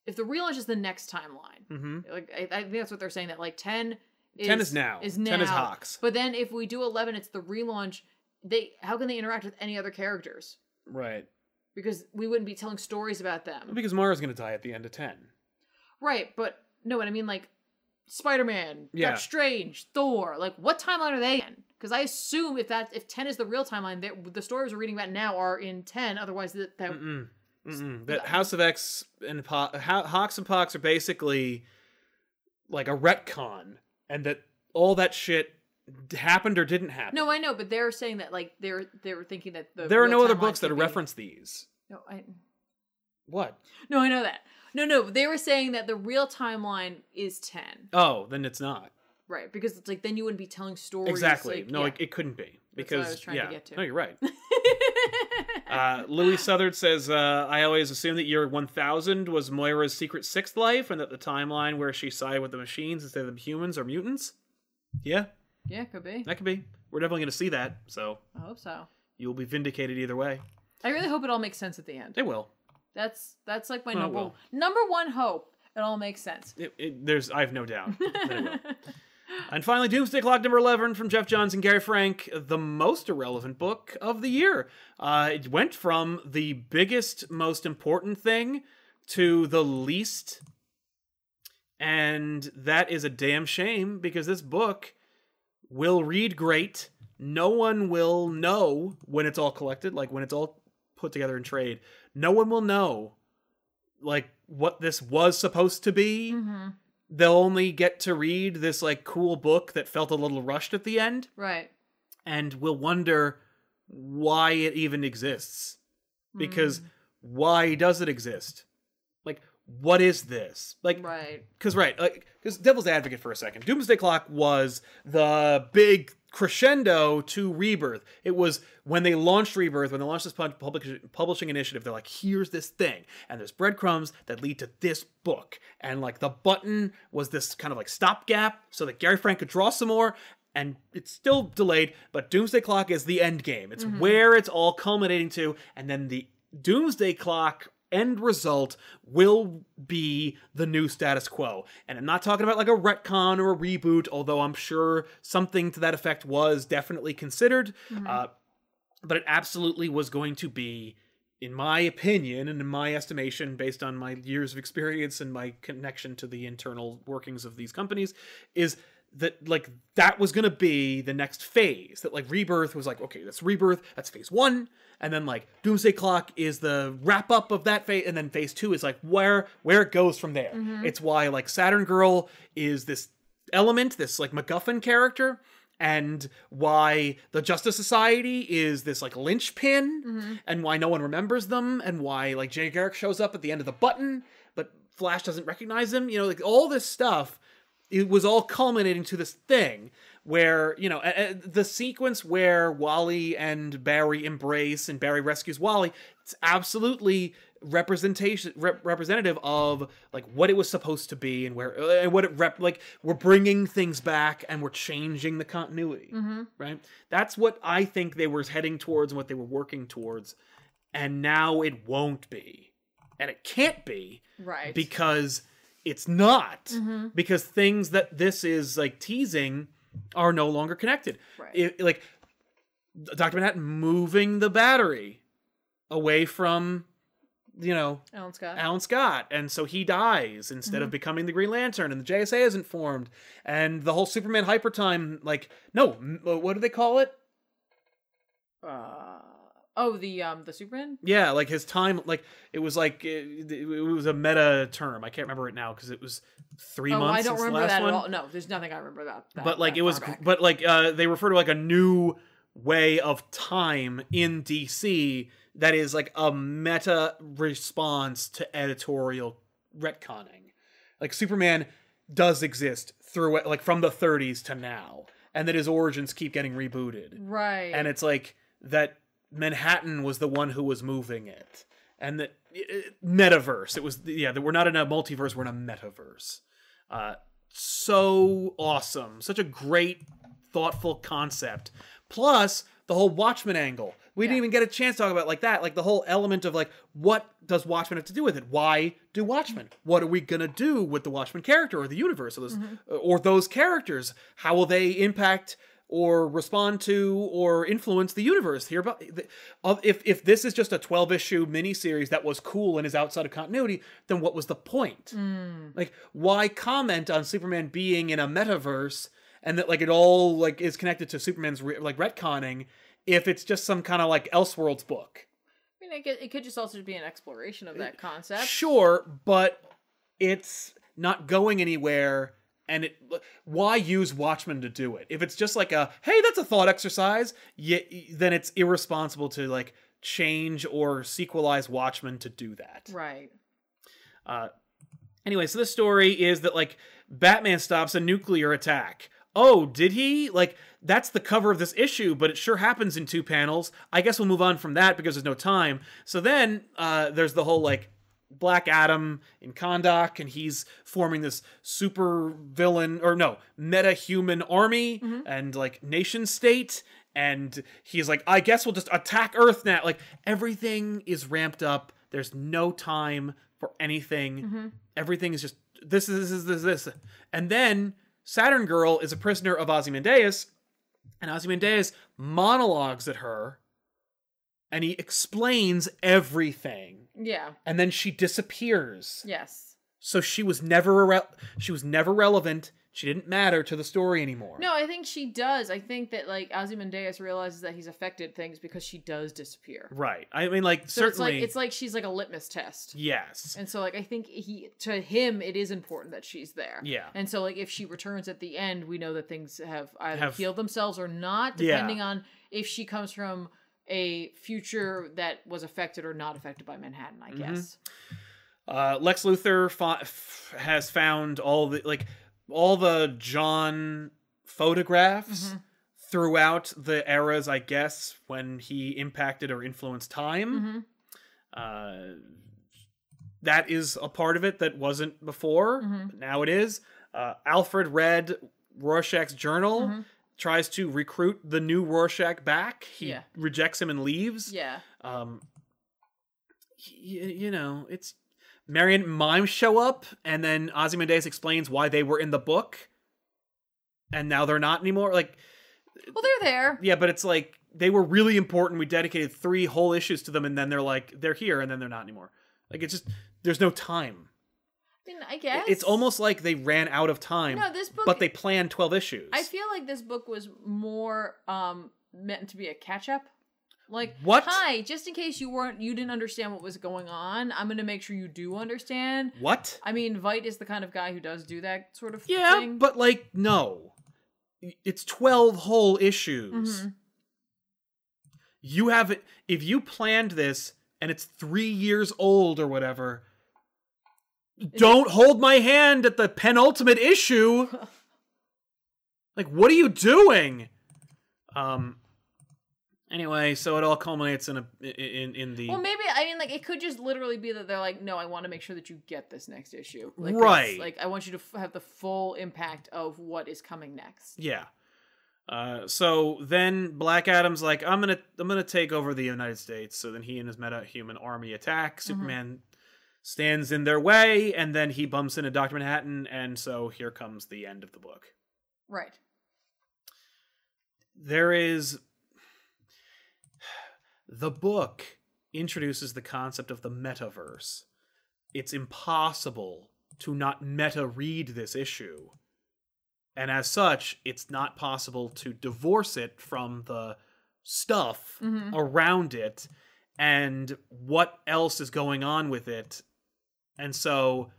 S2: if the relaunch is the next timeline,
S1: Mm-hmm.
S2: like I, I think that's what they're saying. That like ten. Is,
S1: 10 is now.
S2: Is now.
S1: 10 is Hawks.
S2: But then if we do eleven, it's the relaunch. They how can they interact with any other characters?
S1: Right.
S2: Because we wouldn't be telling stories about
S1: Well,
S2: them,
S1: Because Mara's going to die at the end of 10.
S2: right? But no, what I mean like Spider Man,
S1: Yeah.
S2: Doctor Strange, Thor. Like what timeline are they in? Because I assume if that if ten is the real timeline, that the stories we're reading about now are in ten. Otherwise, that, that
S1: Mm-mm. Mm-mm. That House of X and po- Ho- Hawks and Pox are basically like a retcon, and that all that shit d- happened or didn't happen.
S2: no, I know, but they're saying that like they're they were thinking that the
S1: there are
S2: real
S1: no other
S2: timeline
S1: books that
S2: could be-
S1: reference these.
S2: No, I,
S1: What?
S2: No, I know that. No, no, they were saying that the real timeline is 10.
S1: Oh, then it's not
S2: Right, because it's like then you wouldn't be telling stories.
S1: exactly.
S2: like-
S1: no,
S2: yeah.
S1: it, it couldn't be
S2: That's what I
S1: because
S2: was trying to
S1: yeah.
S2: get to.
S1: No, you're right. Uh, Louis Southard says, uh, I always assumed that year 1000 was Moira's secret sixth life and that the timeline where she sided with the machines instead of the humans are mutants. Yeah,
S2: yeah, could be.
S1: that could be. We're definitely going to see that, so
S2: I hope so.
S1: you'll be vindicated either way.
S2: I really hope it all makes sense at the end.
S1: They will.
S2: That's that's like my
S1: Oh, it
S2: number
S1: will.
S2: number one hope. It all makes sense.
S1: It, it, there's, I have no doubt. that it will. And finally, Doomsday Clock number 11 from Jeff Johns and Gary Frank, the most irrelevant book of the year. Uh, it went from the biggest, most important thing to the least. And that is a damn shame because this book will read great. No one will know when it's all collected, like when it's all put together in trade. No one will know, like, what this was supposed to be
S2: hmm
S1: they'll only get to read this like cool book that felt a little rushed at the end
S2: Right.
S1: and will wonder why it even exists because
S2: Mm-hmm.
S1: why does it exist like what is this like
S2: Right.
S1: because right like because devil's advocate for a second doomsday clock was the big crescendo to rebirth it was when they launched rebirth when they launched this pub- public- publishing initiative they're like here's this thing and there's breadcrumbs that lead to this book and like the button was this kind of like stopgap so that gary frank could draw some more and it's still delayed but doomsday clock is the end game it's where it's all culminating to and then the doomsday clock end result will be the new status quo. And I'm not talking about like a retcon or a reboot, although I'm sure something to that effect was definitely considered. Uh, but it absolutely was going to be in my opinion and in my estimation, based on my years of experience and my connection to the internal workings of these companies, is that like that was gonna be the next phase. That like rebirth was like, okay, that's rebirth, that's phase one, and then like Doomsday Clock is the wrap up of that phase, and then phase two is like where where it goes from there. It's why like Saturn Girl is this element, this like MacGuffin character, and why the Justice Society is this like linchpin, and why no one remembers them, and why like Jay Garrick shows up at the end of the button, but Flash doesn't recognize him. You know, like all this stuff, it was all culminating to this thing where you know a- a- the sequence where Wally and Barry embrace and Barry rescues Wally. It's absolutely representation rep- representative of like what it was supposed to be and where uh, and what it rep like we're bringing things back and we're changing the continuity right that's what i think they were heading towards and what they were working towards and now it won't be and it can't be
S2: Right.
S1: because it's not
S2: Mm-hmm.
S1: because things that this is like teasing are no longer connected
S2: Right.
S1: It- like dr manhattan moving the battery away from you know
S2: Alan Scott.
S1: Alan Scott, and so he dies instead
S2: Mm-hmm.
S1: of becoming the Green Lantern, and the JSA isn't formed, and the whole Superman hyper time, like no, m- uh, what do they call it?
S2: Uh, oh, the um the Superman.
S1: Yeah, like his time, like it was like it, it was a meta term. I can't remember it now because it was three
S2: Oh,
S1: months.
S2: I don't
S1: since the
S2: remember
S1: last
S2: that
S1: one.
S2: at all. No, there's nothing I remember about that.
S1: but like
S2: that
S1: it was
S2: far back.
S1: but like uh they refer to like a new way of time in DC that is like a meta response to editorial retconning. Like Superman does exist through it like from the 30s to now and that his origins keep getting rebooted.
S2: right.
S1: And it's like that Manhattan was the one who was moving it. And that it- it- metaverse, it was yeah, that we're not in a multiverse, we're in a metaverse uh, so awesome such a great thoughtful concept plus the whole watchmen angle we didn't
S2: Yeah.
S1: even get a chance to talk about it like that like the whole element of like what does watchmen have to do with it why do watchmen what are we gonna do with the watchmen character or the universe or, those, or those characters how will they impact or respond to or influence the universe here about if if this is just a 12 issue miniseries that was cool and is outside of continuity then what was the
S2: Mm-hmm.
S1: point
S2: Mm.
S1: like, why comment on Superman being in a metaverse and that like it all like is connected to Superman's re- like retconning if it's just some kind of like Elseworlds book?
S2: I mean, it could, it could just also be an exploration of that concept.
S1: Sure, but it's not going anywhere. And it, why use Watchmen to do it? If it's just like a hey, that's a thought exercise, yet, then it's irresponsible to like change or sequelize Watchmen to do that.
S2: Right.
S1: Uh, anyway, so this story is that like Batman stops a nuclear attack. Oh, did he? Like that's the cover of this issue, but it sure happens in two panels. I guess we'll move on from that because there's no time. So then uh, there's the whole like Black Adam in Kondak, and he's forming this super villain or no meta human army and like nation state. And he's like, I guess we'll just attack Earth now. Like everything is ramped up. There's no time for
S2: Mm-hmm.
S1: anything. Everything is just this is this is this, this. And then Saturn Girl is a prisoner of Ozymandias, and Ozymandias monologues at her, and he explains everything
S2: Yeah.
S1: and then she disappears.
S2: Yes.
S1: So she was never irre- she was never relevant. She didn't matter to the story anymore.
S2: No, I think she does. I think that like Ozymandias realizes that he's affected things because she does disappear.
S1: Right. I mean like
S2: So
S1: certainly
S2: it's like it's like she's like a litmus test.
S1: yes.
S2: And so like I think he to him it is important that she's there.
S1: Yeah.
S2: And so like if she returns at the end, we know that things have either
S1: Have-
S2: healed themselves or not,
S1: Yeah.
S2: depending on if she comes from a future that was affected or not affected by Manhattan, I
S1: Mm-hmm.
S2: guess.
S1: Uh, Lex Luthor fo- f- has found all the like all the John
S2: Mm-hmm.
S1: photographs throughout the eras, I guess, when he impacted or influenced time.
S2: Mhm.
S1: Uh, that is a part of it that wasn't before.
S2: Mhm.
S1: but now it is. Uh, Alfred read Rorschach's journal,
S2: Mhm.
S1: tries to recruit the new Rorschach back. He
S2: Yeah.
S1: rejects him and leaves.
S2: Yeah.
S1: Um, y- y- you know, it's Marion Mime show up, and then Ozymandias explains why they were in the book, and now they're not anymore. Like,
S2: Well, they're there.
S1: Yeah, but it's like they were really important. We dedicated three whole issues to them, and then they're like they're here, and then they're not anymore. Like it's just there's no time.
S2: I mean, I guess
S1: It's almost like they ran out of time,
S2: no. This book,
S1: but they planned twelve issues.
S2: I feel like this book was more um meant to be a catch up. Like
S1: What?
S2: Hi, just in case you weren't, you didn't understand what was going on. I'm gonna make sure you do understand.
S1: what?
S2: I mean, Vite is the kind of guy who does do that sort of
S1: Yeah,
S2: thing.
S1: but like no, it's twelve whole issues.
S2: Mhm.
S1: You have if you planned this and it's three years old or whatever. Don't hold my hand at the penultimate issue. like, what are you doing? Um. Anyway, so it all culminates in a in in the
S2: well, maybe I mean, like it could just literally be that they're like, no, I want to make sure that you get this next issue. Like, it's-
S1: Right.
S2: Like I want you to f- have the full impact of what is coming next.
S1: Yeah. Uh, so then Black Adam's like, I'm gonna I'm gonna take over the United States. So then he and his meta human army attack. Superman stands in their way, and then he bumps into Doctor Manhattan, and so here comes the end of the book.
S2: Right.
S1: There is the book introduces the concept of the metaverse. It's impossible to not meta read this issue. And as such, it's not possible to divorce it from the stuff
S2: Mhm.
S1: around it and what else is going on with it. And so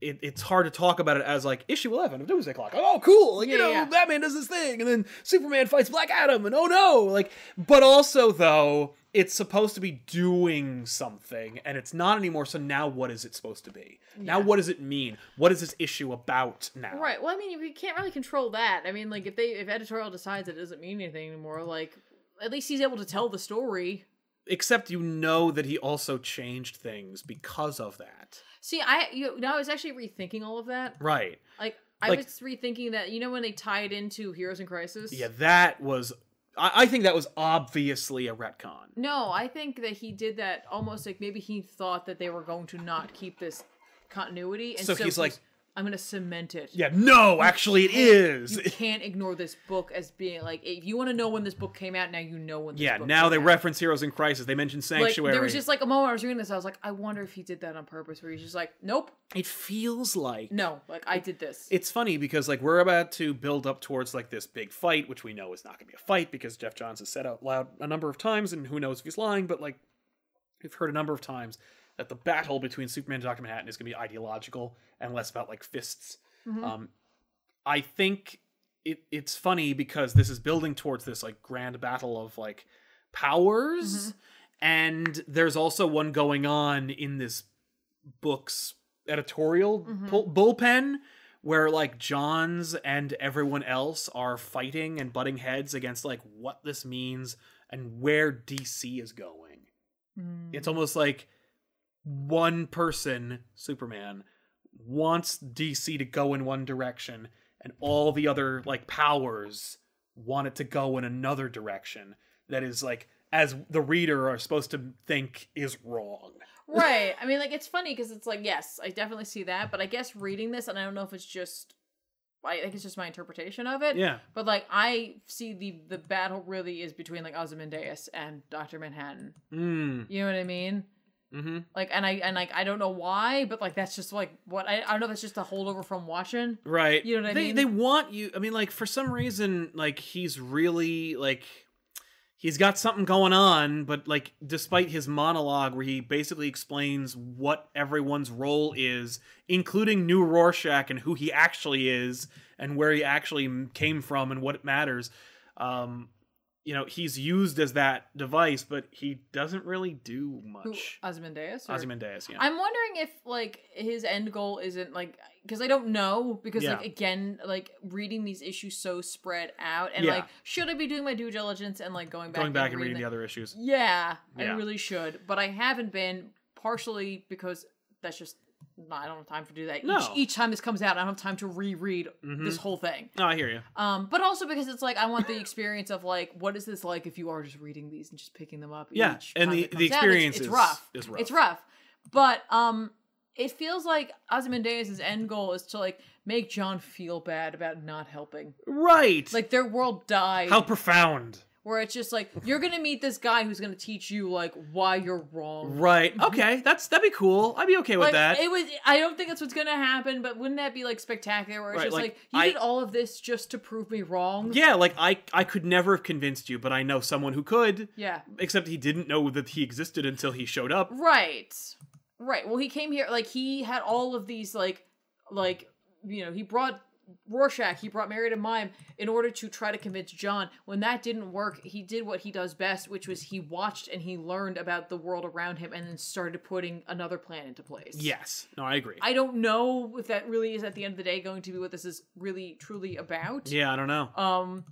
S1: it, it's hard to talk about it as like issue 11 of Doomsday Clock. Oh, cool. Like, you
S2: Yeah,
S1: know,
S2: yeah.
S1: Batman does this thing and then Superman fights Black Adam and oh no. Like, but also though, it's supposed to be doing something and it's not anymore. So now what is it supposed to be? Now
S2: Yeah.
S1: what does it mean? What is this issue about now?
S2: Right. Well, I mean, we can't really control that. I mean, like if they if editorial decides it doesn't mean anything anymore, like at least he's able to tell the story.
S1: Except you know that he also changed things because of that.
S2: See, I you know, I was actually rethinking all of that.
S1: Right.
S2: Like I
S1: Like-
S2: was rethinking that. You know, when they tied into Heroes in Crisis.
S1: Yeah, that was. I, I think that was obviously a retcon.
S2: No, I think that he did that almost like maybe he thought that they were going to not keep this continuity, and
S1: So
S2: so,
S1: he's like-
S2: "I'm going to cement it."
S1: Yeah, no, actually, it is.
S2: You can't ignore this book as being like if you want to know when this book came out. Now you know when. This
S1: Yeah,
S2: book
S1: now
S2: came
S1: they
S2: out.
S1: reference Heroes in Crisis. They mention
S2: Like
S1: Sanctuary.
S2: there was just like a moment I was reading this, I was like, I wonder if he did that on purpose, where he's just like, nope,
S1: it feels like
S2: no, like I did this.
S1: It's funny because like we're about to build up towards like this big fight, which we know is not going to be a fight because Jeff Johns has said out loud a number of times, and who knows if he's lying, but like we've heard a number of times that the battle between Superman and Doctor Manhattan is going to be ideological and less about like fists.
S2: Mhm.
S1: Um, I think it it's funny because this is building towards this like grand battle of like powers, and there's also one going on in this book's editorial
S2: Mhm.
S1: bull- bullpen where like Johns and everyone else are fighting and butting heads against like what this means and where DC is going.
S2: Mm.
S1: It's almost like one person, Superman, wants DC to go in one direction and all the other like powers want it to go in another direction that is like as the reader are supposed to think is wrong.
S2: right. I mean, like it's funny because it's like, yes, I definitely see that, but I guess reading this, and I don't know if it's just, I think it's just my interpretation of it.
S1: Yeah.
S2: But like I see the the battle really is between like Ozymandias and Doctor Manhattan.
S1: Mm.
S2: You know what I mean?
S1: Mhm.
S2: Like and I and like I don't know why, but like that's just like what I, I don't know. if That's just a holdover from watching.
S1: Right.
S2: You know what I
S1: they,
S2: mean?
S1: They want you. I mean, like for some reason, like he's really like he's got something going on, but like despite his monologue where he basically explains what everyone's role is, including New Rorschach and who he actually is and where he actually m- came from and what matters. Um, you know, he's used as that device, but he doesn't really do
S2: Who,
S1: much.
S2: Ozymandias. or-
S1: Ozymandias, yeah.
S2: I'm wondering if like his end goal isn't like because I don't know because like
S1: Yeah.
S2: again like reading these issues so spread out and
S1: Yeah.
S2: like should I be doing my due diligence and like going back
S1: Going back and
S2: reading
S1: reading the other issues.
S2: Yeah,
S1: Yeah.
S2: I really should, but I haven't been partially because that's just no, I don't have time to do that.
S1: No.
S2: Each, each time this comes out, I don't have time to reread
S1: Mhm.
S2: this whole thing.
S1: Oh, I hear you.
S2: Um, but also because it's like I want the experience of like what is this like if you are just reading these and just picking them up.
S1: Yeah,
S2: each
S1: and
S2: time
S1: the,
S2: it
S1: the
S2: comes out. It's-
S1: experience
S2: it's
S1: is,
S2: rough.
S1: is rough.
S2: It's rough. But um it feels like Ozymandias' end goal is to like make John feel bad about not helping.
S1: Right.
S2: Like their world died.
S1: how profound.
S2: where it's just like you're gonna meet this guy who's gonna teach you like why you're wrong.
S1: Right. Okay. That's that'd be cool. I'd be okay with
S2: Mm-hmm. like,
S1: that.
S2: It was. I don't think that's what's gonna happen, but wouldn't that be like spectacular? Where it's
S1: Right,
S2: just like,
S1: like,
S2: you
S1: I-
S2: did all of this just to prove me wrong.
S1: yeah. Like I I could never have convinced you, but I know someone who could.
S2: Yeah.
S1: Except he didn't know that he existed until he showed up.
S2: Right. Right. Well, he came here like he had all of these like like you know he brought Rorschach, he brought Mary to Mime in order to try to convince John. When that didn't work, he did what he does best, which was he watched and he learned about the world around him and then started putting another plan into place.
S1: Yes. No, I agree.
S2: I don't know if that really is at the end of the day going to be what this is really truly about.
S1: yeah. I don't know.
S2: Um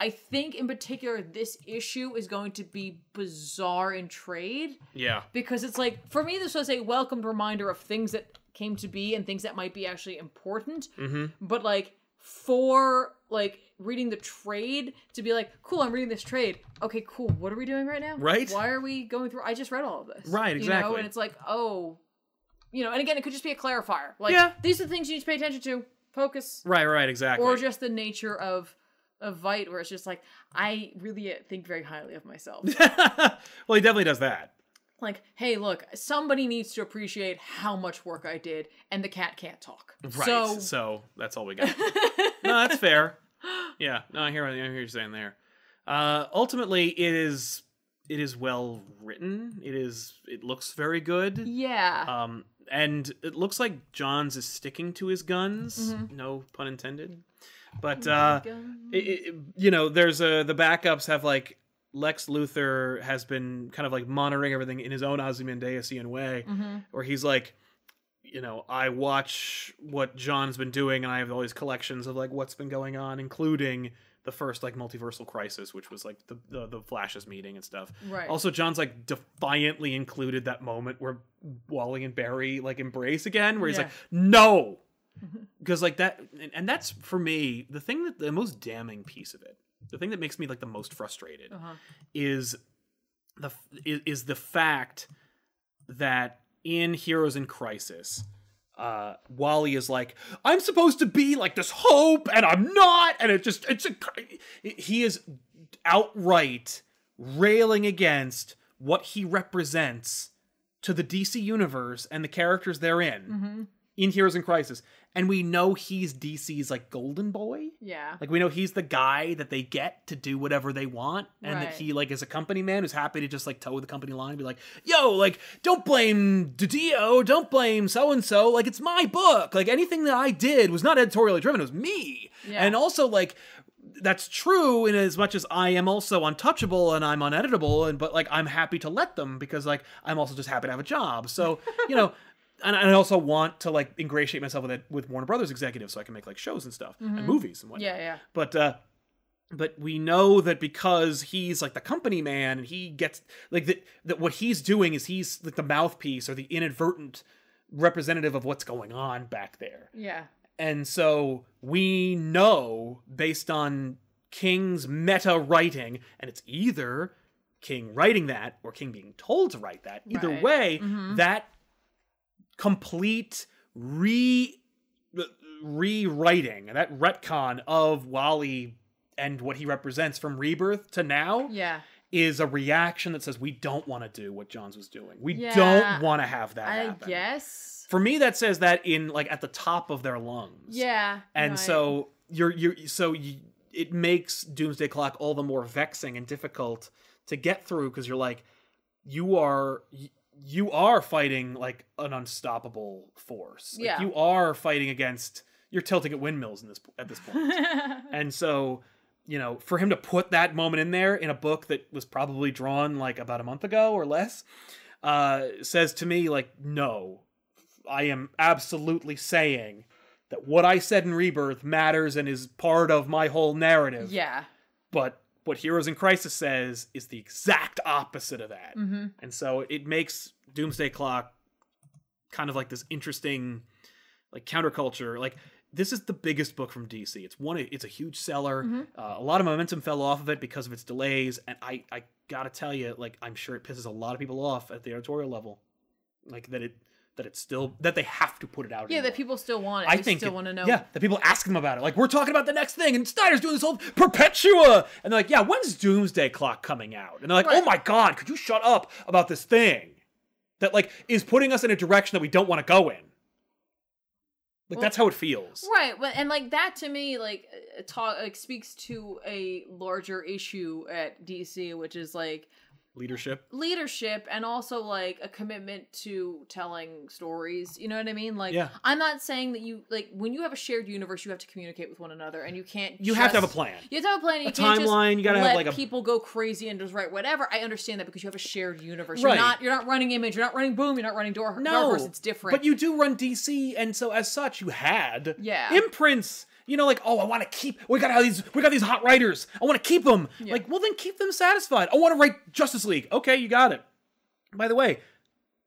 S2: I think in particular this issue is going to be bizarre in trade
S1: Yeah.
S2: because it's like for me this was a welcomed reminder of things that came to be and things that might be actually important
S1: Mm-hmm.
S2: but like for like reading the trade to be like cool i'm reading this trade okay cool what are we doing right now
S1: Right.
S2: why are we going through i just read all of this
S1: Right,
S2: you know
S1: exactly.
S2: and it's like oh you know and again it could just be a clarifier like
S1: Yeah.
S2: these are the things you need to pay attention to focus
S1: Right. Right. Exactly.
S2: or just the nature of of vite where it's just like i really think very highly of myself
S1: well, he definitely does that.
S2: like, hey, look, somebody needs to appreciate how much work I did, and the cat can't talk.
S1: Right.
S2: So,
S1: So, that's all we got. no, that's fair. Yeah. No, I hear, I hear what you're saying there. Uh, ultimately, it is it is well written. It is it looks very good.
S2: yeah,
S1: Um, and it looks like Johns is sticking to his guns.
S2: Mhm.
S1: No pun intended.
S2: Oh
S1: But uh, it, it- you know, there's a the backups have like Lex Luthor has been kind of like monitoring everything in his own Ozymandiasian way,
S2: hmm
S1: where he's like, you know, I watch what John's been doing, and I have all these collections of like what's been going on, including the first like multiversal crisis, which was like the the, the Flash's meeting and stuff.
S2: right.
S1: Also, John's like defiantly included that moment where Wally and Barry like embrace again, where he's
S2: Yeah.
S1: like, no. Because like that, and, and that's for me the thing that the most damning piece of it, the thing that makes me like the most frustrated
S2: uh-huh.
S1: is the is, is the fact that in Heroes in Crisis, uh, Wally is like, I'm supposed to be like this hope, and I'm not, and it just it's a, he is outright railing against what he represents to the DC universe and the characters therein in Heroes in Crisis, and we know he's DC's like golden boy.
S2: Yeah.
S1: Like we know he's the guy that they get to do whatever they want, and
S2: Right.
S1: that he like is a company man who's happy to just like toe the company line and be like, "Yo, like don't blame Didio, don't blame so and so. Like it's my book. Like anything that I did was not editorially driven. It was me.
S2: Yeah.
S1: And also like that's true in as much as I am also untouchable and I'm uneditable, and but like I'm happy to let them because like I'm also just happy to have a job. So you know. And and I also want to like ingratiate myself with it, with Warner Brothers executives so I can make like shows and stuff
S2: Mm-hmm.
S1: and movies and whatnot
S2: yeah, yeah,
S1: but uh but we know that because he's like the company man and he gets like that that what he's doing is he's like the mouthpiece or the inadvertent representative of what's going on back there
S2: yeah,
S1: and so we know based on king's meta writing and it's either king writing that or king being told to write that either
S2: Right.
S1: way
S2: Mhm.
S1: that complete re rewriting that retcon of wally and what he represents from rebirth to now
S2: yeah.
S1: is a reaction that says we don't want to do what johns was doing we
S2: Yeah.
S1: don't want to have that
S2: I
S1: happen
S2: guess.
S1: for me that says that in like at the top of their lungs
S2: Yeah.
S1: and
S2: right.
S1: so you're you're so you, it makes doomsday clock all the more vexing and difficult to get through because you're like you are y- you are fighting like an unstoppable force Like,
S2: Yeah.
S1: you are fighting against you're tilting at windmills in this at this point and so you know for him to put that moment in there in a book that was probably drawn like about a month ago or less uh says to me like no i am absolutely saying that what i said in rebirth matters and is part of my whole narrative
S2: yeah.
S1: but what heroes in crisis says is the exact opposite of that
S2: Mm-hmm.
S1: and so it makes Doomsday Clock kind of like this interesting like counterculture. Like this is the biggest book from DC. It's one it's a huge seller.
S2: Mhm.
S1: Uh, a lot of momentum fell off of it because of its delays and I I got to tell you like I'm sure it pisses a lot of people off at the editorial level. Like that it that it's still that they have to put it out.
S2: Yeah,
S1: anymore.
S2: that people still want it.
S1: I
S2: You
S1: think
S2: still
S1: it-
S2: want to know.
S1: Yeah, that people ask them about it. Like we're talking about the next thing, and Snyder's doing this whole Perpetua, and they're like, "Yeah, when's Doomsday Clock coming out?" And they're like, "Oh
S2: Right.
S1: my God, could you shut up about this thing that like is putting us in a direction that we don't want to go in?" Like
S2: Well-
S1: that's how it feels.
S2: Right, well, and like that to me, like uh, talk like speaks to a larger issue at DC, which is like
S1: Leadership.
S2: leadership and also like a commitment to telling stories. You know what I mean? Like,
S1: Yeah.
S2: I'm not saying that you like when you have a shared universe, you have to communicate with one another, and you can't.
S1: You have to have a
S2: just-
S1: plan.
S2: You have to have a plan. and
S1: A
S2: you can't just
S1: timeline, you gotta have,
S2: let
S1: like, a-
S2: people go crazy and just write whatever. I understand that because you have a shared universe.
S1: Right.
S2: You're not. You're not running Image. You're not running Boom. You're not running Door.
S1: No,
S2: Darkverse, it's different.
S1: But you do run DC, and so as such, you had
S2: Yeah.
S1: imprints. You know, like oh, I want to keep. We got all these. We got these hot writers. I want to keep them.
S2: Yeah.
S1: Like, well, then keep them satisfied. I want to write Justice League. Okay, you got it. By the way,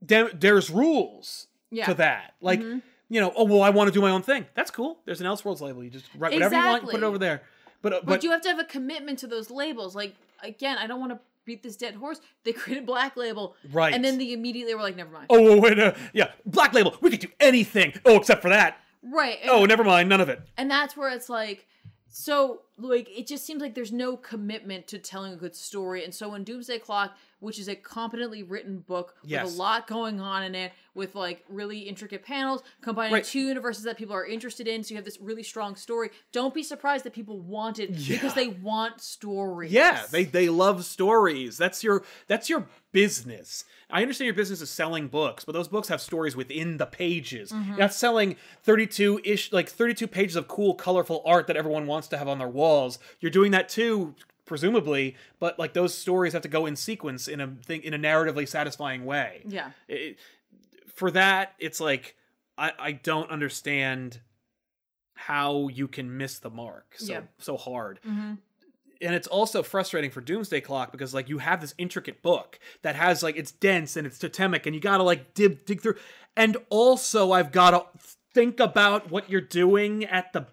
S1: there, there's rules
S2: yeah. Mm-hmm.
S1: to that. Like, you know, oh well, I want to do my own thing. That's cool. There's an Elseworlds label. You just write whatever you want. and Put it
S2: Exactly.
S1: over there. But uh, but,
S2: but, you have to have a commitment to those labels. Like again, I don't want to beat this dead horse. They created Black Label,
S1: Right.
S2: And then they immediately were like, "Never mind."
S1: oh well, wait, uh, yeah, Black Label. We could do anything. Oh, except for that.
S2: right. And,
S1: Oh, never mind. None of it.
S2: and that's where it's like, so like it just seems like there's no commitment to telling a good story. And so when Doomsday Clock, which is a competently written book with
S1: Yes.
S2: a lot going on in it, with like really intricate panels combining
S1: Right.
S2: two universes that people are interested in, so you have this really strong story. Don't be surprised that people want it
S1: Yeah.
S2: because they want stories.
S1: Yeah, they they love stories. That's your that's your business. I understand your business is selling books, but those books have stories within the pages.
S2: Mm-hmm.
S1: You're not selling 32 ish like 32 pages of cool colorful art that everyone wants to have on their walls. You're doing that too presumably, but like those stories have to go in sequence in a thing in a narratively satisfying way.
S2: yeah.
S1: It- for that, it's like I I don't understand how you can miss the mark so
S2: Yeah.
S1: so hard
S2: Mm-hmm.
S1: and it's also frustrating for Doomsday Clock because like you have this intricate book that has like it's dense and it's totemic and you gotta like dig dig through, and also I've gotta think about what you're doing at the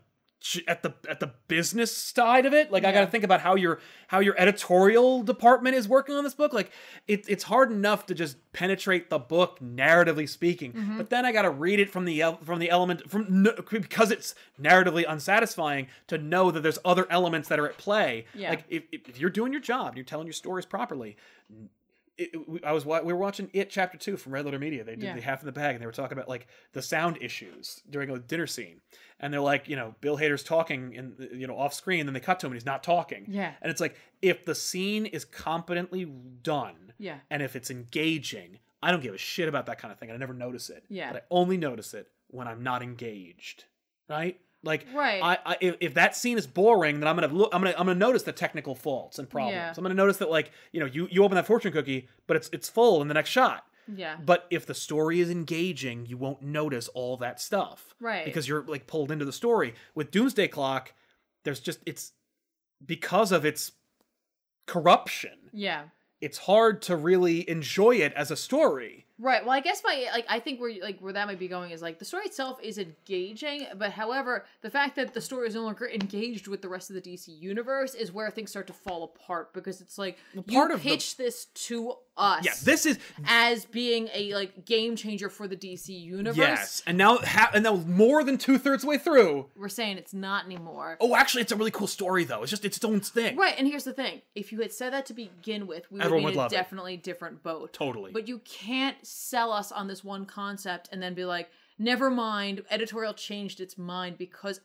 S1: at the at the business side of it. Like I
S2: Yeah.
S1: gotta think about how your how your editorial department is working on this book. Like it, it's hard enough to just penetrate the book narratively speaking, but then I gotta read it from the el- from the element from n- because it's narratively unsatisfying to know that there's other elements that are at play.
S2: Yeah.
S1: Like if, if if you're doing your job, you're telling your stories properly. It, it- we- I was wa- we were watching it chapter two from Red Letter Media. They did
S2: Yeah.
S1: the half in the bag, and they were talking about like the sound issues during a dinner scene. And they're like, you know, Bill Hader's talking, and you know, off screen. Then they cut to him, and he's not talking.
S2: Yeah.
S1: And it's like if the scene is competently done,
S2: Yeah.
S1: and if it's engaging, I don't give a shit about that kind of thing. I never notice it.
S2: Yeah.
S1: But I only notice it when I'm not engaged. Right. Like
S2: Right.
S1: I, I if, if that scene is boring, then I'm gonna look. I'm gonna I'm gonna notice the technical faults and problems.
S2: Yeah.
S1: I'm gonna notice that like you know you you open that fortune cookie, but it's it's full in the next shot.
S2: yeah.
S1: But if the story is engaging, you won't notice all that stuff.
S2: Right.
S1: Because you're like pulled into the story. With Doomsday Clock, there's just it's because of its corruption,
S2: Yeah.
S1: it's hard to really enjoy it as a story.
S2: Right. Well, I guess my like I think where like where that might be going is like the story itself is engaging, but however, the fact that the story is no longer engaged with the rest of the DC universe is where things start to fall apart because it's like
S1: part
S2: you
S1: of the-
S2: pitch this to us
S1: Yeah, this is
S2: as being a like game changer for the DC universe.
S1: yes, and now ha- and now more than two thirds way through.
S2: We're saying it's not anymore.
S1: Oh, actually, it's a really cool story though. It's just it's its own thing.
S2: Right, and here's the thing: if you had said that to begin with, we
S1: Everyone
S2: would
S1: would
S2: be in a
S1: love it.
S2: definitely different boat.
S1: Totally.
S2: But you can't sell us on this one concept and then be like, "Never mind." Editorial changed its mind because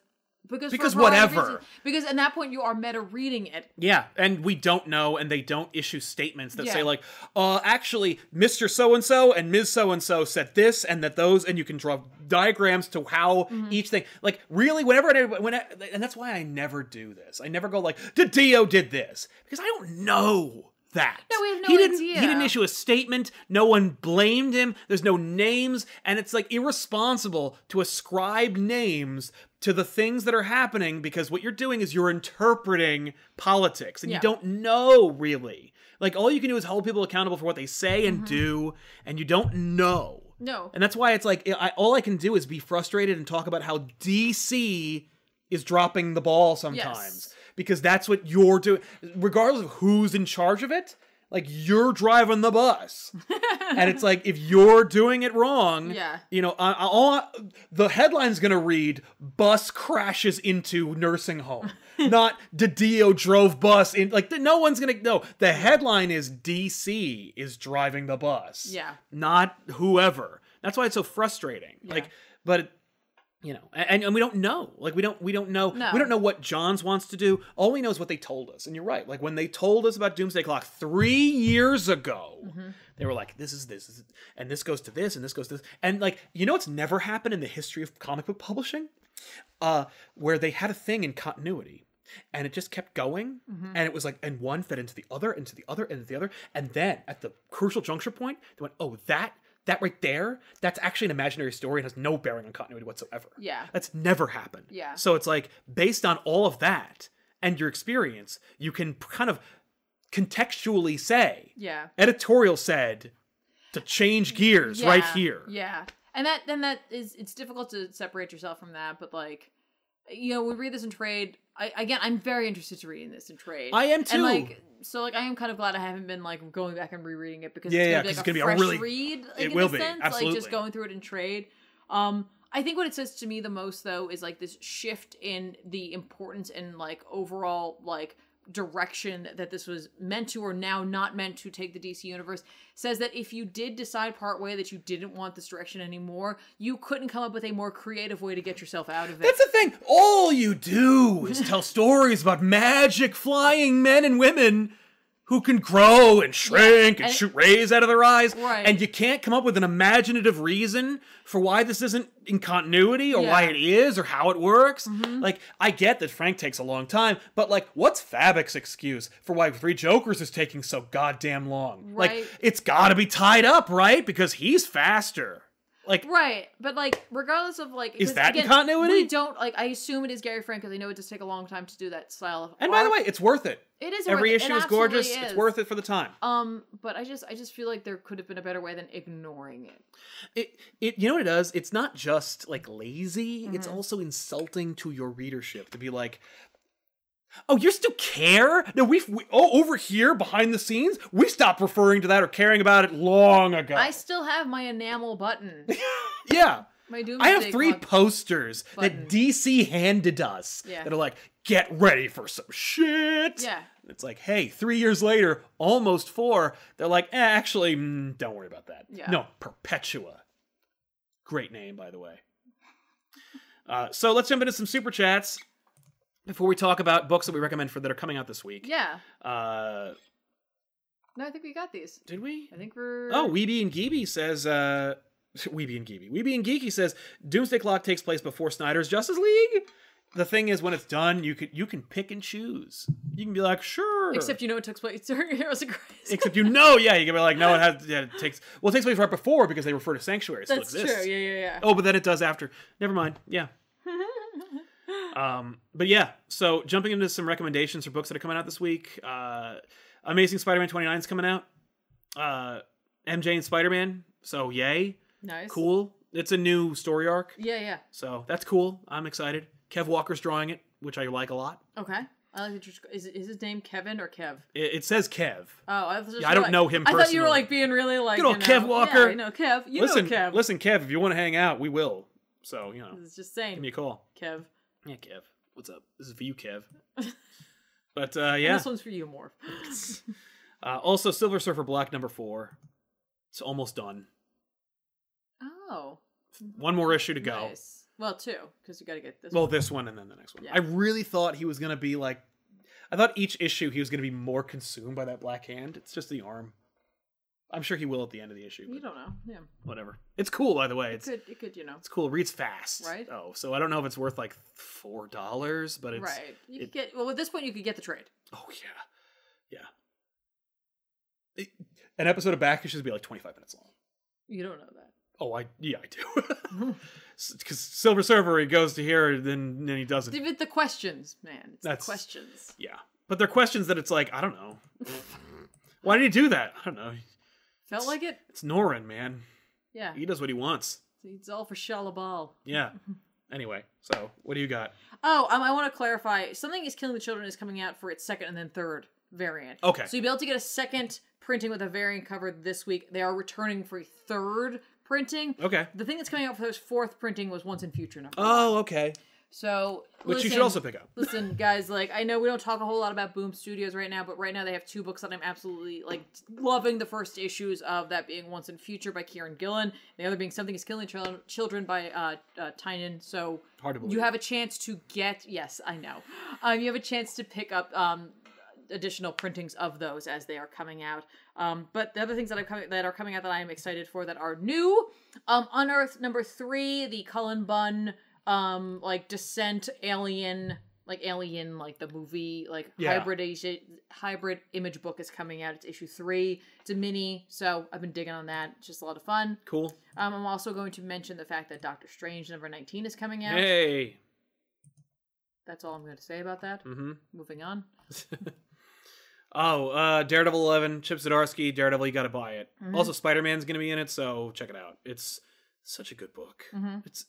S2: because for a
S1: Because
S2: variety of
S1: whatever.
S2: reasons- because at that point you are meta reading it.
S1: Yeah, and we don't know, and they don't issue statements that say
S2: Yeah.
S1: like, "Uh, actually, Mister So and So and Ms. So and So said this, and that those," and you can draw diagrams to how
S2: Mm-hmm.
S1: each thing. Like, really, whenever I when I, and that's why I never do this. I never go like, "The Dio did this," because I don't know that.
S2: No, we have no
S1: he didn't, He
S2: idea.
S1: didn't issue a statement. No one blamed him. There's no names, and it's like irresponsible to ascribe names to the things that are happening because what you're doing is you're interpreting politics, and you
S2: Yeah.
S1: don't know really. Like all you can do is hold people accountable for what they say and do, and you don't know.
S2: No,
S1: And that's why it's like I, all I can do is be frustrated and talk about how DC is dropping the ball sometimes
S2: Yes.
S1: because that's what you're doing, regardless of who's in charge of it. Like you're driving the bus, and it's like if you're doing it wrong,
S2: Yeah.
S1: you know, I, I, all I- the headline's gonna read "Bus crashes into nursing home," not "Didio drove bus in." Like no one's gonna no. The headline is "DC is driving the bus,"
S2: Yeah.
S1: not whoever. That's why it's so frustrating.
S2: Yeah.
S1: Like, but you know a- and, and we don't know like we don't we don't know
S2: No.
S1: we don't know what johns wants to do all we know is what they told us and you're right like when they told us about doomsday clock three years ago they were like this is this is, and this goes to this and this goes to this and like you know what's never happened in the history of comic book publishing uh where they had a thing in continuity and it just kept going
S2: Mm-hmm.
S1: and it was like and one fed into the other into the other into the other and then at the crucial juncture point they went oh that that right there that's actually an imaginary story and has no bearing on continuity whatsoever
S2: Yeah.
S1: that's never happened.
S2: Yeah.
S1: So it's like based on all of that and your experience, you can p- kind of contextually say,
S2: Yeah.
S1: editorial said to change gears right
S2: Yeah,
S1: here.
S2: Yeah. And that then that is it's difficult to separate yourself from that, but like you know, we read this in trade. I again I'm very interested to reading this in trade.
S1: I am
S2: And
S1: too.
S2: like so like I am kind of glad I haven't been like going back and rereading it because
S1: Yeah, yeah, 'cause
S2: it's
S1: it's
S2: gonna be like a fresh
S1: really-
S2: read like,
S1: it
S2: in
S1: will
S2: a
S1: be,
S2: sense. Like
S1: absolutely.
S2: just going through it in trade. Um I think what it says to me the most though is like this shift in the importance and like overall like direction that this was meant to or now not meant to take the DC universe says that if you did decide partway that you didn't want this direction anymore, you couldn't come up with a more creative way to get yourself out of it.
S1: That's the thing. All you do is tell stories about magic flying men and women who can grow and shrink and,
S2: and-
S1: shoot rays out of their eyes.
S2: Right.
S1: And you can't come up with an imaginative reason for why this isn't in continuity or why
S2: Yeah. Mm-hmm.
S1: it is or how it works. Like, I get that Frank takes a long time, but like, what's Fabic's excuse for why Three Jokers is taking so goddamn long?
S2: Right.
S1: Like, it's gotta be tied up, right? Because he's faster. Like,
S2: Right, but like, regardless of like,
S1: Is
S2: 'cause
S1: that in continuity?
S2: We don't like. I assume it is Gary Frank because I know it does take a long time to do that style of.
S1: and by the
S2: art.
S1: way, it's worth it.
S2: it is
S1: Every
S2: worth it.
S1: issue
S2: It
S1: is gorgeous.
S2: absolutely
S1: It's
S2: is.
S1: worth it for the time.
S2: Um, but I just, I just feel like there could have been a better way than ignoring it.
S1: It, it, you know what it does? It's not just like lazy. It's
S2: Mm-hmm.
S1: also insulting to your readership to be like, "Oh, you still care? No, we've we, oh over here behind the scenes, we stopped referring to that or caring about it long ago."
S2: I still have my enamel button.
S1: yeah,
S2: My doomsday.
S1: I have three
S2: clock.
S1: posters
S2: Button.
S1: that DC handed us
S2: Yeah.
S1: that are like, "Get ready for some shit."
S2: Yeah.
S1: It's like, hey, three years later, almost four, they're like, eh, actually, mm, don't worry about that.
S2: Yeah.
S1: No, Perpetua. Great name, by the way. Uh, so let's jump into some super chats before we talk about books that we recommend for that are coming out this week.
S2: Yeah.
S1: Uh,
S2: No, I think we got these.
S1: did we?
S2: I think we're.
S1: Oh, Weeby and Geeby says, uh, Weeby and Geeby. Weeby and Geeky says, Doomsday Clock takes place before Snyder's Justice League. The thing is, when it's done, you could you can pick and choose. You can be like, sure.
S2: Except you know it took place during Heroes of Grace.
S1: Except you know, yeah, you can be like, no, it has yeah, it takes well, it takes place right before because they refer to sanctuary. It still
S2: That's true.
S1: exists.
S2: Yeah, yeah, yeah.
S1: Oh, but then it does after. Never mind. Yeah. Oh. um, but yeah, so jumping into some recommendations for books that are coming out this week. Uh, Amazing Spider-Man 29 is coming out. Uh, MJ and Spider-Man. So yay,
S2: Nice.
S1: cool. It's a new story arc,
S2: Yeah, yeah.
S1: so that's cool. I'm excited. Kev Walker's drawing it, which I like a lot.
S2: Okay. I like that. You're, is is his name Kevin or Kev?
S1: It, it says Kev.
S2: Oh, I, was just
S1: Yeah, I don't
S2: like-
S1: know him
S2: I thought you were
S1: personally.
S2: like being really like
S1: Good old
S2: you know,
S1: Kev Walker.
S2: Yeah, I know Kev. You
S1: listen,
S2: know Kev.
S1: listen, Kev. If you want to hang out, we will. So you know,
S2: It's just
S1: give
S2: saying
S1: me a call.
S2: Kev.
S1: Yeah, Kev. What's up? This is for you, Kev. But uh,
S2: And
S1: yeah.
S2: this one's for you, Morph.
S1: Uh, also, Silver Surfer Black number four. It's almost done.
S2: oh,
S1: One more issue to go.
S2: nice. Well, two because you got to get this.
S1: Well, this one and then the next one.
S2: Yeah.
S1: I really thought he was gonna be like. I thought each issue he was gonna be more consumed by that black hand. It's just the arm. I'm sure he will at the end of the issue.
S2: one. you
S1: But
S2: don't know. Yeah,
S1: whatever. It's cool, by the way.
S2: it
S1: It's
S2: could, it could, you know,
S1: it's cool. It reads fast.
S2: Right.
S1: Oh, so I don't know if it's worth like four dollars, but it's
S2: right? You
S1: it-
S2: could get well at this point. You could get the trade.
S1: Oh yeah, yeah. It- an episode of Back should be like twenty five minutes long.
S2: You don't know that.
S1: Oh, I yeah I do. Because Silver Surfer he goes to here, then then he doesn't.
S2: The, the questions, man. It's
S1: That's-
S2: the questions.
S1: Yeah, but they're questions that it's like I don't know. Why did he do that? I don't know.
S2: Felt like it.
S1: It's Norin, man.
S2: Yeah,
S1: He does what he wants.
S2: it's all for Shalabal.
S1: Yeah. Anyway, so what do you got?
S2: Oh, um, I want to clarify. Something is killing the children is coming out for its second and then third. variant.
S1: Okay.
S2: So you'll be able to get a second printing with a variant cover this week. They are returning for a third printing.
S1: Okay.
S2: The thing that's coming out for this fourth printing was once in future number.
S1: Oh, okay.
S2: so
S1: Which you should
S2: listen-
S1: also pick up.
S2: Listen, guys, like I know we don't talk a whole lot about Boom Studios right now, but right now they have two books that I'm absolutely like loving. The first issues of that being Once in Future by Kieran Gillen, the other being Something Is Killing Chil- Children by uh, uh Tynan. So
S1: Hard to believe.
S2: you have a chance to get yes, I know. Um, you have a chance to pick up um additional printings of those as they are coming out. Um, but the other things that are coming that are coming out that I am excited for that are new. Um, Unearth number three, the Cullen Bunn um like descent alien like alien like the movie like
S1: Yeah.
S2: hybridization hybrid image book is coming out. It's issue three. It's a mini, so I've been digging on that. It's just a lot of fun.
S1: cool.
S2: Um, I'm also going to mention the fact that Doctor Strange number 19 is coming out.
S1: Hey.
S2: That's all I'm going to say about that.
S1: Mm-hmm.
S2: Moving on.
S1: Oh, uh, Daredevil 11, Chip Zdarsky, Daredevil, you gotta buy it.
S2: Mhm.
S1: Also, Spider Man's gonna be in it, so check it out. It's such a good book.
S2: Mhm.
S1: It's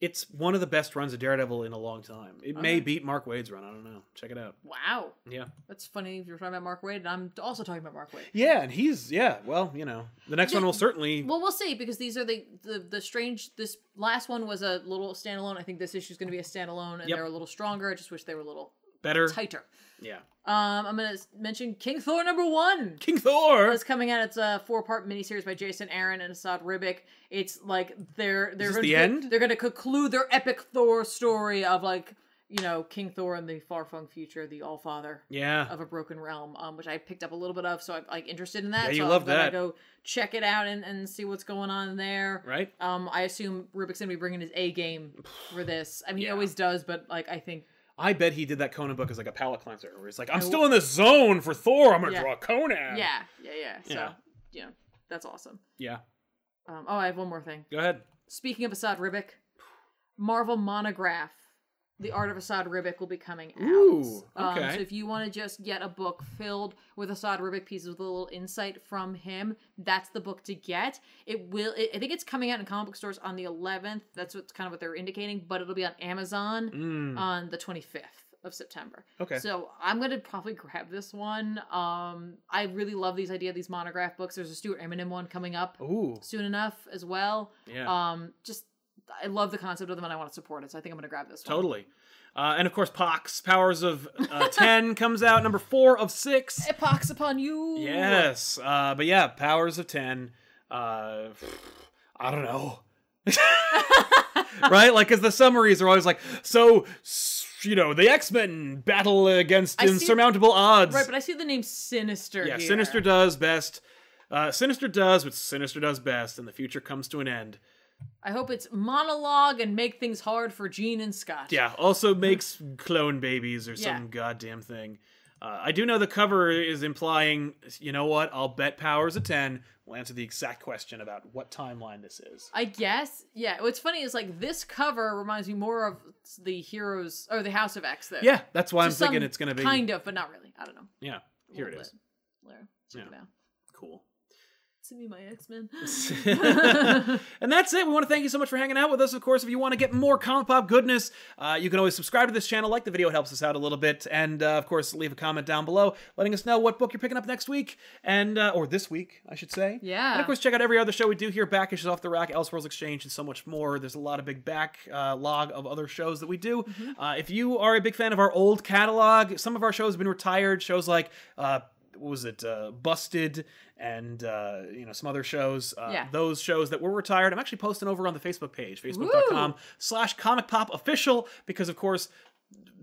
S1: it's one of the best runs of Daredevil in a long time. It may
S2: Okay.
S1: beat Mark Wade's run. I don't know. Check it out.
S2: Wow.
S1: Yeah.
S2: That's funny if you're talking about Mark Wade, and I'm also talking about Mark Wade.
S1: Yeah, and he's, yeah, well, you know, the next one will certainly.
S2: Well, we'll see because these are the the, the strange. This last one was a little standalone. I think this issue is going to be a standalone, and
S1: Yep.
S2: they're a little stronger. I just wish they were a little
S1: better.
S2: tighter.
S1: Yeah.
S2: Um, I'm going to mention King Thor number one.
S1: King Thor!
S2: It's coming out. It's a four-part miniseries by Jason Aaron and Assad Ribic. It's like they're they're
S1: this
S2: gonna
S1: the end?
S2: They're going to conclude their epic Thor story of like you know King Thor in the far-flung future, the All Father
S1: Yeah.
S2: of a Broken Realm, um, which I picked up a little bit of, so I'm like interested in that.
S1: Yeah, you
S2: so
S1: love
S2: I'm gonna
S1: that.
S2: Go check it out and, and see what's going on there.
S1: Right?
S2: Um, I assume Rubik's gonna be bringing his A game for this. I mean,
S1: Yeah.
S2: he always does, but like I think
S1: I bet he did that Conan book as like a palate cleanser, where he's like, I'm
S2: I
S1: still in this zone for Thor. I'm gonna
S2: Yeah.
S1: draw Conan.
S2: yeah, yeah, yeah. So
S1: Yeah.
S2: you know that's awesome.
S1: Yeah.
S2: Um, oh, I have one more thing.
S1: Go ahead.
S2: Speaking of Assad Ribic, Marvel Monograph, The Art of Assad Ribic will be coming out.
S1: Ooh,
S2: Um,
S1: okay.
S2: so if you want to just get a book filled with Assad Ribic pieces with a little insight from him, that's the book to get. It will. It, I think it's coming out in comic book stores on the 11th. That's what's kind of what they're indicating, but it'll be on Amazon
S1: Mm.
S2: on the 25th of September.
S1: okay.
S2: So I'm gonna probably grab this one. Um, I really love these idea of these monograph books. There's a Stuart Eminem one coming up
S1: Ooh.
S2: soon enough as well.
S1: Yeah.
S2: Um, just I love the concept of them and I want to support it, so I think I'm gonna grab this one.
S1: Totally. Uh, and of course, Pox Powers of uh, Ten comes out number four of six.
S2: Epox upon you.
S1: Yes, uh, but yeah, Powers of Ten. Uh, I don't know, right? Like, because the summaries are always like, so s- you know, the X Men battle against
S2: I see-
S1: insurmountable odds.
S2: Right, but I see the name Sinister.
S1: yeah,
S2: here.
S1: Sinister does best. Uh, Sinister does what Sinister does best, and the future comes to an end.
S2: I hope it's monologue and make things hard for Gene and Scott.
S1: Yeah, also makes clone babies or
S2: Yeah.
S1: some goddamn thing. Uh, I do know the cover is implying, you know what? I'll bet Powers a 10 will answer the exact question about what timeline this is.
S2: I guess. Yeah. What's funny is like this cover reminds me more of the Heroes or the House of X though.
S1: Yeah, that's why
S2: To
S1: I'm thinking
S2: some
S1: it's going to be.
S2: kind of, but not really. I don't know.
S1: Yeah,
S2: A
S1: here it
S2: little
S1: is.
S2: bit. Later. Check
S1: Yeah.
S2: it out.
S1: Cool.
S2: Send me my X Men.
S1: and that's it. We want to thank you so much for hanging out with us. Of course, if you want to get more comic pop goodness, uh, you can always subscribe to this channel, like the video, it helps us out a little bit, and uh, of course, leave a comment down below letting us know what book you're picking up next week, and uh, or this week, I should say.
S2: Yeah.
S1: And of course, check out every other show we do here: Back Issues Off the Rack, Elseworlds Exchange, and so much more. There's a lot of big back uh, log of other shows that we do.
S2: Mm-hmm.
S1: Uh, if you are a big fan of our old catalog, some of our shows have been retired. Shows like. Uh, what was it uh, busted and uh, you know some other shows uh,
S2: Yeah.
S1: those shows that were retired i'm actually posting over on the facebook page facebook.com slash comic pop official because of course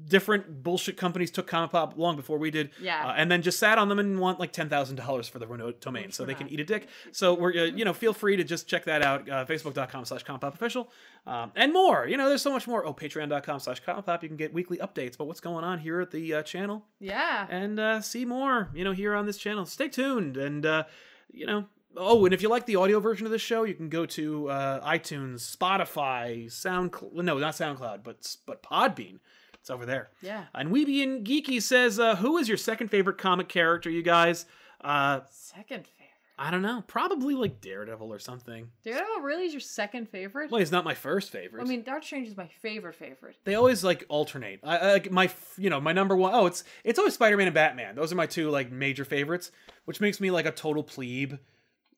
S1: different bullshit companies took comic pop long before we did
S2: Yeah.
S1: uh, and then just sat on them and want like $10000 for the reno- domain so they can eat a dick so we're uh, you know feel free to just check that out uh, facebook.com slash comic pop official um, and more you know there's so much more oh patreon.com slash comic pop you can get weekly updates about what's going on here at the uh, channel
S2: yeah.
S1: and uh, see more, you know, here on this channel. Stay tuned, and uh, you know, oh, and if you like the audio version of this show, you can go to uh, iTunes, Spotify, SoundCloud. No, not SoundCloud, but but Podbean. It's over there.
S2: Yeah.
S1: And Weeby and Geeky says, uh, "Who is your second favorite comic character, you guys?" Uh,
S2: Second favorite.
S1: I don't know. Probably like Daredevil or something.
S2: Daredevil really is your second favorite?
S1: Well, he's not my first favorite.
S2: I mean, Doctor Strange is my favorite favorite.
S1: they always like alternate. I, I like my f- you know my number one. Oh, it's it's always Spider Man and Batman. Those are my two like major favorites, which makes me like a total plebe,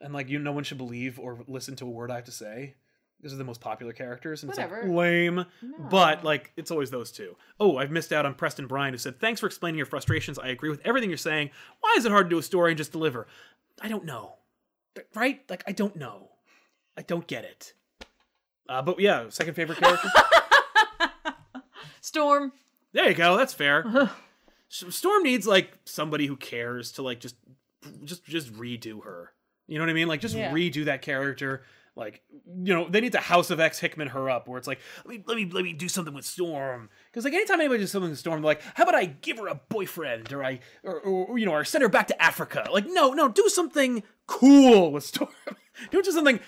S1: and like you no one should believe or listen to a word I have to say. These are the most popular characters, and it's
S2: Whatever.
S1: like lame.
S2: No.
S1: But like it's always those two. Oh, I've missed out on Preston Bryan who said thanks for explaining your frustrations. I agree with everything you're saying. Why is it hard to do a story and just deliver? I don't know, Th- right? Like I don't know. I don't get it. Uh, but yeah, second favorite character.
S2: Storm.
S1: There you go. That's
S2: Uh-huh.
S1: fair. S- Storm needs like somebody who cares to like just just just redo her. You know what I mean? Like just
S2: Yeah.
S1: redo that character. Like you know they need to House of X Hickman her up where it's like let me let me let me do something with Storm because like anytime anybody does something with Storm they're like how about I give her a boyfriend or I or, or you know or send her back to Africa like no no do something cool with Storm don't do something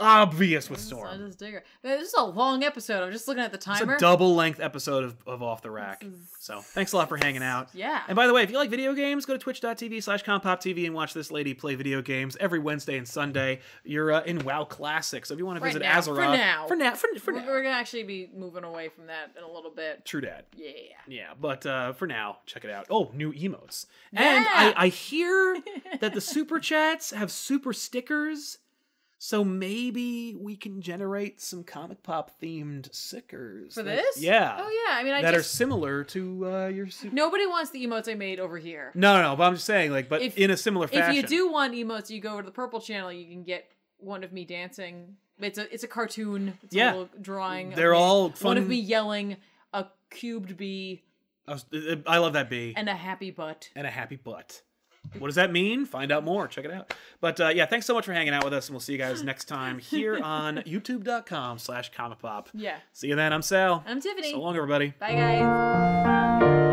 S1: obvious with
S2: I
S1: Storm.
S2: just dig her. Man, this is a long episode. I'm just looking at the
S1: It's
S2: timer.
S1: a double length episode of, of Off the Rack. So thanks a lot for hanging out.
S2: yeah.
S1: And by the way, if you like video games, go to twitch.tv slash compoptv and watch this lady play video games every Wednesday and Sunday. You're uh, in WoW Classic, so if you want to
S2: Right
S1: visit
S2: now, for
S1: Azeroth.
S2: now.
S1: For now. For, for
S2: we're,
S1: now.
S2: we're gonna actually be moving away from that in a little bit.
S1: True dad.
S2: Yeah.
S1: Yeah, but uh, for now, check it out. Oh, new emotes. And I, I hear that the super chats have super stickers. So maybe we can generate some comic pop themed stickers.
S2: For
S1: that-
S2: this?
S1: Yeah.
S2: Oh yeah. I mean, I
S1: that are
S2: just
S1: similar to uh, your super.
S2: nobody wants the emotes I made over here.
S1: No, no, no, but I'm just saying, like, but
S2: If-
S1: in a similar fashion.
S2: If you do want emotes, you go over to the purple channel. You can get one of me dancing. It's a it's a cartoon. It's
S1: Yeah.
S2: a little drawing. of
S1: They're
S2: me.
S1: all
S2: One
S1: fun-
S2: of me yelling, a cubed bee,
S1: I, was, uh, I love that bee
S2: and a happy butt.
S1: and a happy butt. What does that mean? Find out more. Check it out. But uh, yeah, thanks so much for hanging out with us, and we'll see you guys next time here on youtube.com slash comic pop.
S2: Yeah.
S1: See you then. I'm Sal.
S2: I'm Tiffany.
S1: So long, everybody.
S2: Bye guys.